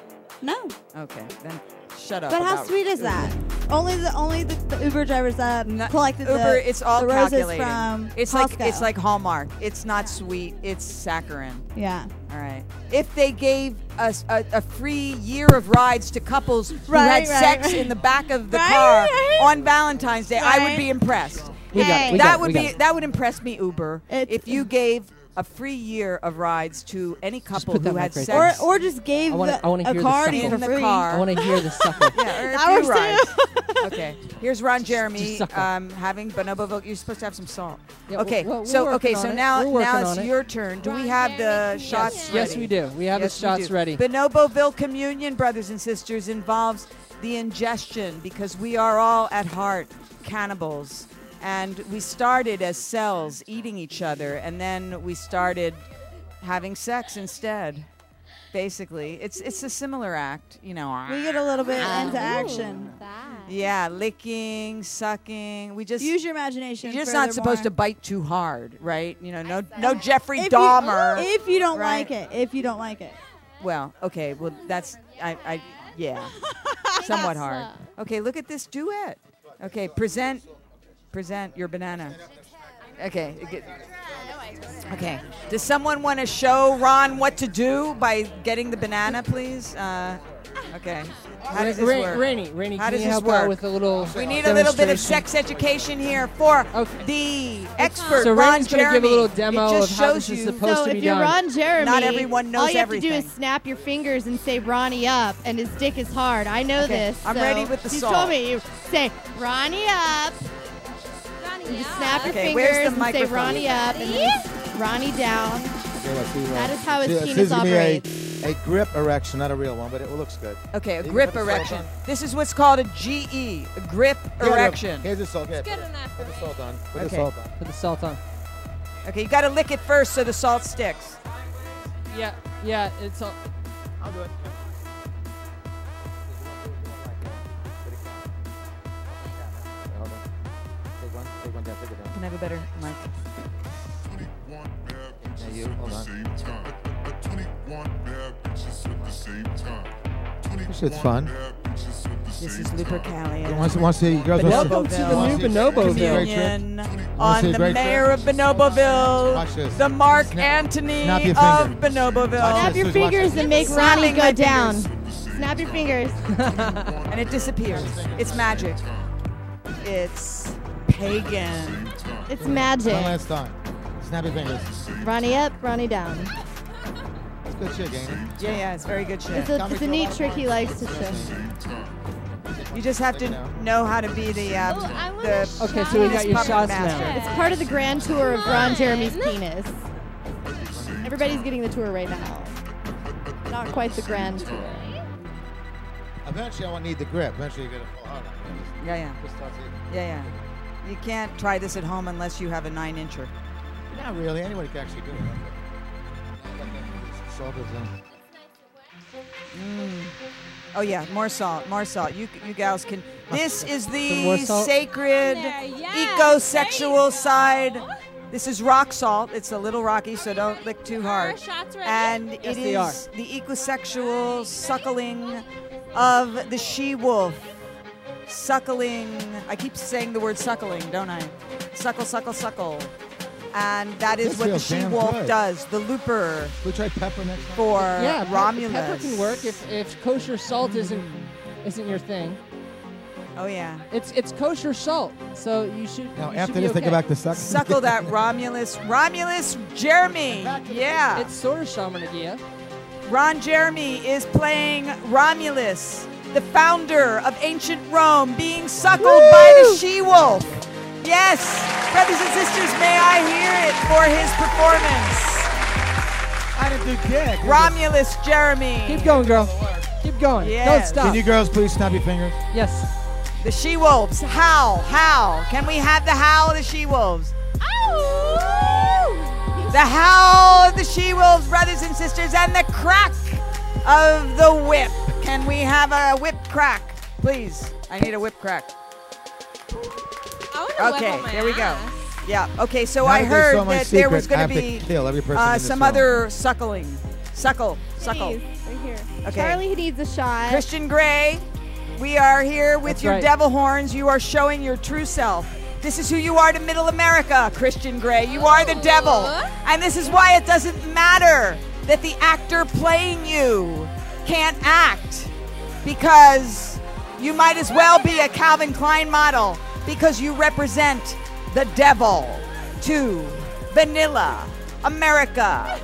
Speaker 5: No.
Speaker 3: Okay, then shut up.
Speaker 5: But how
Speaker 3: about
Speaker 5: sweet is
Speaker 3: Uber.
Speaker 5: that? Only the only the, the Uber drivers that
Speaker 3: Not-
Speaker 5: collected
Speaker 3: Uber,
Speaker 5: the,
Speaker 3: it's all
Speaker 5: the roses
Speaker 3: calculated.
Speaker 5: from
Speaker 3: it's
Speaker 5: Costco.
Speaker 3: like it's like Hallmark. It's not sweet. It's saccharine.
Speaker 5: yeah.
Speaker 3: All right. If they gave us a, a free year of rides to couples who had
Speaker 5: Right, right,
Speaker 3: sex
Speaker 5: right.
Speaker 3: in the back of the
Speaker 5: Right,
Speaker 3: car
Speaker 5: right.
Speaker 3: on Valentine's Day, I would be impressed.
Speaker 10: We got it.
Speaker 5: Hey.
Speaker 10: We
Speaker 3: that
Speaker 10: got it.
Speaker 3: would
Speaker 10: we
Speaker 3: be
Speaker 10: got it.
Speaker 3: that would impress me, Uber.
Speaker 5: It's-
Speaker 3: if you gave a free year of rides to any couple
Speaker 10: put that
Speaker 3: who had
Speaker 10: mic right
Speaker 3: sex,
Speaker 10: there. Or- or just gave I wanna- the- I wanna a hear the card suckle.
Speaker 3: in the
Speaker 10: for free.
Speaker 3: car.
Speaker 10: I wanna hear the suckle.
Speaker 3: yeah, or a
Speaker 10: That
Speaker 3: few
Speaker 10: works
Speaker 3: rides. okay, here's Ron Jeremy
Speaker 10: just suckle.
Speaker 3: um, having bonobo. Vo- You're supposed to have some salt.
Speaker 10: Yeah,
Speaker 3: okay,
Speaker 10: we're- we're
Speaker 3: so
Speaker 10: working
Speaker 3: okay,
Speaker 10: on
Speaker 3: so
Speaker 10: it.
Speaker 3: now
Speaker 10: We're working
Speaker 3: now
Speaker 10: on
Speaker 3: it's
Speaker 10: it.
Speaker 3: your turn. Do we have the shots?
Speaker 10: Yes,
Speaker 3: ready?
Speaker 10: we do. We have the
Speaker 3: Yes,
Speaker 10: shots
Speaker 3: do.
Speaker 10: ready.
Speaker 3: Bonoboville communion, brothers and sisters, involves the ingestion because we are all at heart cannibals. And we started as cells eating each other, and then we started having sex instead. Basically, it's it's a similar act, you know.
Speaker 7: We get a little bit
Speaker 3: Ah.
Speaker 7: into action.
Speaker 3: Yeah, licking, sucking. We just
Speaker 7: Use your imagination.
Speaker 3: You're just not supposed to
Speaker 7: furthermore.
Speaker 3: bite too hard, right? You know, no no Jeffrey
Speaker 7: If you-
Speaker 3: Dahmer.
Speaker 7: if you don't
Speaker 3: right?
Speaker 7: like it, if you don't like it.
Speaker 3: Well, okay. Well, that's I, I yeah, somewhat hard. Okay, look at this duet. Okay, present, present your banana. Okay. get- Okay. Does someone want to show Ron what to do by getting the banana, please? Uh, okay. How does this
Speaker 10: Ra-
Speaker 3: work?
Speaker 10: Rainy, Rainy,
Speaker 3: How
Speaker 10: can
Speaker 3: does
Speaker 10: you
Speaker 3: this
Speaker 10: help
Speaker 3: work?
Speaker 10: out with a little
Speaker 3: We need a little bit of
Speaker 10: demonstration?
Speaker 3: sex education here for the expert
Speaker 10: So
Speaker 3: Ron
Speaker 10: Rainy's gonna
Speaker 3: Jeremy.
Speaker 10: give a little demo
Speaker 3: it just
Speaker 10: of how
Speaker 3: shows
Speaker 10: this is
Speaker 3: you
Speaker 10: supposed
Speaker 17: so
Speaker 10: to be
Speaker 17: if you're
Speaker 10: done.
Speaker 17: Ron Jeremy,
Speaker 3: Not everyone knows
Speaker 17: all you have to do
Speaker 3: everything.
Speaker 17: is snap your fingers and say Ronnie up, and his dick is hard. I know
Speaker 3: Okay,
Speaker 17: this.
Speaker 3: I'm
Speaker 17: so
Speaker 3: ready with the
Speaker 17: she
Speaker 3: salt.
Speaker 17: told me you say Ronnie up. Ronnie you snap your
Speaker 3: Okay, where's
Speaker 17: fingers
Speaker 3: the
Speaker 17: and
Speaker 3: microphone?
Speaker 17: say Ronnie up, and then Ronnie down. That is how his
Speaker 18: This-
Speaker 17: penis
Speaker 18: this is gonna be
Speaker 17: operates.
Speaker 18: A, a grip erection, not a real one, but it looks good.
Speaker 3: Okay, a
Speaker 18: You can
Speaker 3: grip
Speaker 18: put the salt
Speaker 3: erection.
Speaker 18: on.
Speaker 3: This is what's called a GE, a grip
Speaker 18: Here, look,
Speaker 3: erection.
Speaker 18: Here's the salt. Here, put it- Put the salt on. Put the
Speaker 3: Okay.
Speaker 18: salt on.
Speaker 10: Put the salt on.
Speaker 3: Okay, you got to lick it first so the salt sticks.
Speaker 10: Yeah, yeah, it's all.
Speaker 18: I'll do it. Hold on. Take one, take one down, take it down.
Speaker 3: Can I have a better mic?
Speaker 18: Yeah, you, hold on.
Speaker 6: This shit's fun.
Speaker 3: This is Lupercalia.
Speaker 6: Wants to, wants to, you girls wants
Speaker 3: Bonoboville.
Speaker 6: wants
Speaker 3: Communion
Speaker 6: Wanna
Speaker 3: on
Speaker 6: see a
Speaker 3: the
Speaker 6: great
Speaker 3: mayor of Bonoboville, the Mark Antony
Speaker 18: snap your
Speaker 3: of
Speaker 18: finger.
Speaker 3: Bonoboville.
Speaker 18: Watch
Speaker 17: Snap your fingers and make Ronnie
Speaker 3: Snapping
Speaker 17: go
Speaker 3: my
Speaker 17: down.
Speaker 3: fingers.
Speaker 17: Snap your fingers.
Speaker 3: and it disappears. It's magic. It's pagan.
Speaker 17: It's magic.
Speaker 18: One last time. Snap your fingers.
Speaker 17: Ronnie up, Ronnie down.
Speaker 18: That's good shit, gang.
Speaker 3: Yeah, yeah, it's very good shit.
Speaker 17: It's a, it's a neat trick he likes to show.
Speaker 3: You just have to know how to be the uh,
Speaker 9: Oh,
Speaker 3: the
Speaker 10: Okay, so we got your
Speaker 3: puppet
Speaker 10: shots
Speaker 3: master.
Speaker 10: now.
Speaker 17: It's part of the grand tour of Ron Jeremy's penis. Everybody's getting the tour right now. Not quite the grand tour.
Speaker 18: Eventually, I won't need the grip. Eventually, you're gonna fall out.
Speaker 3: Yeah, yeah. Yeah, yeah. You can't try this at home unless you have a nine incher.
Speaker 18: Not really. Anybody can actually do it. Shoulders in.
Speaker 3: Mm. Oh yeah, more salt, more salt. You you gals can. This is
Speaker 10: Some
Speaker 3: the
Speaker 10: more salt?
Speaker 3: sacred, eco-sexual side. This is rock salt. It's a little rocky, so don't lick too hard.
Speaker 16: shots ready?
Speaker 3: And
Speaker 16: Yes,
Speaker 3: it
Speaker 16: they are.
Speaker 3: is the eco-sexual suckling of the she-wolf. Suckling. I keep saying the word suckling, don't I? Suckle, suckle, suckle. And that is
Speaker 18: This
Speaker 3: what the
Speaker 18: feels damn
Speaker 3: she-wolf
Speaker 18: good.
Speaker 3: does. The looper
Speaker 18: We try pepper next time.
Speaker 3: for
Speaker 10: yeah, pe-
Speaker 3: Romulus.
Speaker 10: Pepper can work if, if kosher salt isn't isn't your thing.
Speaker 3: Oh yeah.
Speaker 10: It's it's kosher salt, so you should.
Speaker 18: Now,
Speaker 10: you
Speaker 18: after
Speaker 10: should be
Speaker 18: this, they go
Speaker 10: okay.
Speaker 18: back to sucking.
Speaker 3: Suckle that Romulus. Romulus Jeremy. Yeah.
Speaker 10: It's sort of Shaman Agia.
Speaker 3: Ron Jeremy is playing Romulus, the founder of ancient Rome, being suckled by the she wolf. Yes. Brothers and sisters, may I hear it for his performance.
Speaker 18: I didn't do dick.
Speaker 3: Romulus Jeremy.
Speaker 10: Keep going, girl. Keep going. Don't
Speaker 3: Yes.
Speaker 10: stop.
Speaker 18: Can you girls please snap your fingers?
Speaker 10: yes.
Speaker 3: The she wolves. Howl, howl. Can we have the howl of the she wolves? The howl of the she wolves, brothers and sisters, and the crack of the whip. Can we have a whip crack, please? I need a whip crack.
Speaker 16: wanna whip
Speaker 3: Okay,
Speaker 16: on my
Speaker 3: there we go.
Speaker 16: ass.
Speaker 3: Yeah. Okay. So
Speaker 18: Now
Speaker 3: I
Speaker 18: that they
Speaker 3: heard
Speaker 18: saw my
Speaker 3: that there
Speaker 18: secret,
Speaker 3: was going
Speaker 18: I have to
Speaker 3: be
Speaker 18: kill every person in
Speaker 3: uh,
Speaker 18: this
Speaker 3: some
Speaker 18: room.
Speaker 3: other suckling, suckle, suckle.
Speaker 9: Please, right here.
Speaker 3: Okay.
Speaker 9: Charlie needs a shot.
Speaker 3: Christian Gray, we are here with
Speaker 9: That's
Speaker 3: your
Speaker 9: right.
Speaker 3: devil horns. You are showing your true self. This is who you are to Middle America, Christian Gray. You are the devil. And this is why it doesn't matter that the actor playing you can't act because you might as well be a Calvin Klein model because you represent the devil to vanilla America.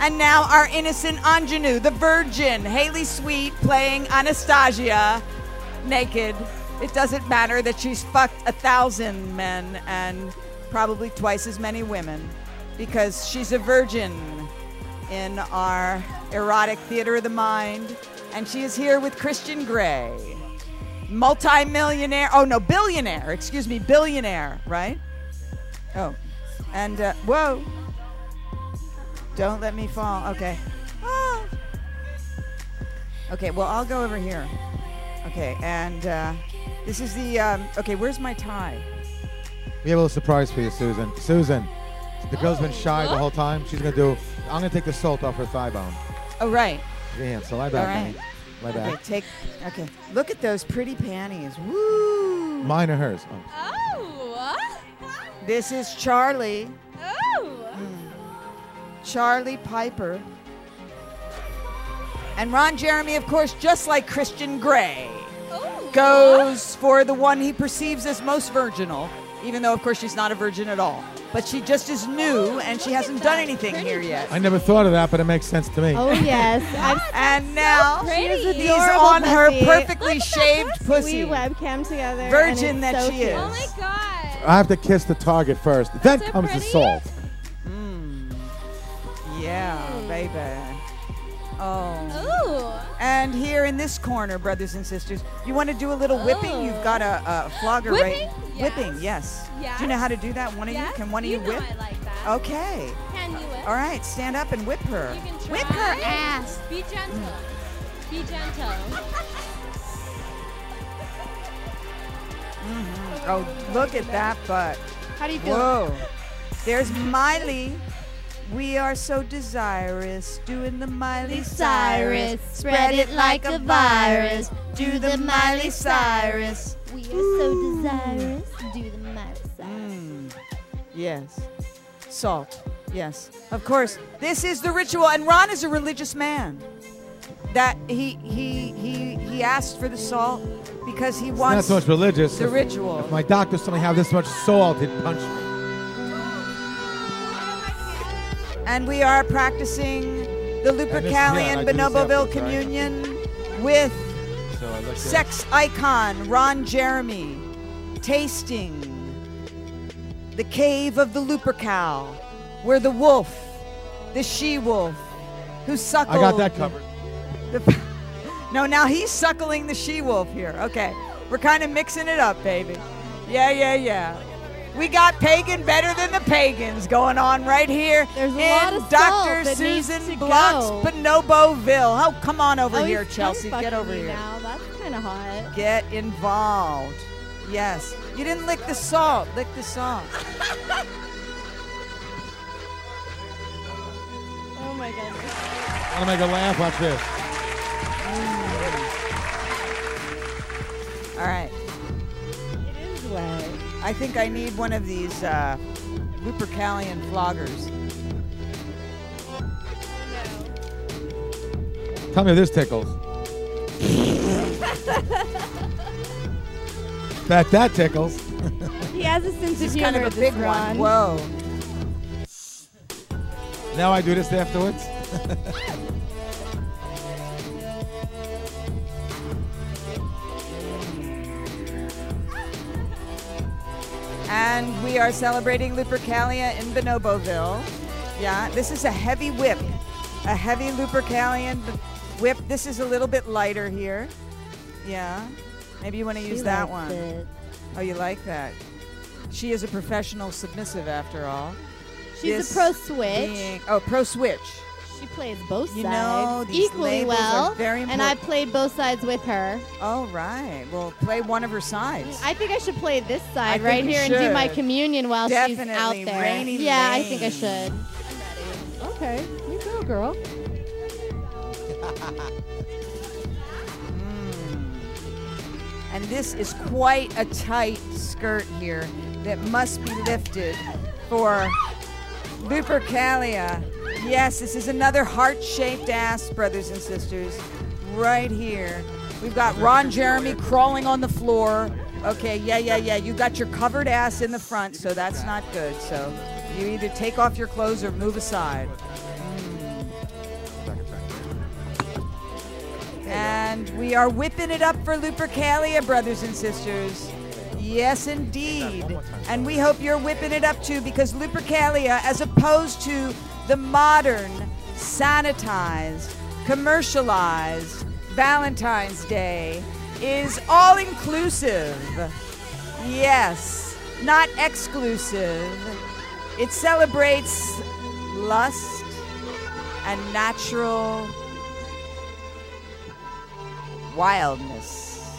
Speaker 3: and now our innocent ingenue, the virgin, Haley Sweet, playing Anastasia naked. It doesn't matter that she's fucked a thousand men and probably twice as many women because she's a virgin in our erotic theater of the mind. And she is here with Christian Gray, multimillionaire, oh no, billionaire, excuse me, billionaire, right? Oh, and uh, whoa. Don't let me fall. Okay. Ah. Okay, well, I'll go over here. Okay, and uh, this is the. Um, okay, where's my tie?
Speaker 6: We have a little surprise for you, Susan. Susan, the girl's been shy the whole time. She's gonna do. I'm gonna take the salt off her thigh bone.
Speaker 3: Oh, right.
Speaker 6: Yeah, so lie back,
Speaker 3: All right.
Speaker 6: honey. Lie
Speaker 3: Okay,
Speaker 6: back.
Speaker 3: take. Okay, look at those pretty panties. Woo!
Speaker 6: Mine or hers? Oh.
Speaker 4: Oh,
Speaker 3: This is Charlie.
Speaker 4: oh.
Speaker 3: Charlie Piper. And Ron Jeremy, of course, just like Christian Gray, Oh. goes for the one he perceives as most virginal, even though, of course, she's not a virgin at all. But she just is new and she hasn't done anything here yet.
Speaker 6: I never thought of that, but it makes sense to me.
Speaker 3: Oh, yes.
Speaker 4: Oh,
Speaker 3: and now
Speaker 17: pretty.
Speaker 3: she's
Speaker 17: She's adorable
Speaker 3: on her
Speaker 17: pussy.
Speaker 3: perfectly shaved pussy.
Speaker 17: We webcam together. and
Speaker 3: Virgin
Speaker 17: it's
Speaker 3: that
Speaker 17: so
Speaker 3: she
Speaker 17: cute.
Speaker 3: is.
Speaker 6: I have to kiss the target first. Then comes the salt.
Speaker 3: Yeah, baby. Oh. And here in this corner, brothers and sisters, you want to do a little whipping? You've got a, a flogger right. Whipping, yes. Do you know how to do that? One of you can one of you, whip.
Speaker 4: like that.
Speaker 3: Okay.
Speaker 4: Can you whip?
Speaker 3: All right, stand up and whip her.
Speaker 4: You can try.
Speaker 3: Whip her ass.
Speaker 4: Be gentle. Be gentle.
Speaker 3: Mhm. Oh, look at that butt.
Speaker 17: How do you feel?
Speaker 3: Whoa. There's Miley. We are so desirous, doing the Miley Cyrus. Spread it like a virus, do the Miley Cyrus.
Speaker 9: We are so desirous. Do the Miley Cyrus.
Speaker 17: Mm.
Speaker 3: Yes. Salt. Yes. Of course. This is the ritual, and Ron is a religious man. That he he he he asked for the salt because he
Speaker 6: It's
Speaker 3: wants
Speaker 6: not so much religious.
Speaker 3: the
Speaker 6: If-
Speaker 3: ritual.
Speaker 6: If my doctor suddenly have this much salt, he'd punch me.
Speaker 3: and we are practicing the Lupercalian
Speaker 6: I do this
Speaker 3: Bonoboville
Speaker 6: afterwards, right?
Speaker 3: communion with
Speaker 6: So I looked at-
Speaker 3: sex icon Ron Jeremy tasting the cave of the Lupercal, where the wolf, the she wolf, who suckled.
Speaker 6: I got that covered.
Speaker 3: the- no, now he's suckling the she wolf here. Okay. We're kind of mixing it up, baby. Yeah, yeah, yeah. We got pagan better than the pagans going on right here There's
Speaker 17: a
Speaker 3: in
Speaker 17: lot of salt
Speaker 3: Dr.
Speaker 17: that needs to
Speaker 3: Susan Block's
Speaker 17: go.
Speaker 3: Bonoboville. Oh, come on over
Speaker 17: Oh,
Speaker 3: here,
Speaker 17: he's
Speaker 3: Chelsea.
Speaker 17: tongue
Speaker 3: Get over
Speaker 17: fucking me
Speaker 3: here.
Speaker 17: Now. Oh, That's kind of hot.
Speaker 3: Get involved. Yes. You didn't lick the salt. Lick the salt.
Speaker 17: Oh my goodness.
Speaker 6: I'm gonna make her laugh. Watch this.
Speaker 3: All right.
Speaker 17: It is wet.
Speaker 3: I think I need one of these uh, Lupercalian floggers.
Speaker 6: Tell me if this tickles. that that tickles.
Speaker 17: He has a sense
Speaker 3: This is
Speaker 17: of humor.
Speaker 3: kind of a
Speaker 17: this
Speaker 3: big
Speaker 17: Ron.
Speaker 3: one. Whoa.
Speaker 6: Now I do this afterwards.
Speaker 3: And we are celebrating Lupercalia in Bonoboville. Yeah, this is a heavy whip, a heavy Lupercalian b- whip. This is a little bit lighter here. Yeah, maybe you want to use that one. Oh, you like that? She is a professional submissive after all.
Speaker 17: She's a
Speaker 3: This
Speaker 17: pro switch.
Speaker 3: being- oh, pro switch.
Speaker 17: She plays both
Speaker 3: You know,
Speaker 17: sides
Speaker 3: these
Speaker 17: equally
Speaker 3: labels are
Speaker 17: well,
Speaker 3: very
Speaker 17: and I
Speaker 3: important.
Speaker 17: played both sides with her.
Speaker 3: All right. Well, play one of her sides.
Speaker 17: I think I should play this
Speaker 3: I
Speaker 17: side
Speaker 3: think
Speaker 17: right
Speaker 3: you
Speaker 17: here and do my
Speaker 3: should.
Speaker 17: communion while
Speaker 3: Definitely,
Speaker 17: she's out there.
Speaker 3: Rainy
Speaker 17: yeah, I
Speaker 3: Lane.
Speaker 17: think I should. Okay, you go, girl.
Speaker 3: And this is quite a tight skirt here that must be lifted for Lupercalia. Yes, this is another heart shaped ass, brothers and sisters, right here. We've got Ron Jeremy crawling on the floor. Okay, yeah, yeah, yeah. You got your covered ass in the front, so that's not good. So You either take off your clothes or move aside. And we are whipping it up for Lupercalia, brothers and sisters. Yes, indeed. And we hope you're whipping it up too, because Lupercalia, as opposed to the modern, sanitized, commercialized Valentine's Day, is all inclusive. Yes, not exclusive. It celebrates lust and natural wildness.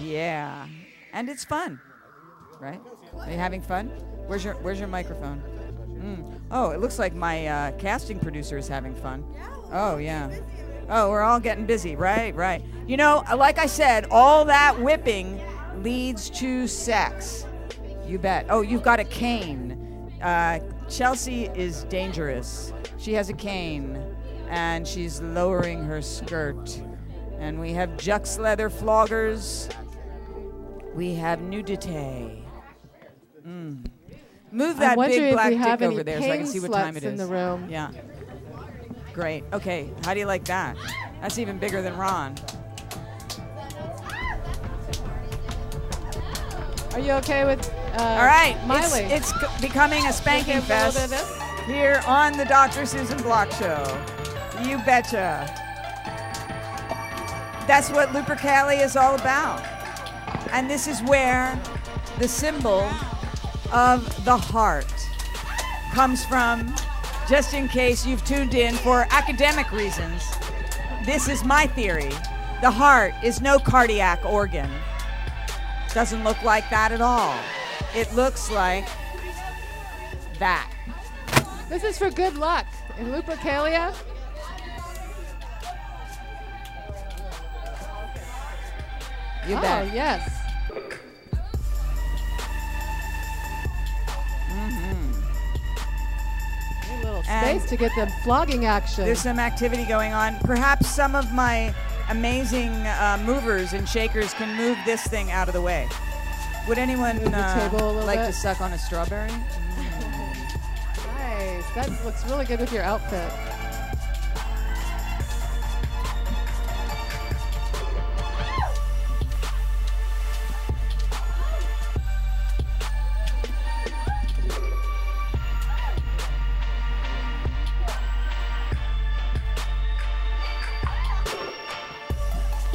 Speaker 3: Yeah, and it's fun, right? Are you having fun? Where's your Where's your microphone? Mm. Oh, it looks like my uh, casting producer is having fun. Oh yeah. Oh, we're all getting busy, right? Right. You know, like I said, all that whipping leads to sex. You bet. Oh, you've got a cane. Uh, Chelsea is dangerous. She has a cane, and she's lowering her skirt. And we have Jux leather floggers. We have nudity. Mm. Move
Speaker 16: I
Speaker 3: that
Speaker 16: wonder
Speaker 3: big
Speaker 16: if
Speaker 3: black
Speaker 16: we have
Speaker 3: dick
Speaker 16: any
Speaker 3: over there so I can
Speaker 16: cane
Speaker 3: see what time
Speaker 16: sluts
Speaker 3: it is.
Speaker 16: in the room.
Speaker 3: Yeah. Great. Okay. How do you like that? That's even bigger than Ron.
Speaker 16: Are you okay with? Uh,
Speaker 3: All right,
Speaker 16: Miley.
Speaker 3: It's, it's c- becoming a spanking
Speaker 16: Give me a little
Speaker 3: fest
Speaker 16: bit
Speaker 3: here on the Dr. Susan Block Show. You betcha. That's what Lupercalia is all about. And this is where the symbol of the heart comes from. Just in case you've tuned in for academic reasons, this is my theory. The heart is no cardiac organ. Doesn't look like that at all. It looks like that.
Speaker 16: This is for good luck in Lupercalia.
Speaker 3: You
Speaker 16: oh,
Speaker 3: bet.
Speaker 16: yes. Your little
Speaker 3: And-
Speaker 16: space to get the flogging action.
Speaker 3: There's some activity going on. Perhaps some of my amazing uh, movers and shakers can move this thing out of the way. Would anyone
Speaker 16: the
Speaker 3: uh,
Speaker 16: table a little
Speaker 3: like
Speaker 16: bit.
Speaker 3: to suck on a strawberry?
Speaker 16: nice. That looks really good with your outfit.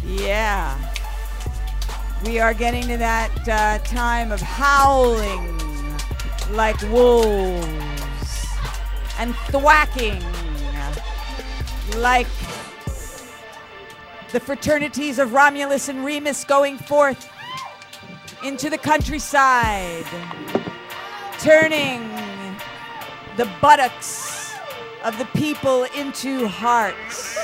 Speaker 3: Yeah. We are getting to that uh, time of howling like wolves and thwacking like the fraternities of Romulus and Remus going forth into the countryside, turning the buttocks of the people into hearts.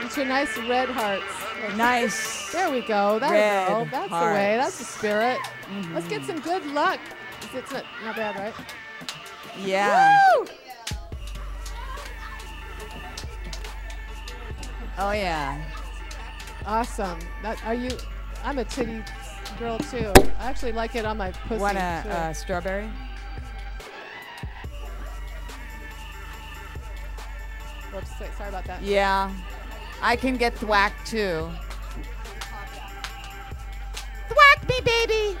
Speaker 16: It's your nice red hearts.
Speaker 3: Nice.
Speaker 16: There we go. That
Speaker 3: Red
Speaker 16: girl. That's the way.
Speaker 3: hearts. Mm-hmm.
Speaker 16: That's the spirit. Let's get some good luck. It's- It's not, not bad, right?
Speaker 3: Yeah.
Speaker 16: Woo!
Speaker 3: Oh yeah.
Speaker 16: Awesome. That, are you? I'm a titty girl too. I actually like it on my pussy.
Speaker 3: Want a
Speaker 16: too.
Speaker 3: uh, strawberry?
Speaker 16: Whoops, so- sorry about that.
Speaker 3: Yeah. I can get thwacked too. Thwack me, baby.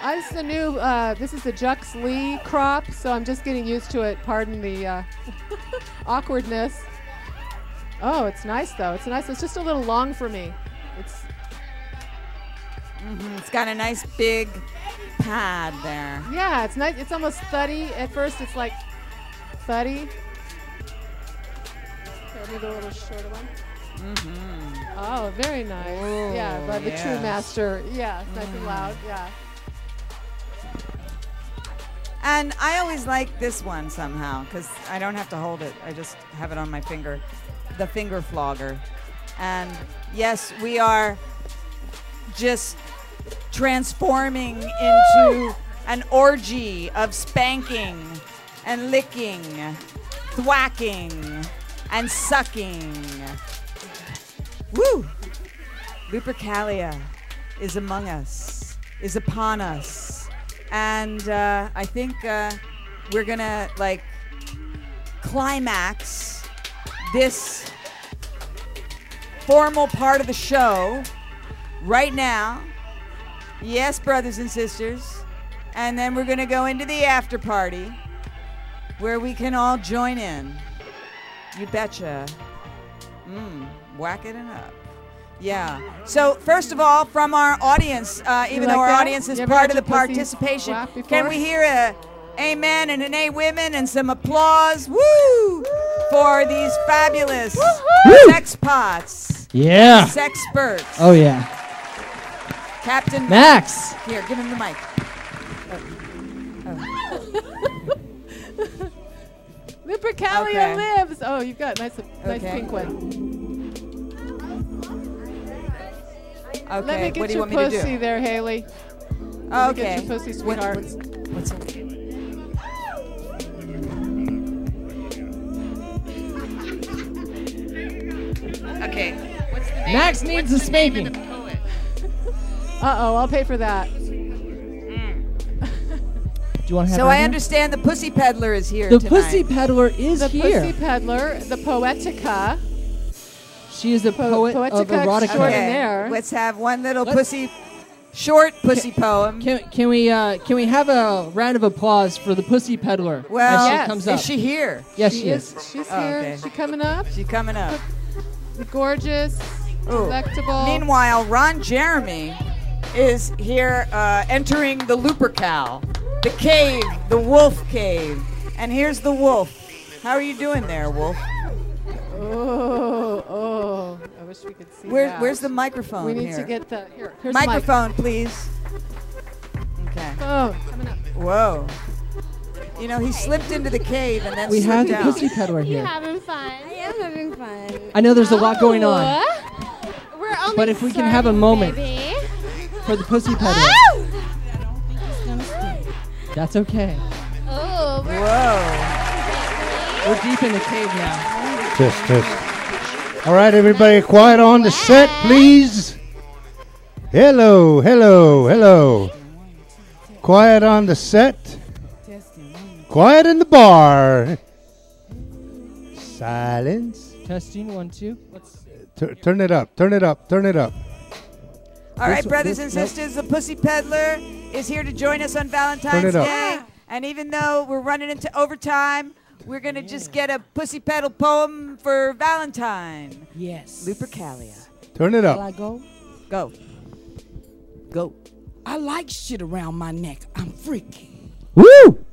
Speaker 16: Uh, this is the new. Uh, this is the Jux Lee crop, so I'm just getting used to it. Pardon the uh, awkwardness. Oh, it's nice though. It's nice. It's just a little long for me. It's
Speaker 3: hmm It's got a nice big pad there.
Speaker 16: yeah. It's nice. It's almost thuddy at first. It's like thuddy. Here, maybe a little shorter one.
Speaker 3: Mm-hmm.
Speaker 16: Oh, very nice. yeah, by the true
Speaker 3: Oh, yes.
Speaker 16: master. Yeah, it's nice and loud. Yeah.
Speaker 3: And I always like this one somehow because I don't have to hold it. I just have it on my finger. The finger flogger. And yes, we are just transforming into an orgy of spanking and licking, thwacking, and sucking. Woo! Lupercalia is among us, is upon us, and uh, I think uh, we're gonna like climax this formal part of the show right now. Yes, brothers and sisters, and then we're gonna go into the after party where we can all join in. You betcha. Mmm, whack it and up. Yeah. So first of all, from our audience, uh, even
Speaker 16: like
Speaker 3: though our
Speaker 16: that?
Speaker 3: audience is
Speaker 16: You ever
Speaker 3: part of
Speaker 16: had
Speaker 3: the
Speaker 16: your pussy
Speaker 3: participation,
Speaker 16: whacked before?
Speaker 3: can we hear a amen and an a women and some applause? Woo! For these fabulous sex pots,
Speaker 10: Yeah.
Speaker 3: sexperts,
Speaker 10: Oh yeah.
Speaker 3: Captain
Speaker 10: Max.
Speaker 3: Here, give him the mic. Oh. Oh.
Speaker 16: Lupercalia
Speaker 3: Okay.
Speaker 16: lives. Oh, you've got nice, nice
Speaker 3: Okay.
Speaker 16: pink one.
Speaker 3: okay.
Speaker 16: Let me get
Speaker 3: what do you
Speaker 16: your
Speaker 3: want me to do?
Speaker 16: pussy there, Haley. Let me
Speaker 3: Okay.
Speaker 16: get your pussy,
Speaker 3: What-
Speaker 16: sweetheart.
Speaker 3: what's, what's Okay. What's the name?
Speaker 10: Max needs a spanking.
Speaker 16: Uh oh, I'll pay for that.
Speaker 10: Do you want to have?
Speaker 3: So
Speaker 10: her
Speaker 3: I
Speaker 10: here?
Speaker 3: understand the pussy peddler is here
Speaker 10: The
Speaker 3: tonight.
Speaker 10: pussy peddler is
Speaker 16: the
Speaker 10: here.
Speaker 16: pussy peddler, the poetica.
Speaker 10: she is the poet of
Speaker 16: poetica
Speaker 10: erotica.
Speaker 16: extraordinaire.
Speaker 3: Let's have one little pussy, short pussy poem.
Speaker 10: Can, can we uh, can we have a round of applause for the pussy peddler
Speaker 3: Well,
Speaker 10: as she
Speaker 3: yes.
Speaker 10: comes
Speaker 3: is
Speaker 10: up?
Speaker 3: she here?
Speaker 10: Yes, she, is.
Speaker 16: She's
Speaker 3: Oh,
Speaker 16: here.
Speaker 3: okay.
Speaker 16: She coming up.
Speaker 3: She's coming up.
Speaker 16: Gorgeous.
Speaker 3: Ooh.
Speaker 16: Delectable.
Speaker 3: Meanwhile, Ron Jeremy is here uh, entering the Lupercal, the cave, the wolf cave. And here's the wolf. How are you doing there, wolf?
Speaker 16: Oh, oh. I wish we could see
Speaker 3: Where,
Speaker 16: that.
Speaker 3: where's the microphone?
Speaker 16: We need
Speaker 3: here?
Speaker 16: to get the here. Here's the mic.
Speaker 3: microphone, please. Okay.
Speaker 16: Oh, coming up.
Speaker 3: Whoa. You know, he slipped into the cave and then
Speaker 10: We have
Speaker 3: slipped
Speaker 10: the
Speaker 3: out.
Speaker 10: pussy peddler here.
Speaker 4: having fun? Oh. I am having fun.
Speaker 10: I know there's a lot going on,
Speaker 4: We're only
Speaker 10: but if we can have a
Speaker 4: starting,
Speaker 10: moment
Speaker 4: baby.
Speaker 10: for the pussy peddler,
Speaker 4: Oh!
Speaker 10: that's okay.
Speaker 4: Oh, we're
Speaker 10: We're deep in the cave now.
Speaker 19: Test, test. All right, everybody, quiet on the set, please. Hello, hello, hello. Quiet on the set. Quiet in the bar. Silence.
Speaker 10: Testing one two. Let's
Speaker 19: Tur- turn it up, turn it up, turn it up.
Speaker 3: All right,
Speaker 19: This-
Speaker 3: brothers
Speaker 19: this-
Speaker 3: and
Speaker 19: no.
Speaker 3: sisters, the Pussy Peddler is here to join us on Valentine's
Speaker 19: up.
Speaker 3: Day. And even though we're running into overtime, we're going to just get a Pussy Peddle poem for Valentine.
Speaker 10: Yes.
Speaker 3: Lupercalia.
Speaker 19: Turn it
Speaker 20: Shall I
Speaker 19: up.
Speaker 20: go?
Speaker 3: Go. Go.
Speaker 20: I like shit around my neck. I'm freaky.
Speaker 19: Woo!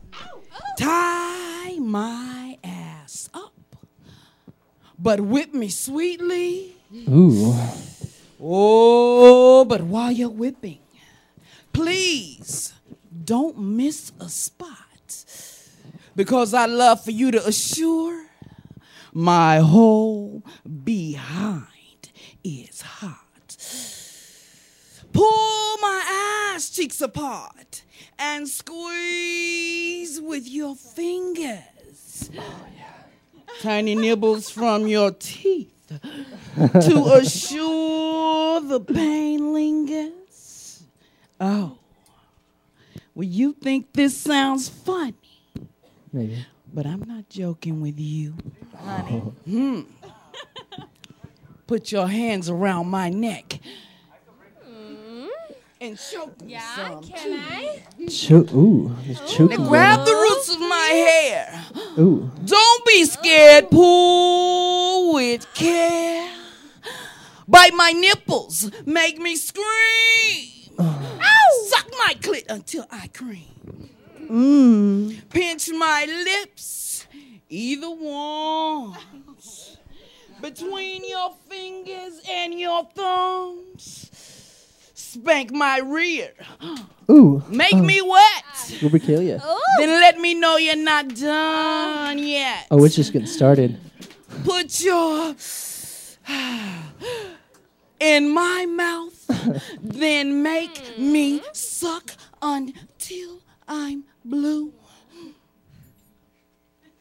Speaker 20: Tie my ass up, but whip me sweetly.
Speaker 10: Ooh.
Speaker 20: Oh, but while you're whipping, please don't miss a spot because I love for you to assure my whole behind is hot. Pull my ass cheeks apart and squeeze with your fingers. Tiny nibbles from your teeth to assure the pain lingers. Oh, well, you think this sounds funny,
Speaker 10: Maybe.
Speaker 20: but I'm not joking with you. Honey. Hmm. Put your hands around my neck and choke me some. Mm-hmm. Can I?
Speaker 10: Cho- ooh. There's choking.
Speaker 20: Now grab the roots of my hair.
Speaker 10: Ooh.
Speaker 20: Don't be scared, pull with care. Bite my nipples, make me scream. Ow! Suck my clit until I cream. Pinch my lips, either one. Between your fingers and your thumbs, spank my rear.
Speaker 10: Ooh.
Speaker 20: Make
Speaker 10: Oh.
Speaker 20: me wet.
Speaker 10: Lupercalia.
Speaker 20: Then let me know you're not done yet.
Speaker 10: Oh, it's just getting started.
Speaker 20: Put your in my mouth, then make me suck until I'm blue.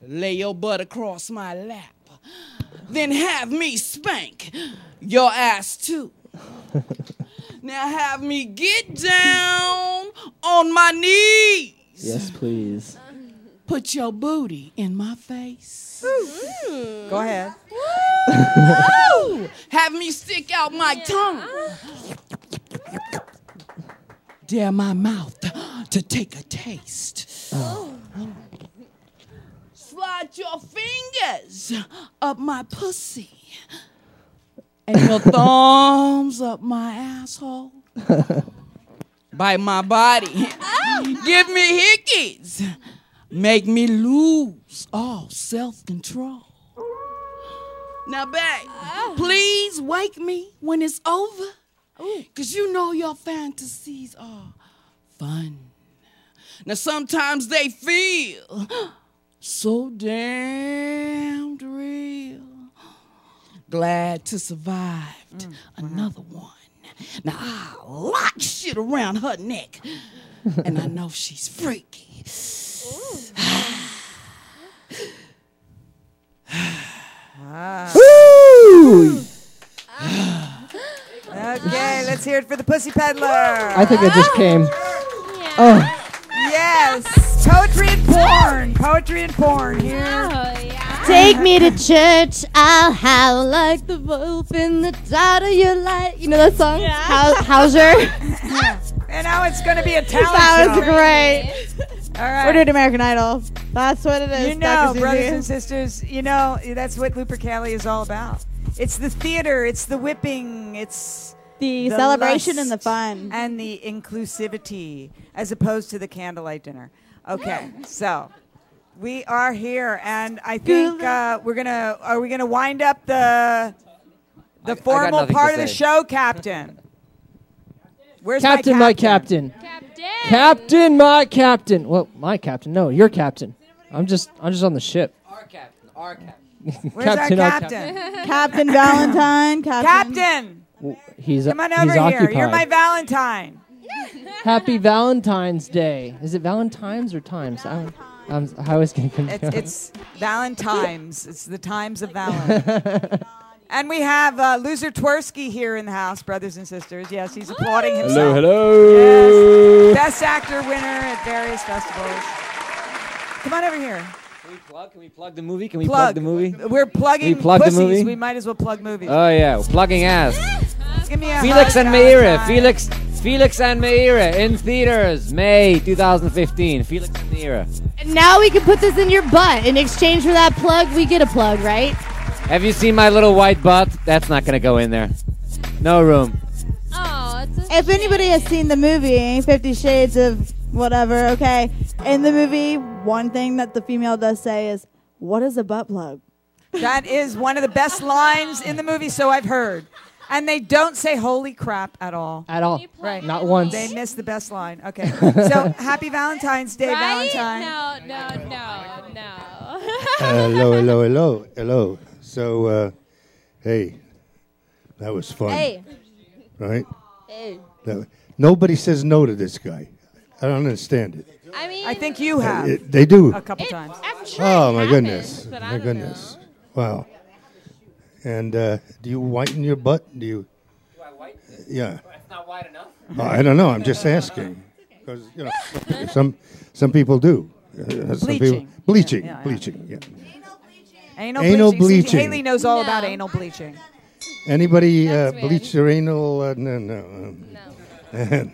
Speaker 20: Lay your butt across my lap, then have me spank your ass too. Now have me get down on my knees.
Speaker 10: Yes, please.
Speaker 20: Put your booty in my face.
Speaker 3: Go ahead.
Speaker 20: Ooh. Have me stick out my tongue. Dare my mouth to take a taste. Slide your fingers up my pussy and your thumbs up my asshole. Bite my body. Give me hickeys. Make me lose all self control. Now, babe, please wake me when it's over. Because you know your fantasies are fun. Now, sometimes they feel so damned real. Glad to survived another one. Now, I lock shit around her neck. and I know she's freaky.
Speaker 3: Woo! okay, let's hear it for the pussy peddler.
Speaker 10: I think I just came. Oh,
Speaker 3: Yes, poetry and porn. Poetry and porn here.
Speaker 8: Take me to church, I'll howl like the wolf in the dark of your light. You know that song? Yeah. Hauser?
Speaker 3: And now it's going to be a talent
Speaker 8: that was
Speaker 3: show.
Speaker 8: great.
Speaker 3: All right.
Speaker 8: We're doing American Idol. That's what it is.
Speaker 3: You know,
Speaker 8: Dr. Susie.
Speaker 3: brothers and sisters, you know, that's what Lupercalia is all about. It's the theater, it's the whipping, it's
Speaker 7: The celebration and the
Speaker 3: fun. And the inclusivity as opposed to the candlelight dinner. Okay, so we are here and I think uh, we're going to, are we going to wind up the, the formal
Speaker 10: nothing to
Speaker 3: part of the
Speaker 10: say.
Speaker 3: show, Captain? Where's
Speaker 10: captain,
Speaker 3: my
Speaker 10: my captain. Captain. Captain, my captain. Well, my captain. No, your captain. I'm just, I'm just on the ship.
Speaker 20: Our captain, our captain.
Speaker 10: Where's our
Speaker 7: Captain,
Speaker 10: Captain, our
Speaker 7: Captain? Captain Valentine. Captain.
Speaker 3: Captain,
Speaker 10: Well, He's,
Speaker 3: come on
Speaker 10: he's
Speaker 3: over here.
Speaker 10: occupied.
Speaker 3: You're my Valentine.
Speaker 10: Happy Valentine's Day. Is it Valentine's or times? I, I'm, I was going to
Speaker 3: It's, it's Valentine's. It's the times of Valentine. and we have uh, loser Twersky here in the house, brothers and sisters. Yes, he's applauding himself.
Speaker 21: hello.
Speaker 3: Best actor winner at various festivals. Come on over here.
Speaker 21: Can we plug? Can we plug the movie? Can we
Speaker 3: Plug.
Speaker 21: plug, the movie?
Speaker 3: We're plugging
Speaker 21: We plug the
Speaker 3: pussies.
Speaker 21: movie?
Speaker 3: We might as well plug movies.
Speaker 21: Oh yeah, we're plugging ass.
Speaker 3: Give me a
Speaker 21: Felix
Speaker 3: hug,
Speaker 21: and Meira.
Speaker 3: Valentine.
Speaker 21: Felix. Felix and Meira in theaters May 2015. Felix and Meira.
Speaker 8: Now we can put this in your butt. In exchange for that plug, we get a plug, right?
Speaker 21: Have you seen my little white butt? That's not gonna go in there. No room.
Speaker 7: If anybody has seen the movie Fifty Shades of whatever, okay, in the movie, one thing that the female does say is, "What is a butt plug?"
Speaker 3: That is one of the best lines in the movie, so I've heard. And they don't say holy crap at all.
Speaker 10: At all. Not once.
Speaker 3: They missed the best line. Okay. So happy Valentine's Day,
Speaker 4: Right?
Speaker 3: Valentine.
Speaker 4: No, no, no,
Speaker 19: Uh, hello, hello, hello, hello. So, uh, hey, that was fun, right?
Speaker 4: Hey.
Speaker 19: That- nobody says no to this guy. I don't understand it.
Speaker 4: I mean,
Speaker 3: I think you have.
Speaker 19: It- they do.
Speaker 3: A couple times.
Speaker 4: I'm sure.
Speaker 19: Oh
Speaker 4: it
Speaker 19: my
Speaker 4: happens,
Speaker 19: goodness!
Speaker 4: but I
Speaker 19: My
Speaker 4: don't
Speaker 19: goodness! Wow. And uh, do you whiten your butt? Do you?
Speaker 21: Do I white?
Speaker 19: Yeah.
Speaker 21: It's not white enough.
Speaker 19: Uh, I don't know. I'm just asking because you know some some people do. Uh, some people
Speaker 3: Bleaching.
Speaker 19: bleaching,
Speaker 3: Yeah, yeah.
Speaker 19: bleaching. Yeah.
Speaker 3: Anal,
Speaker 19: Anal
Speaker 3: bleaching.
Speaker 19: bleaching.
Speaker 3: Haley knows all about anal bleaching.
Speaker 19: Anybody uh, bleach their anal? Uh, no, no. No.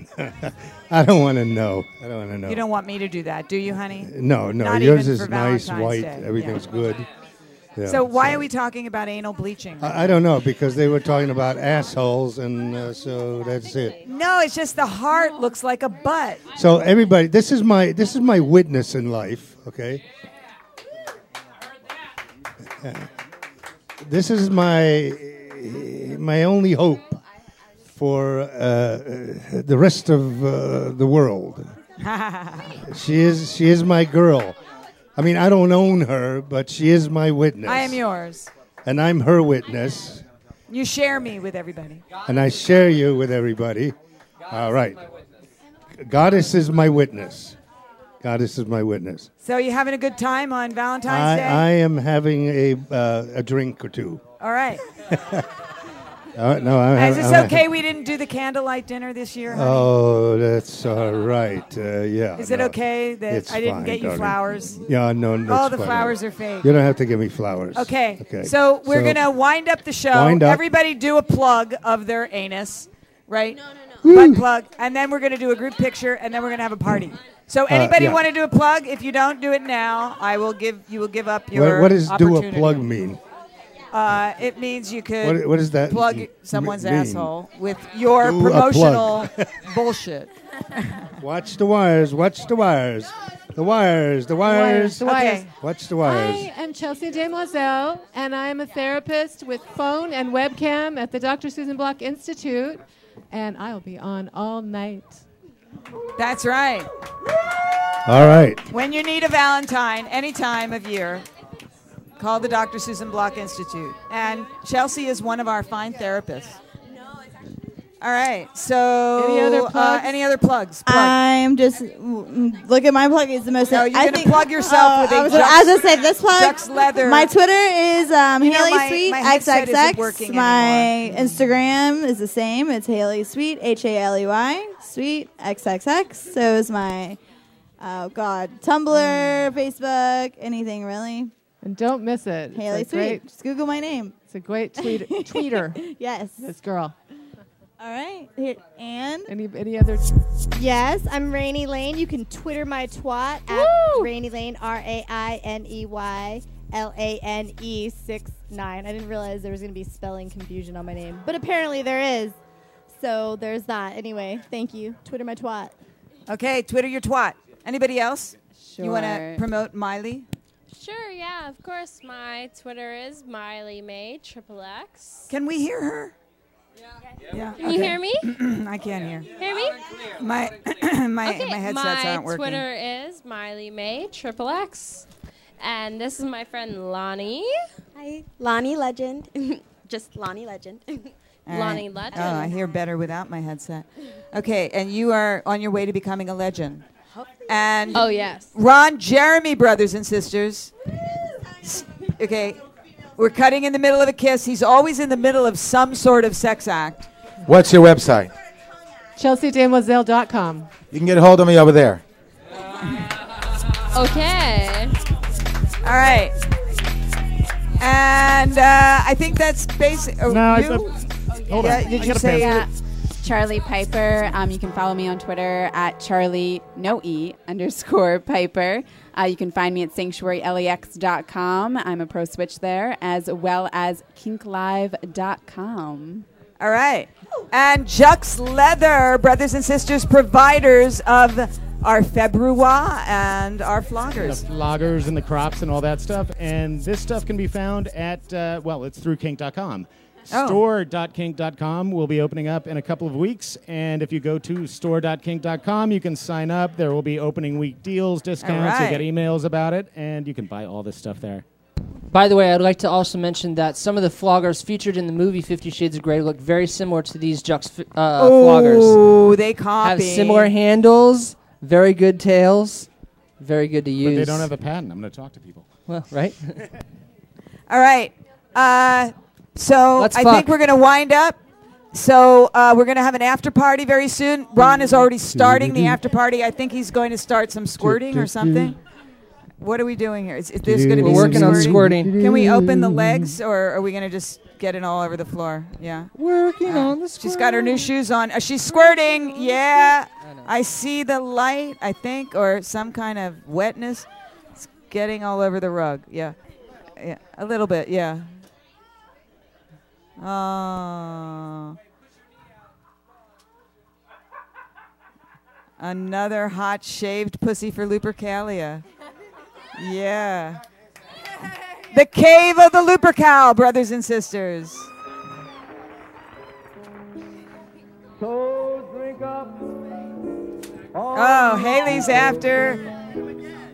Speaker 19: I don't want to know. I don't want to know.
Speaker 3: You don't want me to do that, do you, honey?
Speaker 19: no, no.
Speaker 3: Not
Speaker 19: Yours
Speaker 3: even
Speaker 19: is
Speaker 3: for
Speaker 19: nice,
Speaker 3: Valentine's
Speaker 19: white.
Speaker 3: Day.
Speaker 19: Everything's good. Yeah.
Speaker 3: So why are we talking about anal bleaching?
Speaker 19: I, I don't know because they were talking about assholes, and uh, so that's it.
Speaker 3: no, it's just the heart looks like a butt.
Speaker 19: So everybody, this is my this is my witness in life. Okay. This is my my only hope for uh, the rest of uh, the world.
Speaker 3: I
Speaker 19: She is she is my girl. I mean, I don't own her, but she is my witness,
Speaker 3: am yours.
Speaker 19: and I'm her witness,
Speaker 3: You share me with everybody.
Speaker 19: and I share you with everybody. All right. Goddess is my witness. Goddess is my witness.
Speaker 3: So you having a good time on Valentine's
Speaker 19: I,
Speaker 3: Day?
Speaker 19: I am having a uh, a drink or two.
Speaker 3: All right.
Speaker 19: Uh, no, I
Speaker 3: Is
Speaker 19: haven't-
Speaker 3: this
Speaker 19: I haven't-
Speaker 3: okay? We didn't do the candlelight dinner this year. honey?
Speaker 19: Oh, that's all right. Uh, yeah.
Speaker 3: Is it
Speaker 19: no.
Speaker 3: okay that
Speaker 19: It's
Speaker 3: I didn't
Speaker 19: fine,
Speaker 3: get you
Speaker 19: darling.
Speaker 3: flowers?
Speaker 19: Yeah, no, that's
Speaker 3: All the
Speaker 19: fine.
Speaker 3: flowers are fake.
Speaker 19: You don't have to give me flowers.
Speaker 3: Okay. So we're gonna wind up the show.
Speaker 19: Wind up.
Speaker 3: Everybody do a plug of their anus, right? No, no, no. Butt plug, and then we're gonna do a group picture, and then we're gonna have a party. So
Speaker 19: Uh,
Speaker 3: anybody
Speaker 19: yeah.
Speaker 3: want to do a plug? If you don't do it now, I will give you will give up your.
Speaker 19: What, what does do a
Speaker 3: opportunity.
Speaker 19: plug mean?
Speaker 3: Uh, it means you could
Speaker 19: What- what does that
Speaker 3: plug
Speaker 19: m-
Speaker 3: someone's
Speaker 19: mean?
Speaker 3: asshole with your
Speaker 19: Do a plug.
Speaker 3: promotional bullshit.
Speaker 19: Watch the wires. Watch the wires. The wires. The wires.
Speaker 16: wires, the wires.
Speaker 19: Okay. Watch the wires.
Speaker 16: I am Chelsea DeMoiselle, and I am a therapist with phone and webcam at the Dr. Susan Block Institute, and I'll be on all night.
Speaker 3: That's right.
Speaker 19: All right.
Speaker 3: When you need a Valentine, any time of year, call the Dr. Susan Block Institute. And Chelsea is one of our fine therapists. All right. So
Speaker 5: Any other
Speaker 3: Uh,
Speaker 5: plugs?
Speaker 3: any other plugs?
Speaker 5: I'm just mm, look at my plug. It's the most.
Speaker 3: No, you're
Speaker 5: I
Speaker 3: gonna
Speaker 5: think,
Speaker 3: plug yourself
Speaker 5: Oh,
Speaker 3: with a
Speaker 5: I was, gonna-
Speaker 3: Jux-
Speaker 5: I was gonna say this plug.
Speaker 3: Jux leather.
Speaker 5: My Twitter is um,
Speaker 3: You know,
Speaker 5: Haley
Speaker 3: my-
Speaker 5: Sweet
Speaker 3: my headset isn't working
Speaker 5: XXX. My Instagram is the same. It's Haley Sweet H A L E Y Sweet XXX. So is my oh god
Speaker 3: Mm.
Speaker 5: Tumblr, Facebook, anything really.
Speaker 16: And don't miss it. It's
Speaker 5: Haley
Speaker 16: a
Speaker 5: Sweet.
Speaker 16: great-
Speaker 5: Just Google my name.
Speaker 16: It's a great tweet- tweeter.
Speaker 5: yes.
Speaker 16: This girl.
Speaker 5: All right. Here- And
Speaker 16: any any other?
Speaker 17: Yes, I'm Rainy Lane. You can Twitter my twat at Rainy Lane R A I N E Y L A N E six nine. I didn't realize there was gonna be spelling confusion on my name, but apparently there is. So there's that. Anyway, thank you. Twitter my twat.
Speaker 3: Okay, Twitter your twat. Anybody else? You want to
Speaker 17: Sure.
Speaker 3: promote Miley?
Speaker 4: Sure, yeah, of course. My Twitter is Miley May Triple X.
Speaker 3: Can we hear her? Yeah.
Speaker 4: Can you
Speaker 3: okay.
Speaker 4: hear me?
Speaker 3: I can hear.
Speaker 4: Hear me?
Speaker 3: My my
Speaker 4: okay,
Speaker 3: my headsets aren't working.
Speaker 4: Twitter is Miley May Triple X, and this is my friend Lonnie.
Speaker 22: Hi, Lonnie Legend. Just Lonnie Legend.
Speaker 3: All right.
Speaker 4: Lonnie Legend.
Speaker 3: Oh, I hear better without my headset. Okay, and you are on your way to becoming a legend. And
Speaker 4: Oh, yes.
Speaker 3: Ron Jeremy, brothers and sisters. S- Okay, we're cutting in the middle of a kiss. He's always in the middle of some sort of sex act.
Speaker 6: What's your website?
Speaker 16: ChelseaDeMoiselle.com.
Speaker 6: You can get a hold of me over there.
Speaker 4: Okay.
Speaker 3: All right. And uh, I think that's basic. Oh,
Speaker 15: No, I-
Speaker 3: you?
Speaker 15: Hold
Speaker 3: yeah,
Speaker 15: on.
Speaker 3: Did
Speaker 15: I
Speaker 3: you
Speaker 15: gotta
Speaker 3: say? uh,
Speaker 15: pass. Charlie Piper. Um, you can follow me on Twitter at Charlie no E underscore Piper. Uh, you can find me at sanctuarylex.com. I'm a pro switch there, as well as kinklive.com.
Speaker 3: All right. And Jux Leather, brothers and sisters, providers of our Februar and our floggers.
Speaker 23: The floggers and the crops and all that stuff. And this stuff can be found at, uh, well, it's through kink.com.
Speaker 3: Oh.
Speaker 23: Store.kink.com will be opening up in a couple of weeks. And if you go to store.kink.com, you can sign up. There will be opening week deals, discounts.
Speaker 10: right.
Speaker 23: You'll get emails about it, and you can buy all this stuff there.
Speaker 10: By the way, I'd like to also mention that some of the floggers featured in the movie Fifty Shades of Grey look very similar to these jux uh,
Speaker 3: Oh,
Speaker 10: floggers.
Speaker 3: they
Speaker 10: Have
Speaker 3: copy.
Speaker 10: similar handles, very good tails, very good to use.
Speaker 23: But they don't have a patent. I'm going to talk to people.
Speaker 10: Well, right?
Speaker 3: All right. Uh, so
Speaker 10: Let's
Speaker 3: I
Speaker 10: fuck.
Speaker 3: think we're going to wind up. So uh, we're going to have an after party very soon. Ron is already starting the after party. I think he's going to start some squirting or something. What are we doing here? Is, is this going to be
Speaker 10: We're working
Speaker 3: some
Speaker 10: on
Speaker 3: squirting?
Speaker 10: squirting.
Speaker 3: Can we open the legs, or are we going to just get it all over the floor? Yeah. Uh,
Speaker 10: Working on the
Speaker 3: She's got her new shoes on. Uh, she's squirting. Yeah. I see the light, I think, or some kind of wetness. It's getting all over the rug. Yeah. yeah. A little bit. Yeah. Oh. Another hot shaved pussy for Lupercalia. Yeah. The cave of the Lupercal, brothers and sisters. Oh, Haley's after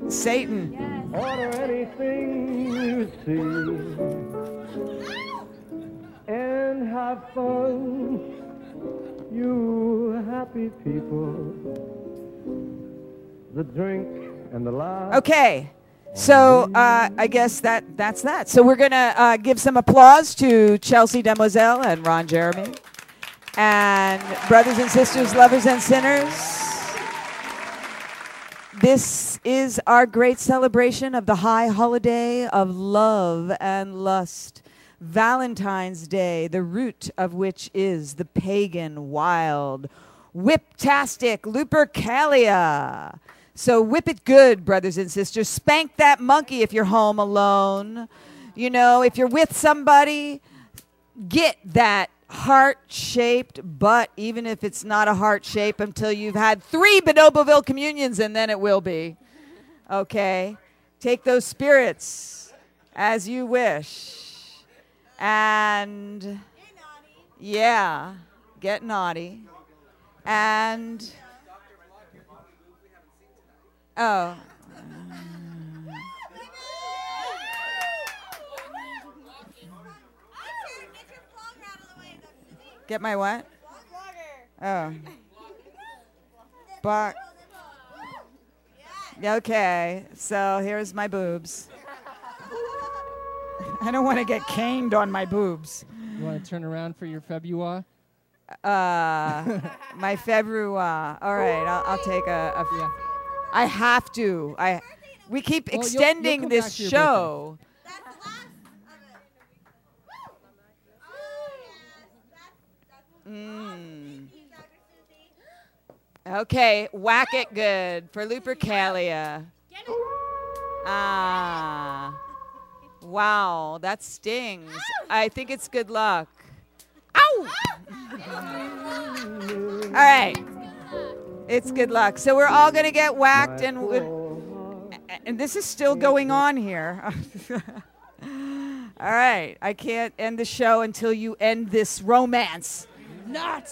Speaker 3: Satan.
Speaker 9: Order anything you see. And have fun, you happy people. The drink and the laugh.
Speaker 3: Okay. So uh, I guess that that's that. So we're gonna uh, give some applause to Chelsea Demoiselle and Ron Jeremy, and brothers and sisters, lovers and sinners. This is our great celebration of the high holiday of love and lust, Valentine's Day, the root of which is the pagan wild whiptastic lupercalia. So whip it good, brothers and sisters. Spank that monkey if you're home alone. You know, if you're with somebody, get that heart shaped butt, even if it's not a heart shape, until you've had three Bonoboville communions, and then it will be. Okay? Take those spirits as you wish. And, yeah, get naughty. And, oh. Get my what? Oh. But. Okay, so here's my boobs. I don't want to get caned on my boobs.
Speaker 10: You want to turn around for your Febua?
Speaker 3: Uh, my Februa. All right, I'll, I'll take a. a f- I have to. I. We keep
Speaker 10: Well, you'll- you'll
Speaker 3: extending
Speaker 10: come
Speaker 3: this
Speaker 10: back to your
Speaker 3: show. Mm. Okay, whack it good for Lupercalia. Ah. Wow, that stings. I think it's good luck. Ow! all right. It's good luck. So we're all going to get whacked and would- and this is still going on here. all right. I can't end the show until you end this romance. Not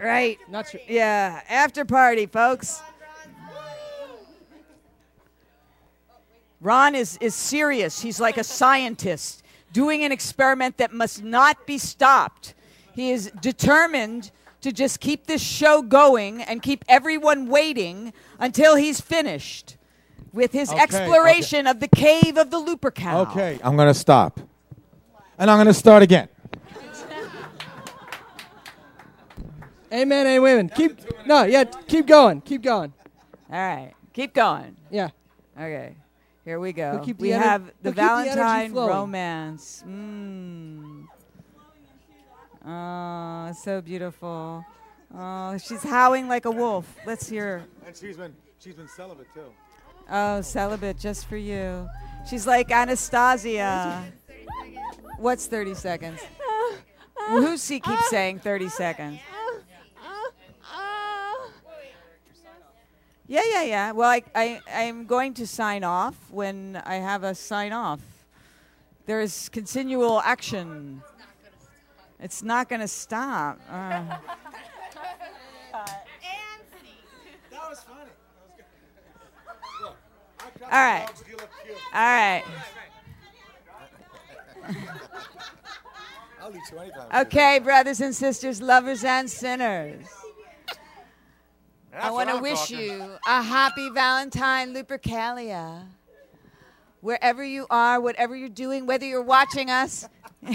Speaker 3: right. Not sure. Yeah, after party, folks. Ron is, is serious. He's like a scientist doing an experiment that must not be stopped. He is determined to just keep this show going and keep everyone waiting until he's finished with his
Speaker 6: Okay, okay.
Speaker 3: exploration of the cave of the Lupercal.
Speaker 6: Okay, I'm going to stop. And I'm going to start again.
Speaker 10: Amen, amen, women. Keep no, yeah, keep going, keep going.
Speaker 3: All right. Keep going.
Speaker 10: Yeah.
Speaker 3: Okay. Here we go.
Speaker 10: We'll keep
Speaker 3: we
Speaker 10: the ener-
Speaker 3: have the
Speaker 10: we'll keep the energy
Speaker 3: Valentine
Speaker 10: flowing.
Speaker 3: romance. Mm. Oh, so beautiful. Oh, she's howling like a wolf. Let's hear.
Speaker 18: And she's been she's been celibate too.
Speaker 3: Oh, celibate just for you. She's like Anastasia. What's 30 seconds? Lucy keeps saying 30 seconds.
Speaker 17: Oh,
Speaker 3: Yeah, yeah, yeah. Well, I, I, I'm going to sign off when I have a sign off. There is continual action. It's not going to stop. Uh,
Speaker 18: That was funny. Look, I cut the
Speaker 3: Uh, all right.
Speaker 18: dogs, you look
Speaker 3: All
Speaker 18: cute.
Speaker 3: right.
Speaker 18: I'll eat you anytime.
Speaker 3: Okay, brothers and sisters, lovers and sinners. I
Speaker 18: what
Speaker 3: want to
Speaker 18: I'm
Speaker 3: wish
Speaker 18: talking.
Speaker 3: you a happy Valentine Lupercalia. Wherever you are, whatever you're doing, whether you're watching us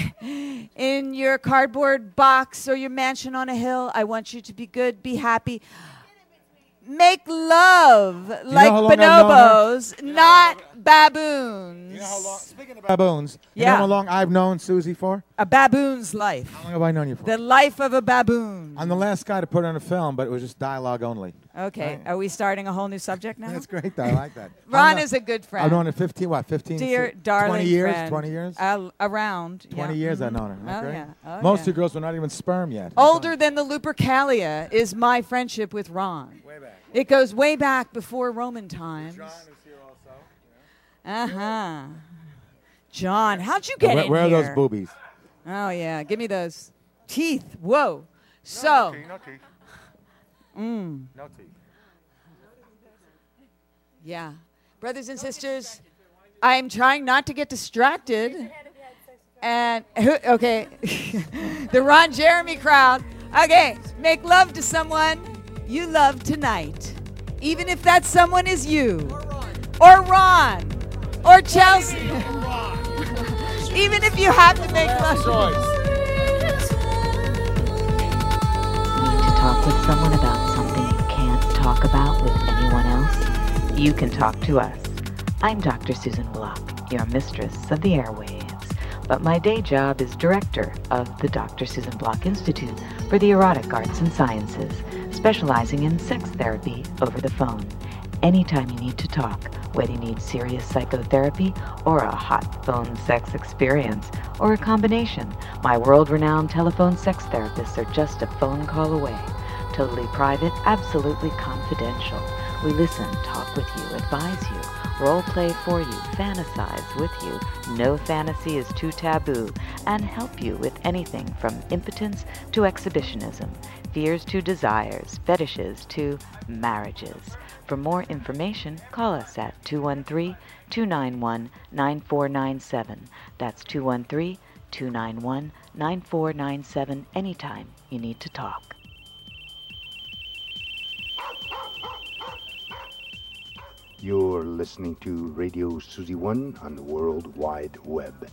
Speaker 3: in your cardboard box or your mansion on a hill, I want you to be good, be happy. Make love like
Speaker 6: how long I've known her?
Speaker 3: bonobos, not baboons.
Speaker 6: Baboons. You know
Speaker 3: Yeah.
Speaker 6: how long I've known Susie for?
Speaker 3: A baboon's life.
Speaker 6: How long have I known you for?
Speaker 3: The life of a baboon.
Speaker 6: I'm the last guy to put on a film, but it was just dialogue only.
Speaker 3: Okay, are we starting a whole new subject now? That's
Speaker 6: great, though. I like that.
Speaker 3: Ron
Speaker 6: I'm not-
Speaker 3: is a good friend.
Speaker 6: I've known her 15, what, 15?
Speaker 3: Dear
Speaker 6: 20
Speaker 3: darling
Speaker 6: 20 years?
Speaker 3: friend.
Speaker 6: 20 years?
Speaker 3: Al- around.
Speaker 6: 20
Speaker 3: yeah.
Speaker 6: years
Speaker 3: Mhm.
Speaker 6: I've known her.
Speaker 3: Oh,
Speaker 6: okay?
Speaker 3: yeah. Oh,
Speaker 6: Most
Speaker 3: yeah. Oh,
Speaker 6: of the girls were not even sperm yet.
Speaker 3: Older than the Lupercalia is my friendship with Ron. Way back. It goes way back before Roman times. John is here also. Uh huh. John, how'd you get
Speaker 6: where
Speaker 3: in
Speaker 6: where are
Speaker 3: here?
Speaker 6: those boobies?
Speaker 3: Oh yeah, give me those teeth. Whoa. So. Mm.
Speaker 18: No tea.
Speaker 3: Yeah. Brothers and sisters, I'm trying not to get distracted. And, okay, the Ron Jeremy crowd. Okay, make love to someone you love tonight, even if that someone is you or Ron. or Chelsea. Even if you have to make love.
Speaker 1: Need to talk with someone about something you can't talk about with anyone else? You can talk to us. I'm Dr. Susan Block, your mistress of the airwaves, but my day job is director of the Dr. Susan Block Institute for the Erotic Arts and Sciences, specializing in sex therapy over the phone. Anytime you need to talk, whether you need serious psychotherapy or a hot phone sex experience or a combination, my world renowned telephone sex therapists are just a phone call away. Totally private, absolutely confidential. We listen, talk with you, advise you, role play for you, fantasize with you. No fantasy is too taboo, and help you with anything from impotence to exhibitionism, fears to desires, fetishes to marriages. For more information, call us at 213 291 9497. That's 213 291 9497 anytime you need to talk.
Speaker 2: You're listening to Radio Suzy One on the World Wide Web.